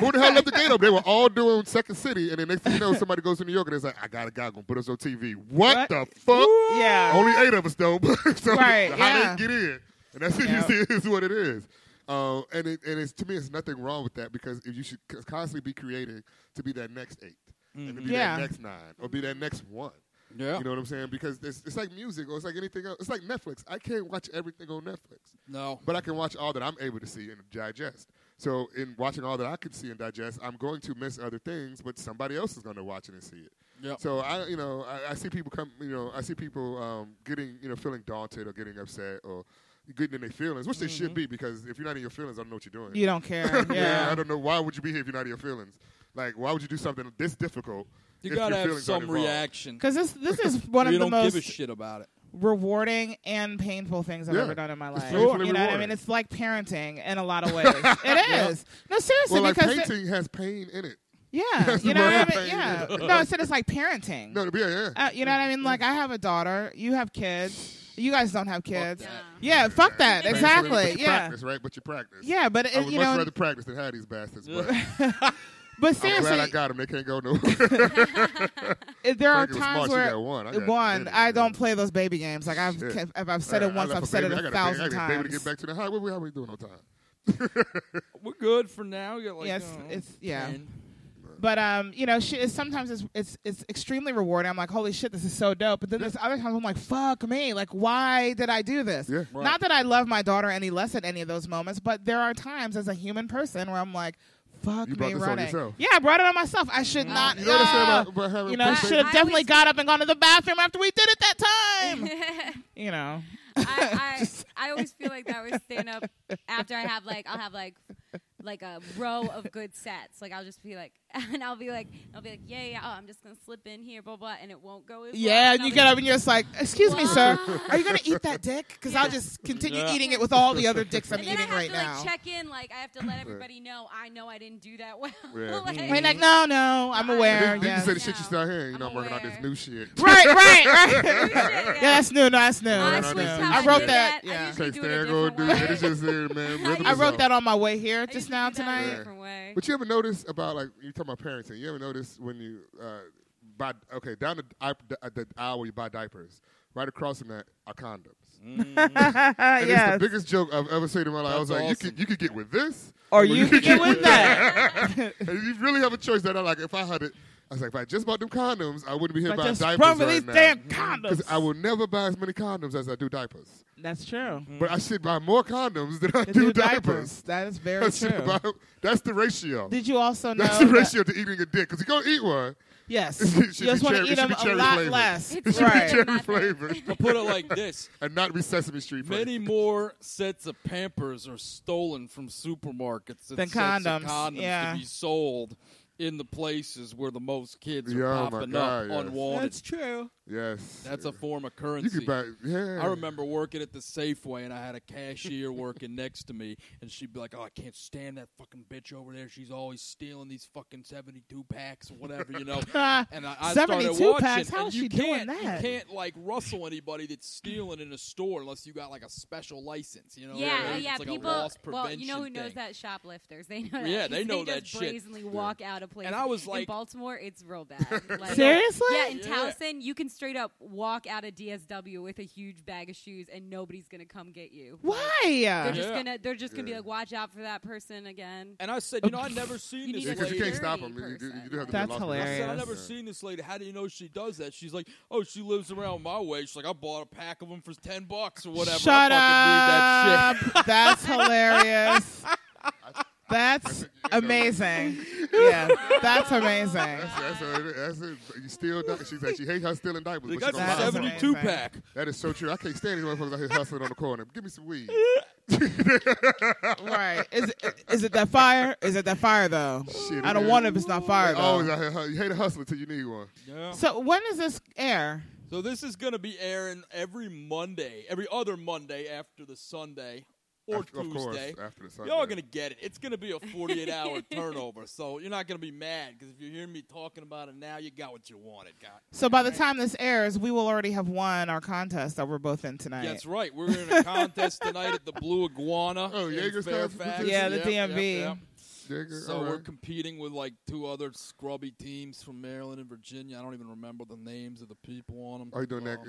[SPEAKER 2] who
[SPEAKER 3] in.
[SPEAKER 2] the hell left the gate open? They were all doing Second City, and then next thing you know, somebody goes to New York and it's like, I got a guy gonna put us on TV. What,
[SPEAKER 3] What?
[SPEAKER 2] the fuck?
[SPEAKER 3] Yeah.
[SPEAKER 2] Only eight of us though. <laughs> so
[SPEAKER 3] Right,
[SPEAKER 2] How
[SPEAKER 3] yeah.
[SPEAKER 2] they get in? And that's
[SPEAKER 3] Yeah.
[SPEAKER 2] it. <laughs> It is what it is. Uh, and it, and it's to me, it's nothing wrong with that because if you should c- constantly be creating to be that next 8 and to be
[SPEAKER 3] Mm-hmm. Yeah.
[SPEAKER 2] that next nine or be that next one.
[SPEAKER 1] Mm-hmm. Yeah.
[SPEAKER 2] You know what I'm saying? Because it's, it's like music or it's like anything else. It's like Netflix. I can't watch everything on Netflix
[SPEAKER 1] no.
[SPEAKER 2] but I can watch all that I'm able to see and digest. So in watching all that I can see and digest, I'm going to miss other things, but somebody else is going to watch it and see it.
[SPEAKER 1] Yeah.
[SPEAKER 2] So I, you know, I, I see people come, you know, I see people um, getting, you know, feeling daunted or getting upset or getting in their feelings, which they
[SPEAKER 1] Mm-hmm.
[SPEAKER 2] should be because if you're not in your feelings, I don't know what you're doing.
[SPEAKER 3] You don't care.
[SPEAKER 2] <laughs> Yeah, I
[SPEAKER 3] Yeah.
[SPEAKER 2] don't know why would you be here if you're not in your feelings. Like, why would you do something this difficult?
[SPEAKER 1] you
[SPEAKER 2] if your
[SPEAKER 1] gotta have
[SPEAKER 2] feelings
[SPEAKER 1] some
[SPEAKER 2] aren't involved?
[SPEAKER 1] reaction.
[SPEAKER 3] Because this this is one
[SPEAKER 1] you
[SPEAKER 3] of the
[SPEAKER 1] don't give a
[SPEAKER 3] most
[SPEAKER 1] shit about it.
[SPEAKER 3] rewarding and painful things I've
[SPEAKER 2] Yeah.
[SPEAKER 3] ever done in my
[SPEAKER 2] It's
[SPEAKER 3] life.
[SPEAKER 2] painfully
[SPEAKER 3] You know what I
[SPEAKER 2] rewarding.
[SPEAKER 3] mean? It's like parenting in a
[SPEAKER 2] <laughs>
[SPEAKER 3] lot of ways. it is. No, seriously,
[SPEAKER 2] Well, like
[SPEAKER 3] because it-
[SPEAKER 2] painting has pain in it.
[SPEAKER 3] yeah,
[SPEAKER 2] That's
[SPEAKER 3] you
[SPEAKER 2] the
[SPEAKER 3] know
[SPEAKER 2] word
[SPEAKER 3] what I mean.
[SPEAKER 2] painting.
[SPEAKER 3] Yeah. No, I said it's like parenting.
[SPEAKER 2] No, yeah, yeah.
[SPEAKER 3] Uh, you know what I mean? Like I have a daughter. You have kids. You guys don't
[SPEAKER 2] Oh,
[SPEAKER 3] have kids.
[SPEAKER 1] that.
[SPEAKER 3] Yeah, Uh, fuck that.
[SPEAKER 2] Painfully,
[SPEAKER 3] Exactly.
[SPEAKER 2] But you
[SPEAKER 3] Yeah.
[SPEAKER 2] practice, right? But you practice.
[SPEAKER 3] Yeah, but
[SPEAKER 2] I
[SPEAKER 3] it,
[SPEAKER 2] would
[SPEAKER 3] you
[SPEAKER 2] much
[SPEAKER 3] know,
[SPEAKER 2] rather practice than have these bastards. But
[SPEAKER 3] <laughs> but
[SPEAKER 2] I'm glad I
[SPEAKER 3] seriously,
[SPEAKER 2] got them. They can't go <laughs>
[SPEAKER 3] <laughs>
[SPEAKER 2] nowhere.
[SPEAKER 4] <laughs>
[SPEAKER 3] it- there are
[SPEAKER 2] Frankie was
[SPEAKER 3] times
[SPEAKER 2] smart. She
[SPEAKER 3] where
[SPEAKER 2] got one. I got
[SPEAKER 3] one,
[SPEAKER 2] many,
[SPEAKER 3] I
[SPEAKER 2] yeah.
[SPEAKER 3] don't play those baby games. Like I've,
[SPEAKER 2] Shit.
[SPEAKER 3] if I've said it
[SPEAKER 2] I
[SPEAKER 3] once,
[SPEAKER 2] left
[SPEAKER 3] I've said
[SPEAKER 2] baby.
[SPEAKER 3] it
[SPEAKER 2] I got
[SPEAKER 3] a thousand
[SPEAKER 2] baby. I got a
[SPEAKER 3] times.
[SPEAKER 2] baby to get back to the highway. What are we doing on time? <laughs>
[SPEAKER 1] We're good for now. We got like
[SPEAKER 3] Yes,
[SPEAKER 1] I don't know,
[SPEAKER 3] it's- yeah.
[SPEAKER 1] 10.
[SPEAKER 3] But um, you know, she, it's, sometimes it's, it's it's extremely rewarding. I'm like, holy shit, this is so dope. But then there's other times I'm like, fuck me, like why did I do this?
[SPEAKER 2] Yeah.
[SPEAKER 1] Right.
[SPEAKER 3] Not that I love my daughter any less at any of those moments, but there are times as a human person where I'm like, fuck
[SPEAKER 2] You brought
[SPEAKER 3] me
[SPEAKER 2] this on
[SPEAKER 3] running.
[SPEAKER 2] yourself. Mm-hmm.
[SPEAKER 3] Yeah, I brought it on myself. I should not.
[SPEAKER 2] You know what I'm saying
[SPEAKER 3] Ah.
[SPEAKER 2] about, about having
[SPEAKER 3] you know, I
[SPEAKER 2] baby?
[SPEAKER 3] should have
[SPEAKER 4] I
[SPEAKER 3] definitely
[SPEAKER 4] always-
[SPEAKER 3] got up and gone to the bathroom after we did it that
[SPEAKER 4] <laughs>
[SPEAKER 3] time. you know, <laughs>
[SPEAKER 4] I, I, I always feel like that with stand up after I have like I'll have like like a row of good sets. Like I'll just be like, <laughs> and I'll be like, I'll be like, yeah, yeah. Oh, I'm just gonna slip in here, blah blah, and it won't go. as well.
[SPEAKER 3] Yeah, and
[SPEAKER 4] I'll
[SPEAKER 3] you
[SPEAKER 4] be
[SPEAKER 3] get
[SPEAKER 4] like,
[SPEAKER 3] up and you're just like, "Excuse me,
[SPEAKER 2] <laughs>
[SPEAKER 3] sir,
[SPEAKER 4] What?
[SPEAKER 3] are you gonna eat that dick? Because I'll
[SPEAKER 4] Yeah.
[SPEAKER 3] just continue
[SPEAKER 1] Yeah.
[SPEAKER 3] eating it with all
[SPEAKER 2] <laughs>
[SPEAKER 3] the other dicks I'm
[SPEAKER 4] And then I
[SPEAKER 3] eating
[SPEAKER 4] have
[SPEAKER 3] right
[SPEAKER 4] to
[SPEAKER 3] now."
[SPEAKER 4] like check in. Like I have to let everybody know. I know I didn't do that <laughs> well.
[SPEAKER 2] Yeah.
[SPEAKER 4] Like-
[SPEAKER 3] I
[SPEAKER 1] Mm.
[SPEAKER 3] mean, like, no, no, I'm
[SPEAKER 4] Right.
[SPEAKER 3] aware.
[SPEAKER 2] Then, then you
[SPEAKER 3] Yes.
[SPEAKER 2] say
[SPEAKER 3] right,
[SPEAKER 2] the shit you start hearing. You know, I'm
[SPEAKER 4] I'm
[SPEAKER 2] working on this
[SPEAKER 4] aware.
[SPEAKER 2] new shit. <laughs>
[SPEAKER 3] right, right.
[SPEAKER 4] Shit, yeah.
[SPEAKER 3] Yeah, that's new. No, that's new.
[SPEAKER 4] Uh,
[SPEAKER 2] Alright,
[SPEAKER 3] that's
[SPEAKER 2] I'll
[SPEAKER 3] new.
[SPEAKER 4] every
[SPEAKER 2] just-
[SPEAKER 4] time
[SPEAKER 3] I wrote
[SPEAKER 4] do
[SPEAKER 3] that.
[SPEAKER 4] I
[SPEAKER 3] yeah,
[SPEAKER 2] <laughs>
[SPEAKER 4] usually
[SPEAKER 2] Can't
[SPEAKER 4] do it a
[SPEAKER 2] stand going,
[SPEAKER 4] different
[SPEAKER 2] dude.
[SPEAKER 4] way.
[SPEAKER 2] It is just
[SPEAKER 4] <laughs>
[SPEAKER 2] there, man. Rhythm
[SPEAKER 3] I
[SPEAKER 2] is
[SPEAKER 3] wrote
[SPEAKER 2] up.
[SPEAKER 3] that on my way here
[SPEAKER 4] I
[SPEAKER 3] just
[SPEAKER 4] usually
[SPEAKER 3] now
[SPEAKER 4] do that a
[SPEAKER 3] tonight.
[SPEAKER 4] different way.
[SPEAKER 2] But you ever notice about like you're talking about parenting? You ever notice when you uh, buy okay down the, di- the, the aisle where you buy diapers, right across from that are condoms. <laughs>
[SPEAKER 1] Mm.
[SPEAKER 3] <laughs>
[SPEAKER 2] And
[SPEAKER 3] Uh, yes.
[SPEAKER 2] it's the biggest joke I've ever seen in my life. I was
[SPEAKER 1] That's
[SPEAKER 2] like,
[SPEAKER 1] awesome.
[SPEAKER 2] you could you could get with this,
[SPEAKER 3] or you could
[SPEAKER 2] <laughs>
[SPEAKER 3] get with that.
[SPEAKER 2] and you really have a choice. That I like. If I had it, I was like, if I just bought them condoms, I wouldn't be here
[SPEAKER 3] <laughs> But
[SPEAKER 2] buying
[SPEAKER 3] just
[SPEAKER 2] diapers
[SPEAKER 3] run with
[SPEAKER 2] right
[SPEAKER 3] these
[SPEAKER 2] now. Mm-hmm.
[SPEAKER 3] damn condoms.
[SPEAKER 2] I will never buy as many condoms as I do diapers. <laughs>
[SPEAKER 3] That's true.
[SPEAKER 2] But I should buy more condoms than I
[SPEAKER 3] The
[SPEAKER 2] do
[SPEAKER 3] new
[SPEAKER 2] diapers.
[SPEAKER 3] That
[SPEAKER 2] <laughs>
[SPEAKER 3] is
[SPEAKER 2] I
[SPEAKER 3] very
[SPEAKER 2] should
[SPEAKER 3] true.
[SPEAKER 2] buy, that's the ratio.
[SPEAKER 3] Did you also
[SPEAKER 2] <laughs>
[SPEAKER 3] know?
[SPEAKER 2] that's the
[SPEAKER 3] that-
[SPEAKER 2] ratio to eating a dick. Because you're going to eat one, <laughs>
[SPEAKER 3] yes.
[SPEAKER 2] It
[SPEAKER 3] You
[SPEAKER 2] should
[SPEAKER 3] just
[SPEAKER 2] be
[SPEAKER 3] want to
[SPEAKER 2] cherry-
[SPEAKER 3] eat
[SPEAKER 2] it should
[SPEAKER 3] them
[SPEAKER 2] be
[SPEAKER 3] a
[SPEAKER 2] cherry
[SPEAKER 3] lot
[SPEAKER 2] flavored.
[SPEAKER 3] less.
[SPEAKER 4] It's
[SPEAKER 2] it should
[SPEAKER 4] Right.
[SPEAKER 2] be
[SPEAKER 1] <laughs>
[SPEAKER 2] cherry flavored
[SPEAKER 1] I'll put it like this.
[SPEAKER 2] <laughs> and not be Sesame Street flavored.
[SPEAKER 1] Many more sets of Pampers are stolen from supermarkets than,
[SPEAKER 3] Than
[SPEAKER 1] sets of
[SPEAKER 3] condoms,
[SPEAKER 1] condoms
[SPEAKER 3] yeah.
[SPEAKER 1] to be sold in the places where the most kids are
[SPEAKER 2] Yeah, oh my
[SPEAKER 1] popping
[SPEAKER 2] God,
[SPEAKER 1] up
[SPEAKER 2] yes.
[SPEAKER 1] unwanted.
[SPEAKER 2] <laughs>
[SPEAKER 3] That's true. <laughs>
[SPEAKER 2] Yes.
[SPEAKER 1] That's a form of
[SPEAKER 2] You
[SPEAKER 1] currency.
[SPEAKER 2] could buy, yeah.
[SPEAKER 1] I remember working at the Safeway, and I had a cashier working next to me, and she'd be like, "Oh, I can't stand that fucking bitch over there. She's always stealing these fucking seventy-two packs or whatever, you know." And I, I started
[SPEAKER 3] 72
[SPEAKER 1] watching.
[SPEAKER 3] packs? How
[SPEAKER 1] and
[SPEAKER 3] is
[SPEAKER 1] you
[SPEAKER 3] she doing
[SPEAKER 1] can't,
[SPEAKER 3] that?
[SPEAKER 1] You can't like rustle anybody that's stealing in a store unless you got like a special license, you know?
[SPEAKER 4] Yeah,
[SPEAKER 1] It's
[SPEAKER 4] yeah, yeah.
[SPEAKER 1] like a
[SPEAKER 4] people.
[SPEAKER 1] loss
[SPEAKER 4] well, you know who
[SPEAKER 1] prevention
[SPEAKER 4] knows
[SPEAKER 1] thing.
[SPEAKER 4] that? Shoplifters. They know. That
[SPEAKER 1] Yeah, they
[SPEAKER 4] because
[SPEAKER 1] know
[SPEAKER 4] just
[SPEAKER 1] that shit.
[SPEAKER 4] brazenly walk out of places.
[SPEAKER 1] I was
[SPEAKER 4] in
[SPEAKER 1] like-
[SPEAKER 4] Baltimore, it's
[SPEAKER 1] <laughs>
[SPEAKER 4] real bad. Like,
[SPEAKER 3] Seriously?
[SPEAKER 4] Yeah, in
[SPEAKER 1] Yeah.
[SPEAKER 4] Towson, you can straight up walk out of DSW with a huge bag of shoes, and nobody's gonna come get you. They're
[SPEAKER 3] Why?
[SPEAKER 4] just
[SPEAKER 1] Yeah.
[SPEAKER 4] gonna. They're just gonna be
[SPEAKER 2] Yeah.
[SPEAKER 4] like, watch out for that person again.
[SPEAKER 1] And I said, you know, I never seen
[SPEAKER 4] You
[SPEAKER 1] this
[SPEAKER 4] need
[SPEAKER 2] Yeah,
[SPEAKER 4] a
[SPEAKER 1] lady.
[SPEAKER 2] because you can't stop them.
[SPEAKER 4] security
[SPEAKER 2] You, do- you
[SPEAKER 4] person.
[SPEAKER 2] do have to
[SPEAKER 3] That's
[SPEAKER 2] get lost
[SPEAKER 1] I said,
[SPEAKER 3] hilarious.
[SPEAKER 1] I never
[SPEAKER 2] Yeah.
[SPEAKER 1] seen this lady. How do you know she does that? She's like, oh, she lives around my way. She's like, I bought a pack of them for ten bucks or whatever.
[SPEAKER 3] Shut
[SPEAKER 1] I fucking need that shit.
[SPEAKER 2] <laughs>
[SPEAKER 3] up. That's hilarious. That's amazing.
[SPEAKER 2] <laughs>
[SPEAKER 3] Yeah, that's amazing.
[SPEAKER 2] That's, that's, a, that's a, you still di- she's like she hates her stealing diapers.
[SPEAKER 1] They
[SPEAKER 2] but
[SPEAKER 1] got
[SPEAKER 2] she gonna
[SPEAKER 1] the
[SPEAKER 3] That's
[SPEAKER 2] buy them.
[SPEAKER 3] amazing.
[SPEAKER 1] 72 pack.
[SPEAKER 2] That is so true. I can't stand these motherfuckers out here hustling on the corner. Give me
[SPEAKER 1] <laughs>
[SPEAKER 2] some weed. <laughs>
[SPEAKER 3] Right. Is it, is it that fire? Is it that fire though?
[SPEAKER 2] Shit,
[SPEAKER 3] I don't
[SPEAKER 2] it
[SPEAKER 3] want
[SPEAKER 2] is.
[SPEAKER 3] it if it's not fire
[SPEAKER 2] Always
[SPEAKER 3] though.
[SPEAKER 2] out here. hu- You hate a hustler till you need one.
[SPEAKER 1] Yeah.
[SPEAKER 3] So when is this air?
[SPEAKER 1] So this is going to be airing every Monday, every other Monday after the Sunday or
[SPEAKER 2] After- of course,
[SPEAKER 1] Tuesday.
[SPEAKER 2] after the Sunday.
[SPEAKER 1] Y'all are going to get it. It's going to be a 48-hour turnover, so you're not going to be mad because if you're hearing me talking about it now, you got what you wanted, God.
[SPEAKER 3] So by the time this airs, we will already have won our contest that we're both in tonight.
[SPEAKER 1] That's right. We're in a contest tonight at the Blue Iguana.
[SPEAKER 2] Oh,
[SPEAKER 1] in
[SPEAKER 2] Jagerstadt?
[SPEAKER 1] Fairfax.
[SPEAKER 3] Yeah, the
[SPEAKER 1] Yep,
[SPEAKER 3] DMV.
[SPEAKER 1] yep, yep.
[SPEAKER 2] Jigger,
[SPEAKER 1] So
[SPEAKER 2] all
[SPEAKER 1] we're
[SPEAKER 2] right.
[SPEAKER 1] competing with like two other scrubby teams from Maryland and Virginia. I don't even remember the names of the people on them.
[SPEAKER 2] Are Oh, you doing that?
[SPEAKER 1] Um,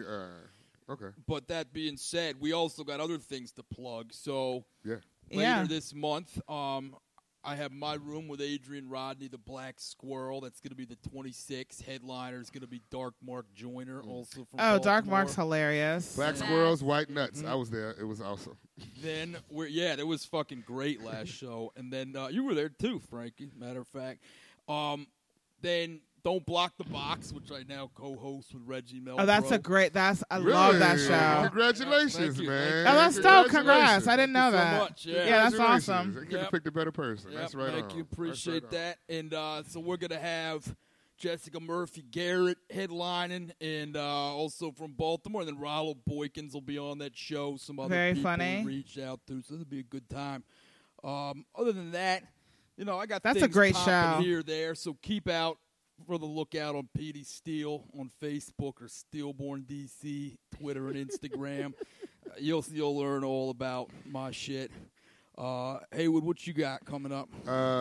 [SPEAKER 2] Uh, okay.
[SPEAKER 1] But that being said, we also got other things to plug. So
[SPEAKER 2] Yeah.
[SPEAKER 1] later
[SPEAKER 3] Yeah.
[SPEAKER 1] this month, um, I have my room with Adrian Rodney, the Black Squirrel. That's going to be the 26th. Headliner is going to be Dark Mark
[SPEAKER 2] Mm.
[SPEAKER 1] Joyner, also from
[SPEAKER 3] Oh, Dark
[SPEAKER 1] Baltimore.
[SPEAKER 3] Mark's hilarious.
[SPEAKER 2] Black
[SPEAKER 4] Nice.
[SPEAKER 2] squirrels, white nuts.
[SPEAKER 1] Mm-hmm.
[SPEAKER 2] I was there. It was awesome.
[SPEAKER 1] Then we're yeah, that was fucking great
[SPEAKER 3] <laughs>
[SPEAKER 1] last show. And then uh, you were there too, Frankie. Matter of fact, um, then don't block the box, which I now co-host with Reggie Mel.
[SPEAKER 3] Oh, that's a great. That's I love that
[SPEAKER 2] Really?
[SPEAKER 3] show.
[SPEAKER 2] Congratulations,
[SPEAKER 1] Thank you,
[SPEAKER 2] man.
[SPEAKER 1] thank
[SPEAKER 3] Oh, that's dope. Congrats.
[SPEAKER 2] Congratulations.
[SPEAKER 3] I didn't
[SPEAKER 1] Thank
[SPEAKER 3] know
[SPEAKER 1] you so
[SPEAKER 3] that.
[SPEAKER 1] much. Yeah.
[SPEAKER 3] yeah, that's
[SPEAKER 2] Congratulations.
[SPEAKER 3] awesome.
[SPEAKER 2] They could have
[SPEAKER 1] Yep.
[SPEAKER 2] picked a better person. That's right.
[SPEAKER 1] Thank
[SPEAKER 2] on.
[SPEAKER 1] you.
[SPEAKER 2] That's
[SPEAKER 1] Appreciate
[SPEAKER 2] right on.
[SPEAKER 1] that. And uh, so we're gonna have Jessica Murphy Garrett headlining, and uh, also from Baltimore. And then Ronald Boykins will be on that show. Some other
[SPEAKER 3] Very
[SPEAKER 1] people
[SPEAKER 3] funny.
[SPEAKER 1] we reached out to, so it'll be a good time. Um, other than that, you know, I got
[SPEAKER 3] That's a
[SPEAKER 1] things
[SPEAKER 3] great
[SPEAKER 1] popping
[SPEAKER 3] show.
[SPEAKER 1] here there. So keep out for the lookout on PD Steel on Facebook or Steelborn DC Twitter and
[SPEAKER 3] <laughs>
[SPEAKER 1] Instagram. Uh, you'll you'll learn all about my shit. Uh, Haywood, what you got coming up?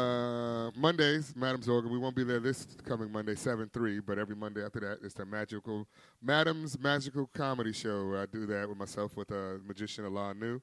[SPEAKER 2] Uh, Mondays, Madam Zorga. We won't be there this coming Monday, 7 3, but every Monday after that, it's the magical, Madam's Magical Comedy Show. where I do that with myself with uh, magician Alon New.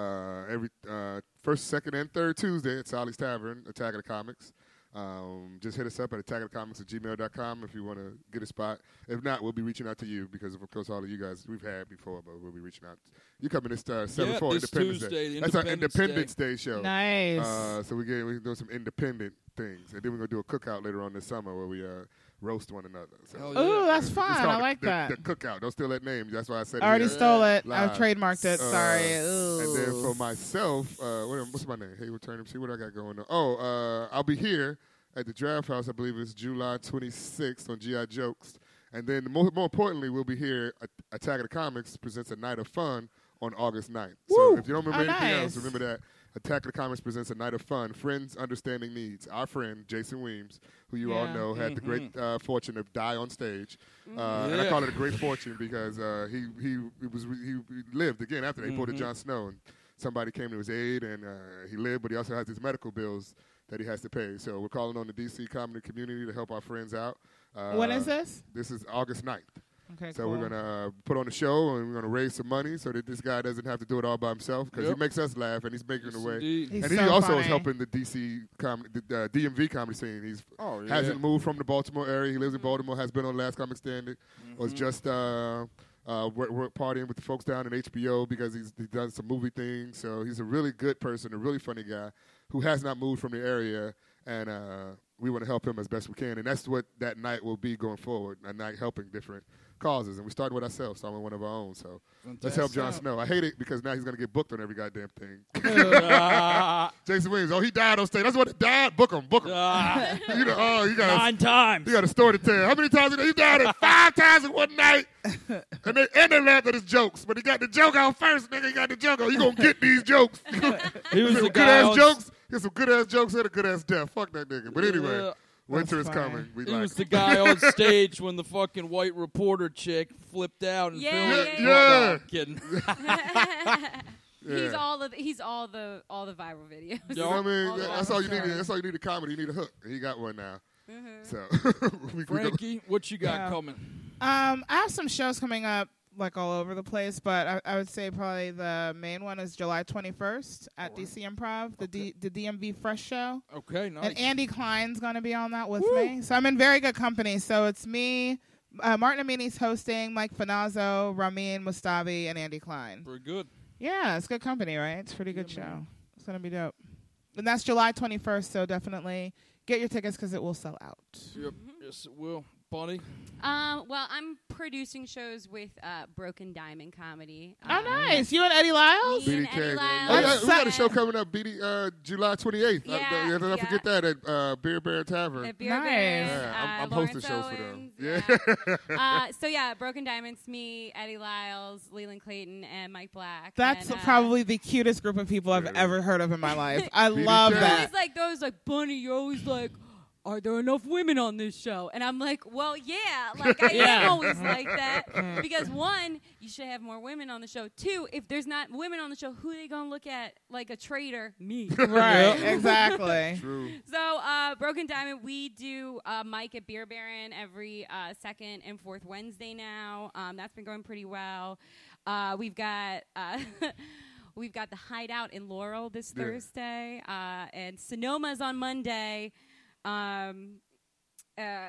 [SPEAKER 2] Uh, every uh, first, second, and third Tuesday at Solly's Tavern, Attack of the Comics. Um, just hit us up at attackofthecomics at gmail.com if you want to get a spot. If not, we'll be reaching out to you because, of course, all of you guys we've had before, but we'll be reaching out. You coming this uh, 7 4
[SPEAKER 1] this
[SPEAKER 2] Independence
[SPEAKER 1] Tuesday,
[SPEAKER 2] Day.
[SPEAKER 1] the
[SPEAKER 2] That's our
[SPEAKER 1] Independence Day.
[SPEAKER 2] Independence Day, show.
[SPEAKER 3] Nice.
[SPEAKER 2] Uh, so we get we doing some independent things, and then we're gonna do a cookout later on this summer where we uh roast one another. So
[SPEAKER 1] Hell
[SPEAKER 2] it's
[SPEAKER 1] yeah.
[SPEAKER 3] Ooh, Oh, that's
[SPEAKER 2] It's
[SPEAKER 3] fine.
[SPEAKER 2] called
[SPEAKER 3] I
[SPEAKER 2] the-
[SPEAKER 3] like
[SPEAKER 2] the,
[SPEAKER 3] that.
[SPEAKER 2] The cookout. Don't steal that name. That's why I said.
[SPEAKER 3] I already
[SPEAKER 2] it. here.
[SPEAKER 3] stole it.
[SPEAKER 2] Live.
[SPEAKER 3] I've trademarked it.
[SPEAKER 2] Uh,
[SPEAKER 3] Sorry.
[SPEAKER 2] And then
[SPEAKER 3] Ooh.
[SPEAKER 2] for myself, uh, what, am- what's my name? Hey, return See what I got going on. Oh, uh, I'll be here at the Draft House. I believe it's July 26th on GI Jokes. And then more, more importantly, we'll be here. at Attack of the Comics presents a night of fun on August 9th. So if you don't remember
[SPEAKER 3] Oh,
[SPEAKER 2] anything
[SPEAKER 3] nice.
[SPEAKER 2] else, remember that. Attack of the Comics presents a night of fun. Friends understanding needs. Our friend Jason Weems, who you all
[SPEAKER 3] Yeah. Mm-hmm.
[SPEAKER 2] know, had the great uh, fortune of die on stage. Uh, And
[SPEAKER 1] Yeah.
[SPEAKER 2] I call it a great fortune because uh, he he it was he lived again after they
[SPEAKER 3] Mm-hmm.
[SPEAKER 2] pulled a John Snow and somebody came to his aid and uh, he lived, but he also has his medical bills that he has to pay. So we're calling on the DC comedy community to help our friends out. Uh,
[SPEAKER 3] when is this?
[SPEAKER 2] This is August 9th.
[SPEAKER 3] Okay.
[SPEAKER 2] So
[SPEAKER 3] cool.
[SPEAKER 2] we're gonna uh, put on a show and we're gonna raise some money so that this guy doesn't have to do it all by himself because
[SPEAKER 1] Yep.
[SPEAKER 2] he makes us laugh and he's making the way.
[SPEAKER 1] Indeed.
[SPEAKER 3] He's
[SPEAKER 2] and he
[SPEAKER 3] so
[SPEAKER 2] also
[SPEAKER 3] funny.
[SPEAKER 2] is helping the DC com- the, uh, DMV comedy scene. He's
[SPEAKER 1] Oh, yeah.
[SPEAKER 2] hasn't moved from the Baltimore area. He lives in Baltimore. Has been on Last Comic Standing. Was
[SPEAKER 1] Mm-hmm.
[SPEAKER 2] just uh, uh, work, work partying with the folks down in HBO because he's, he's done some movie things. So he's a really good person, a really funny guy who has not moved from the area, and uh, we want to help him as best we can. And that's what that night will be going forward. A night helping different causes, and we started with ourselves, starting with one of our own. So let's help Jon
[SPEAKER 1] Fantastic.
[SPEAKER 2] Snow. I hate it because now he's gonna get booked on every goddamn
[SPEAKER 1] <laughs>
[SPEAKER 2] thing. <laughs>
[SPEAKER 1] Ah,
[SPEAKER 2] Jason Williams. Oh, he died on stage. That's what he died. Book him. Book him.
[SPEAKER 1] ah,
[SPEAKER 2] you know, oh, you got a,
[SPEAKER 1] nine times.
[SPEAKER 2] you got a story to tell. How many times did he, he died? It five times in one night. And they and they laughed at his jokes, but he got the joke out first. Nigga, he got the joke out. You gonna get these
[SPEAKER 1] <laughs>
[SPEAKER 2] jokes? <laughs>
[SPEAKER 1] He was the
[SPEAKER 2] good
[SPEAKER 1] guy
[SPEAKER 2] ass
[SPEAKER 1] on-
[SPEAKER 2] jokes. Get some good ass jokes and a good ass death. Fuck that nigga. But anyway,
[SPEAKER 1] Yeah.
[SPEAKER 2] winter is
[SPEAKER 3] That's fine.
[SPEAKER 2] coming. We
[SPEAKER 1] uh, He
[SPEAKER 2] like
[SPEAKER 1] was
[SPEAKER 2] it.
[SPEAKER 1] the guy
[SPEAKER 2] <laughs>
[SPEAKER 1] on stage when the fucking white reporter chick flipped out and
[SPEAKER 4] Yeah,
[SPEAKER 1] filmed it.
[SPEAKER 4] yeah,
[SPEAKER 1] Well, no,
[SPEAKER 2] yeah.
[SPEAKER 1] I'm kidding.
[SPEAKER 2] <laughs>
[SPEAKER 4] He's
[SPEAKER 2] Yeah.
[SPEAKER 4] all of he's all the all the viral videos.
[SPEAKER 2] You know what I mean?
[SPEAKER 4] All the
[SPEAKER 2] that's
[SPEAKER 4] viral
[SPEAKER 2] all you need.
[SPEAKER 4] videos.
[SPEAKER 2] That's all you need a comedy. You need a hook. And he got one now.
[SPEAKER 4] Mm-hmm.
[SPEAKER 2] So <laughs> we, we go-
[SPEAKER 1] Frankie, what you got
[SPEAKER 3] Yeah.
[SPEAKER 1] coming?
[SPEAKER 3] Um, I have some shows coming up like all over the place, but I, I would say probably the main one is July 21st at DC Improv, the D, the DMV Fresh Show,
[SPEAKER 1] Okay, nice.
[SPEAKER 3] and Andy Klein's going to be on that with me. So I'm in very good company. So it's me, uh, Martin Amini's hosting, Mike Finazzo, Ramin Mustavi, and Andy Klein.
[SPEAKER 1] Very good.
[SPEAKER 3] Yeah, it's good company, right? It's a pretty good show. It's gonna be dope. And that's July 21st, so definitely get your tickets because it will sell out.
[SPEAKER 1] Yep. Yes, it will. Bunny.
[SPEAKER 4] Um, well, I'm producing shows with uh, Broken Diamond Comedy.
[SPEAKER 3] Oh,
[SPEAKER 4] Um,
[SPEAKER 3] niles You and Eddie Lyles?
[SPEAKER 4] Me and
[SPEAKER 2] BDK.
[SPEAKER 4] Eddie Lyles.
[SPEAKER 2] Oh, yeah, we got a
[SPEAKER 4] and-
[SPEAKER 2] show coming up, BD, uh, July 28th.
[SPEAKER 4] Yeah,
[SPEAKER 2] uh, don't- don't
[SPEAKER 4] yeah.
[SPEAKER 2] forget that at uh, Beer Bear Tavern.
[SPEAKER 4] at Beer
[SPEAKER 3] Nice.
[SPEAKER 4] Garden,
[SPEAKER 2] yeah, I'm,
[SPEAKER 4] uh,
[SPEAKER 2] I'm hosting
[SPEAKER 4] Lawrence
[SPEAKER 2] shows for them.
[SPEAKER 4] Owens,
[SPEAKER 2] Yeah. <laughs>
[SPEAKER 4] uh, so yeah, Broken Diamonds, me, Eddie Lyles, Leland Clayton, and Mike Black.
[SPEAKER 3] That's
[SPEAKER 4] and, uh,
[SPEAKER 3] probably the cutest group of people I've
[SPEAKER 2] Yeah.
[SPEAKER 3] ever heard of in my
[SPEAKER 4] <laughs>
[SPEAKER 3] life. I love
[SPEAKER 2] BDK.
[SPEAKER 4] You're
[SPEAKER 3] that.
[SPEAKER 4] always like those like Bunny. You're always like, are there enough women on this show? And I'm like, well, yeah.
[SPEAKER 3] <laughs>
[SPEAKER 4] Like I
[SPEAKER 1] Yeah.
[SPEAKER 4] am always like that because one, you should have more women on the show. Two, if there's not women on the show, who they gonna look at like a traitor?
[SPEAKER 3] <laughs>
[SPEAKER 4] Me.
[SPEAKER 3] Right,
[SPEAKER 1] Yeah.
[SPEAKER 4] <laughs>
[SPEAKER 3] exactly.
[SPEAKER 2] True.
[SPEAKER 4] So, uh, Broken Diamond, we do uh, Mike at Beer Baron every uh, second and fourth Wednesday now. Um, that's been going pretty well. Uh, we've got. Uh, <laughs> We've got the Hideout in Laurel this
[SPEAKER 2] Yeah.
[SPEAKER 4] Thursday, uh, and Sonoma's on Monday. Um, uh,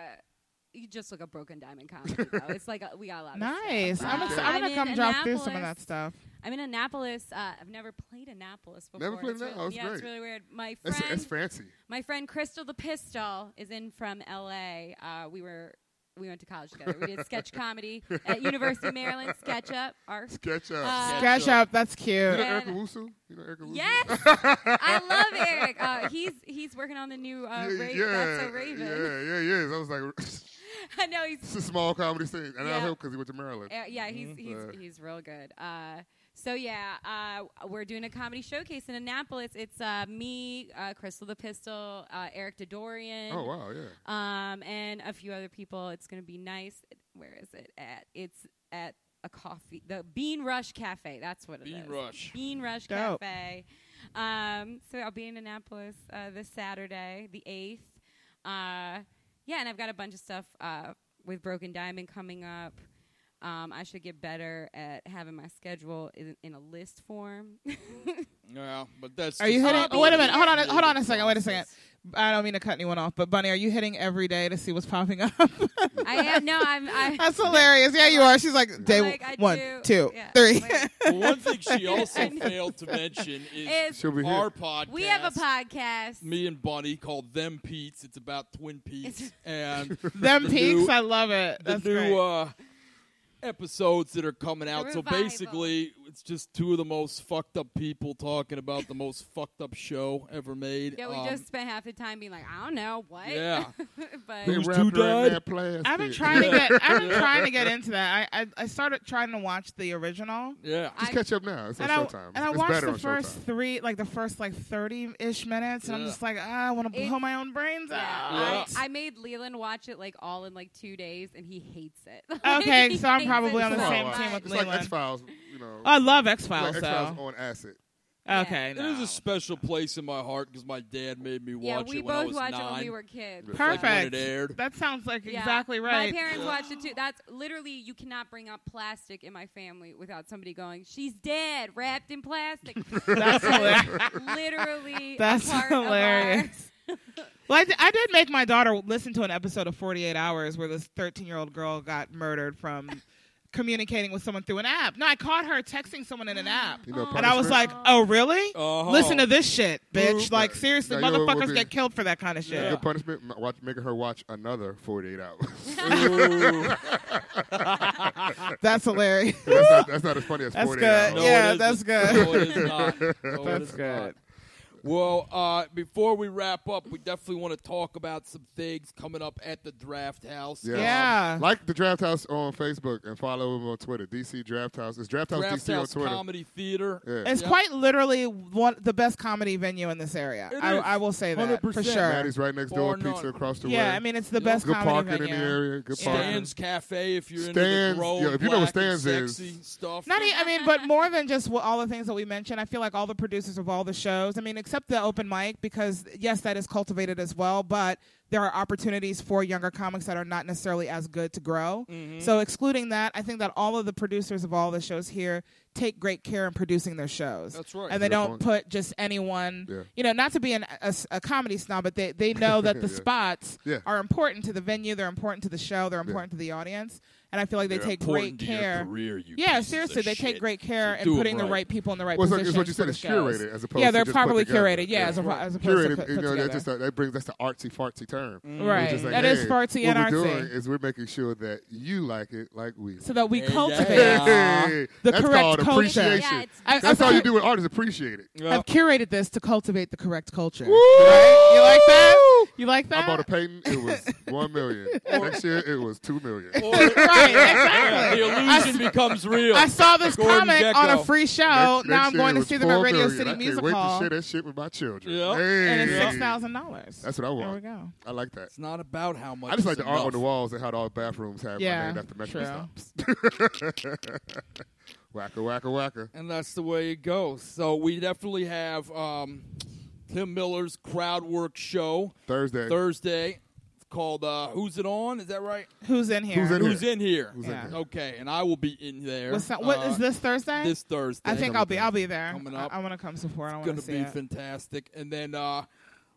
[SPEAKER 4] you just look up Broken Diamond Comedy.
[SPEAKER 2] <laughs>
[SPEAKER 4] though. It's like a, we got a lot. Of stuff.
[SPEAKER 3] Nice. I'm,
[SPEAKER 4] Uh,
[SPEAKER 3] ex- I'm gonna
[SPEAKER 4] in
[SPEAKER 3] come drop through some of
[SPEAKER 4] Annapolis.
[SPEAKER 3] that stuff.
[SPEAKER 4] I'm in Annapolis. Uh, I've never played Annapolis before.
[SPEAKER 2] Never played
[SPEAKER 4] It's really-
[SPEAKER 2] Annapolis?
[SPEAKER 4] Yeah,
[SPEAKER 2] That's
[SPEAKER 4] it's
[SPEAKER 2] great.
[SPEAKER 4] really weird. My friend,
[SPEAKER 2] That's, that's fancy.
[SPEAKER 4] my friend Crystal the Pistol is in from LA. Uh, we were we went to college together.
[SPEAKER 2] <laughs>
[SPEAKER 4] We did sketch comedy at University of Maryland, sketch up. Our
[SPEAKER 2] Sketch up.
[SPEAKER 4] Uh,
[SPEAKER 1] Sketch
[SPEAKER 3] Scratch
[SPEAKER 1] up.
[SPEAKER 3] up. That's
[SPEAKER 2] you know
[SPEAKER 3] cute.
[SPEAKER 4] Yeah.
[SPEAKER 2] Erica Wusu? You know Erica Wusu?
[SPEAKER 4] yes, I love Eric. Uh, he's he's working on the new
[SPEAKER 2] yeah,
[SPEAKER 4] uh, Raven.
[SPEAKER 2] yeah,
[SPEAKER 4] That's a Raven.
[SPEAKER 2] yeah, yeah, yeah. So I was like, <laughs>
[SPEAKER 4] <laughs> I know he's
[SPEAKER 2] it's a small comedy scene, and I
[SPEAKER 4] Yeah.
[SPEAKER 2] hope because he went to Maryland.
[SPEAKER 4] uh, yeah he's he's
[SPEAKER 2] Uh,
[SPEAKER 4] he's real good. Uh, so yeah, uh, we're doing a comedy showcase in Annapolis. It's uh, me, uh, Crystal the Pistol, uh, Eric Dodorian.
[SPEAKER 2] Oh wow, yeah.
[SPEAKER 4] um, and a few other people. It's going to be nice. Where is it at? It's at a coffee, the Bean Rush Cafe. That's what it is.
[SPEAKER 1] Bean Rush.
[SPEAKER 4] Bean Rush
[SPEAKER 3] Dope.
[SPEAKER 4] Cafe. Um, so I'll be in Annapolis uh, this Saturday, the eighth. Uh, yeah, and I've got a bunch of stuff uh, with Broken Diamond coming up. Um, I should get better at having my schedule in, in a list form. <laughs>
[SPEAKER 1] Yeah, but that's.
[SPEAKER 3] Are you
[SPEAKER 1] just
[SPEAKER 3] hitting?
[SPEAKER 1] not
[SPEAKER 3] Oh, wait a
[SPEAKER 1] the
[SPEAKER 3] minute. Hold on.
[SPEAKER 1] way
[SPEAKER 3] Hold on a
[SPEAKER 1] the
[SPEAKER 3] second. Wait a second.
[SPEAKER 1] process.
[SPEAKER 3] I don't mean to cut anyone off, but Bunny, are you hitting every day to see what's popping up? <laughs>
[SPEAKER 4] I am no, I'm. I,
[SPEAKER 1] <laughs>
[SPEAKER 3] That's hilarious. Yeah, you are. She's like day
[SPEAKER 4] like, I
[SPEAKER 3] one,
[SPEAKER 4] do-
[SPEAKER 3] two,
[SPEAKER 4] yeah.
[SPEAKER 3] <laughs> three.
[SPEAKER 4] Wait.
[SPEAKER 1] Well,
[SPEAKER 3] <laughs>
[SPEAKER 1] one thing she also failed to mention is
[SPEAKER 4] Is-
[SPEAKER 2] She'll be here.
[SPEAKER 1] our podcast.
[SPEAKER 4] we have a podcast.
[SPEAKER 1] Me and Bunny called Them Pete's. It's about Twin Peaks
[SPEAKER 4] It's- <laughs>
[SPEAKER 1] and
[SPEAKER 3] Them
[SPEAKER 1] the
[SPEAKER 3] peaks,
[SPEAKER 1] new-
[SPEAKER 3] I love it.
[SPEAKER 1] the
[SPEAKER 3] That's great.
[SPEAKER 1] new uh, episodes that are coming out. So
[SPEAKER 4] revival.
[SPEAKER 1] basically, it's just two of the most fucked up people talking about the most fucked up show ever made.
[SPEAKER 4] Yeah, we
[SPEAKER 1] Um,
[SPEAKER 4] just spent half the time being like, I don't know what.
[SPEAKER 1] Yeah.
[SPEAKER 4] <laughs> but
[SPEAKER 2] They
[SPEAKER 1] Who's
[SPEAKER 2] wrapped
[SPEAKER 1] too
[SPEAKER 2] her in
[SPEAKER 1] dead?
[SPEAKER 2] that plastic.
[SPEAKER 3] I've been trying to get.
[SPEAKER 1] <laughs>
[SPEAKER 3] I've been trying to get into that. I, I I started trying to watch the original.
[SPEAKER 1] yeah.
[SPEAKER 2] <laughs>
[SPEAKER 4] I-
[SPEAKER 2] Just catch up now. It's on
[SPEAKER 3] and I,
[SPEAKER 2] Showtime.
[SPEAKER 3] and I
[SPEAKER 2] it's
[SPEAKER 3] watched
[SPEAKER 2] better
[SPEAKER 3] the
[SPEAKER 2] on
[SPEAKER 3] first
[SPEAKER 2] Showtime.
[SPEAKER 3] three, like the first like thirty ish minutes, and
[SPEAKER 1] Yeah.
[SPEAKER 3] I'm just like, ah, I want to
[SPEAKER 4] It-
[SPEAKER 3] blow my own brains
[SPEAKER 4] yeah.
[SPEAKER 3] out.
[SPEAKER 1] Yeah.
[SPEAKER 4] I, I made Leland watch it like all in like two days, and he hates it. <laughs>
[SPEAKER 3] Okay,
[SPEAKER 4] He
[SPEAKER 3] so I'm
[SPEAKER 4] hates
[SPEAKER 3] probably
[SPEAKER 4] it
[SPEAKER 3] on the
[SPEAKER 4] so
[SPEAKER 3] same
[SPEAKER 4] much.
[SPEAKER 3] team with
[SPEAKER 2] It's
[SPEAKER 3] Leland.
[SPEAKER 2] like X Files, you know.
[SPEAKER 3] I love X
[SPEAKER 2] it's
[SPEAKER 3] Files
[SPEAKER 2] like X Files
[SPEAKER 3] though.
[SPEAKER 2] on acid.
[SPEAKER 4] Yeah.
[SPEAKER 3] Okay,
[SPEAKER 1] It is
[SPEAKER 3] no.
[SPEAKER 1] a special place in my heart because my dad made me
[SPEAKER 4] Yeah,
[SPEAKER 1] watch
[SPEAKER 4] we
[SPEAKER 1] it when I
[SPEAKER 4] both
[SPEAKER 1] was
[SPEAKER 4] watched
[SPEAKER 1] nine.
[SPEAKER 4] it when we were kids.
[SPEAKER 2] Like
[SPEAKER 1] like, when
[SPEAKER 3] Perfect.
[SPEAKER 1] it aired.
[SPEAKER 3] That sounds like
[SPEAKER 4] Yeah.
[SPEAKER 3] exactly right.
[SPEAKER 4] My parents watched it too. That's literally you cannot bring up plastic in my family without somebody going, "She's dead, wrapped in plastic."
[SPEAKER 3] <laughs> <laughs>
[SPEAKER 2] <laughs>
[SPEAKER 3] That's hilarious.
[SPEAKER 4] literally, a
[SPEAKER 3] That's
[SPEAKER 4] part of our- <laughs>
[SPEAKER 3] hilarious. Well, I, di- I did make my daughter listen to an episode of 48 Hours where this 13 year old girl got murdered
[SPEAKER 4] <laughs>
[SPEAKER 3] from communicating with someone through an app. No, I caught her texting someone
[SPEAKER 4] <gasps>
[SPEAKER 3] in an app.
[SPEAKER 2] You know,
[SPEAKER 4] And
[SPEAKER 3] And I was
[SPEAKER 2] punishment.
[SPEAKER 3] like, oh, really?
[SPEAKER 1] Uh-huh.
[SPEAKER 3] Listen to this shit, bitch.
[SPEAKER 1] Oops.
[SPEAKER 3] Like, seriously,
[SPEAKER 2] Now, you know what would
[SPEAKER 3] motherfuckers
[SPEAKER 2] be-
[SPEAKER 3] get killed for that kind of shit.
[SPEAKER 1] Yeah.
[SPEAKER 2] good punishment. m- Watch, making her watch another 48 hours. <laughs>
[SPEAKER 1] Ooh.
[SPEAKER 3] That's hilarious.
[SPEAKER 2] that's, not, that's not as funny as
[SPEAKER 3] That's
[SPEAKER 2] 48
[SPEAKER 3] good.
[SPEAKER 2] hours.
[SPEAKER 1] No, it
[SPEAKER 3] Yeah,
[SPEAKER 1] isn't.
[SPEAKER 3] that's good.
[SPEAKER 1] No, it is
[SPEAKER 2] <laughs>
[SPEAKER 3] <laughs>
[SPEAKER 1] not. No, it
[SPEAKER 3] That's
[SPEAKER 1] is
[SPEAKER 3] good.
[SPEAKER 1] not. Well, uh, before we wrap up, we definitely want to talk about some things coming up at the Draft House.
[SPEAKER 2] <laughs>
[SPEAKER 1] Um,
[SPEAKER 2] Yeah.
[SPEAKER 3] Yeah.
[SPEAKER 2] Like the Draft House on Facebook and follow him on Twitter. DC Draft House. It's Draft House
[SPEAKER 1] Draft
[SPEAKER 2] DC
[SPEAKER 1] House
[SPEAKER 2] on Twitter.
[SPEAKER 1] Comedy Theater.
[SPEAKER 2] Yeah.
[SPEAKER 3] It's
[SPEAKER 1] Yep.
[SPEAKER 3] quite literally one the best comedy venue in this area.
[SPEAKER 1] It
[SPEAKER 3] I,
[SPEAKER 1] is.
[SPEAKER 3] I will say that for
[SPEAKER 1] 100%.
[SPEAKER 3] sure.
[SPEAKER 2] Maddie's right next
[SPEAKER 1] Bar
[SPEAKER 2] door. Pizza
[SPEAKER 1] none.
[SPEAKER 2] across the way.
[SPEAKER 3] Yeah, I mean it's the
[SPEAKER 1] Yep.
[SPEAKER 3] best
[SPEAKER 2] good
[SPEAKER 3] comedy
[SPEAKER 2] parking
[SPEAKER 3] venue.
[SPEAKER 2] in the area. Good
[SPEAKER 3] Yeah.
[SPEAKER 2] parking.
[SPEAKER 1] Stands Cafe, if you're into the
[SPEAKER 2] Stands.
[SPEAKER 1] Grove,
[SPEAKER 2] Yeah, if you know what
[SPEAKER 1] black and
[SPEAKER 2] Stands is.
[SPEAKER 1] sexy stuff.
[SPEAKER 3] Not e- I mean, but more than just wha- all the things that we mentioned, I feel like all the producers of all the shows, I mean, except the open mic, because yes, that is cultivated as well, but there are opportunities for younger comics that are not necessarily as good to grow.
[SPEAKER 1] Mm-hmm.
[SPEAKER 3] So, excluding that, I think that all of the producers of all the shows here take great care in producing their shows.
[SPEAKER 1] That's right.
[SPEAKER 3] And they
[SPEAKER 2] Good
[SPEAKER 3] don't
[SPEAKER 2] point.
[SPEAKER 3] put just anyone,
[SPEAKER 2] Yeah.
[SPEAKER 3] you know, not to be an, a, s- a comedy snob, but they,
[SPEAKER 2] <laughs>
[SPEAKER 3] they know that the
[SPEAKER 2] Yeah.
[SPEAKER 3] spots
[SPEAKER 2] Yeah.
[SPEAKER 3] are important to the venue, they're important to the show, they're important to the audience. And I feel like they
[SPEAKER 1] They're
[SPEAKER 3] take
[SPEAKER 1] important
[SPEAKER 3] great
[SPEAKER 1] to your
[SPEAKER 3] care.
[SPEAKER 1] career, you
[SPEAKER 3] Yeah,
[SPEAKER 1] pieces of
[SPEAKER 3] seriously, they
[SPEAKER 1] shit.
[SPEAKER 3] take great care
[SPEAKER 1] So
[SPEAKER 3] in
[SPEAKER 1] do 'em
[SPEAKER 3] putting the
[SPEAKER 1] right.
[SPEAKER 3] right people in the right
[SPEAKER 2] Well, it's like-
[SPEAKER 3] positions.
[SPEAKER 2] it's what you said,
[SPEAKER 3] for
[SPEAKER 2] it's
[SPEAKER 3] the shows.
[SPEAKER 2] curated as opposed
[SPEAKER 3] Yeah,
[SPEAKER 2] to
[SPEAKER 3] they're
[SPEAKER 2] just put
[SPEAKER 3] properly
[SPEAKER 2] together.
[SPEAKER 3] curated. Yeah,
[SPEAKER 2] Yeah.
[SPEAKER 3] as, op- as opposed to
[SPEAKER 2] Curated,
[SPEAKER 3] put,
[SPEAKER 2] you
[SPEAKER 3] put
[SPEAKER 2] know,
[SPEAKER 3] together.
[SPEAKER 2] that's just a, that brings that's the artsy fartsy term.
[SPEAKER 3] Right.
[SPEAKER 2] It's just like,
[SPEAKER 3] That is
[SPEAKER 2] hey,
[SPEAKER 3] fartsy
[SPEAKER 2] what
[SPEAKER 3] and artsy.
[SPEAKER 2] we're doing is we're making sure that you like it like we.
[SPEAKER 3] so that we
[SPEAKER 1] Yeah,
[SPEAKER 3] cultivate.
[SPEAKER 1] yeah.
[SPEAKER 2] Hey,
[SPEAKER 3] The
[SPEAKER 2] that's
[SPEAKER 3] correct
[SPEAKER 2] called
[SPEAKER 3] culture.
[SPEAKER 2] appreciation.
[SPEAKER 4] Yeah, it's-
[SPEAKER 3] I-
[SPEAKER 2] That's
[SPEAKER 3] I've
[SPEAKER 2] all you
[SPEAKER 3] cur-
[SPEAKER 2] do with art is appreciate it.
[SPEAKER 1] Yeah.
[SPEAKER 3] I've curated this to cultivate the correct culture.
[SPEAKER 2] Right?
[SPEAKER 3] You like that? You like that?
[SPEAKER 2] I bought a patent. It was one million. Next year, it was two million.
[SPEAKER 1] Or-
[SPEAKER 3] <laughs> right,
[SPEAKER 1] yeah,
[SPEAKER 3] exactly.
[SPEAKER 1] the illusion becomes real.
[SPEAKER 3] I saw this
[SPEAKER 1] Gordon
[SPEAKER 3] comment
[SPEAKER 1] Gekko.
[SPEAKER 3] on a free show.
[SPEAKER 2] Next- next
[SPEAKER 3] now I'm
[SPEAKER 2] year,
[SPEAKER 3] going
[SPEAKER 2] it
[SPEAKER 3] to
[SPEAKER 2] was
[SPEAKER 3] see them
[SPEAKER 2] four
[SPEAKER 3] at Radio
[SPEAKER 2] million.
[SPEAKER 3] City
[SPEAKER 2] I can't
[SPEAKER 3] Music
[SPEAKER 2] wait
[SPEAKER 3] Hall,
[SPEAKER 2] to share that shit with my children.
[SPEAKER 1] Yeah.
[SPEAKER 2] Hey.
[SPEAKER 3] and it's six thousand dollars.
[SPEAKER 2] That's what I
[SPEAKER 3] There we
[SPEAKER 2] want.
[SPEAKER 3] go.
[SPEAKER 2] I like that.
[SPEAKER 1] it's not about how much.
[SPEAKER 2] I just like
[SPEAKER 1] it's
[SPEAKER 2] the art on
[SPEAKER 1] enough.
[SPEAKER 2] the walls and how all the bathrooms have
[SPEAKER 3] Yeah,
[SPEAKER 2] my name after metric <laughs>
[SPEAKER 3] true.
[SPEAKER 2] stops. whacker, whacker, whacker.
[SPEAKER 1] and that's the way it goes. So we definitely have um, Tim Miller's crowd work show
[SPEAKER 2] Thursday.
[SPEAKER 1] Thursday called uh, "Who's It On?" Is that right?
[SPEAKER 3] Who's in here?
[SPEAKER 2] Who's in here?
[SPEAKER 1] Who's in here?
[SPEAKER 2] Who's
[SPEAKER 3] Yeah.
[SPEAKER 2] in here?
[SPEAKER 1] Okay, and I will be in there.
[SPEAKER 3] What's that- what
[SPEAKER 1] uh,
[SPEAKER 3] is this Thursday?
[SPEAKER 1] This Thursday.
[SPEAKER 3] I think I'll be. I'll be there.
[SPEAKER 1] Coming up.
[SPEAKER 3] I, I want to come support. I
[SPEAKER 1] it's
[SPEAKER 3] want
[SPEAKER 1] going
[SPEAKER 3] to
[SPEAKER 1] to
[SPEAKER 3] see
[SPEAKER 1] be
[SPEAKER 3] it.
[SPEAKER 1] fantastic. And then uh,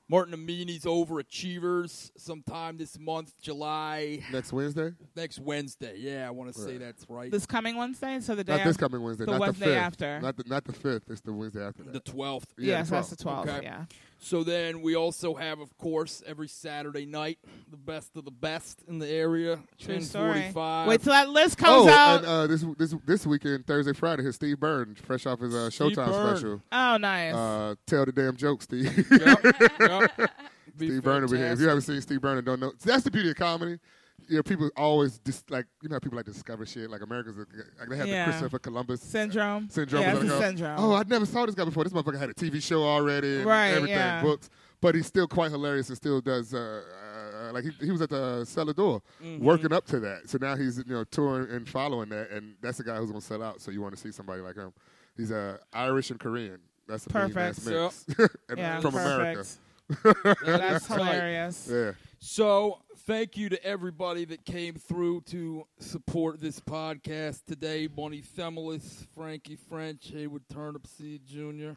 [SPEAKER 1] Martin Amini's Overachievers sometime this month, July
[SPEAKER 2] Next Wednesday?
[SPEAKER 1] next Wednesday. Yeah, I want to say
[SPEAKER 2] Right.
[SPEAKER 1] that's right.
[SPEAKER 3] This coming Wednesday, so the day.
[SPEAKER 2] Not Uh, this
[SPEAKER 3] after-
[SPEAKER 2] coming Wednesday.
[SPEAKER 3] The
[SPEAKER 2] not
[SPEAKER 3] Wednesday
[SPEAKER 2] the fifth.
[SPEAKER 3] after.
[SPEAKER 2] Not the not the fifth. It's the Wednesday after
[SPEAKER 1] the
[SPEAKER 2] that.
[SPEAKER 1] twelfth.
[SPEAKER 2] yeah,
[SPEAKER 3] yes,
[SPEAKER 2] the
[SPEAKER 3] that's the
[SPEAKER 2] 12th.
[SPEAKER 3] 12th.
[SPEAKER 1] Okay.
[SPEAKER 3] Yeah.
[SPEAKER 1] So then we also have, of course, every Saturday night, the best of the best in the area.
[SPEAKER 3] True
[SPEAKER 1] Ten
[SPEAKER 3] story.
[SPEAKER 1] forty-five.
[SPEAKER 3] Wait till that list comes
[SPEAKER 2] Oh,
[SPEAKER 3] out.
[SPEAKER 2] and uh, this this this weekend, Thursday, Friday, here's Steve Byrne, fresh off his uh,
[SPEAKER 1] Steve
[SPEAKER 2] Showtime
[SPEAKER 1] Byrne.
[SPEAKER 2] special.
[SPEAKER 3] oh, nice.
[SPEAKER 2] Uh, tell the damn joke, Steve. <laughs>
[SPEAKER 1] Yep,
[SPEAKER 3] <laughs>
[SPEAKER 1] yep. Be
[SPEAKER 2] Steve Byrne over here. If you
[SPEAKER 1] fantastic.
[SPEAKER 2] haven't seen Steve Byrne and don't know, that's the beauty of comedy. You know, people always just like you know how people like to discover shit. Like Americans, like they have
[SPEAKER 3] Yeah.
[SPEAKER 2] the Christopher Columbus
[SPEAKER 3] syndrome.
[SPEAKER 2] syndrome.
[SPEAKER 3] Yeah,
[SPEAKER 2] Like,
[SPEAKER 3] it's a
[SPEAKER 2] oh,
[SPEAKER 3] syndrome.
[SPEAKER 2] Oh, I never saw this guy before. This motherfucker had a TV show already, and
[SPEAKER 3] Right,
[SPEAKER 2] Everything,
[SPEAKER 3] yeah.
[SPEAKER 2] books, but he's still quite hilarious and still does. Uh, uh, like he, he was at the cellar door,
[SPEAKER 3] Mm-hmm.
[SPEAKER 2] working up to that. So now he's you know touring and following that, and that's the guy who's gonna sell out. So you want to see somebody like him? He's uh, Irish and Korean. That's the
[SPEAKER 3] Perfect.
[SPEAKER 2] Mix. <laughs> And
[SPEAKER 3] yeah,
[SPEAKER 2] from
[SPEAKER 3] perfect.
[SPEAKER 2] America. <laughs>
[SPEAKER 3] That's
[SPEAKER 1] Right.
[SPEAKER 3] hilarious.
[SPEAKER 2] Yeah.
[SPEAKER 1] So, thank you to everybody that came through to support this podcast today. Bonnie Themelis, Frankie French, Hayward Turnipseed Jr.,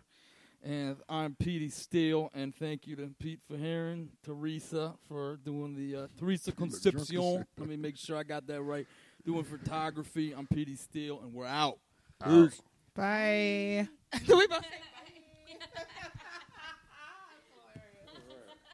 [SPEAKER 1] And I'm Petey Steele, and thank you to Pete for hearing, Teresa for doing the uh, Teresa Concepcion. Let me make sure I got that right. Doing photography. I'm Petey Steele, and we're out. Peace.
[SPEAKER 3] Bye. <laughs>
[SPEAKER 4] Do we both?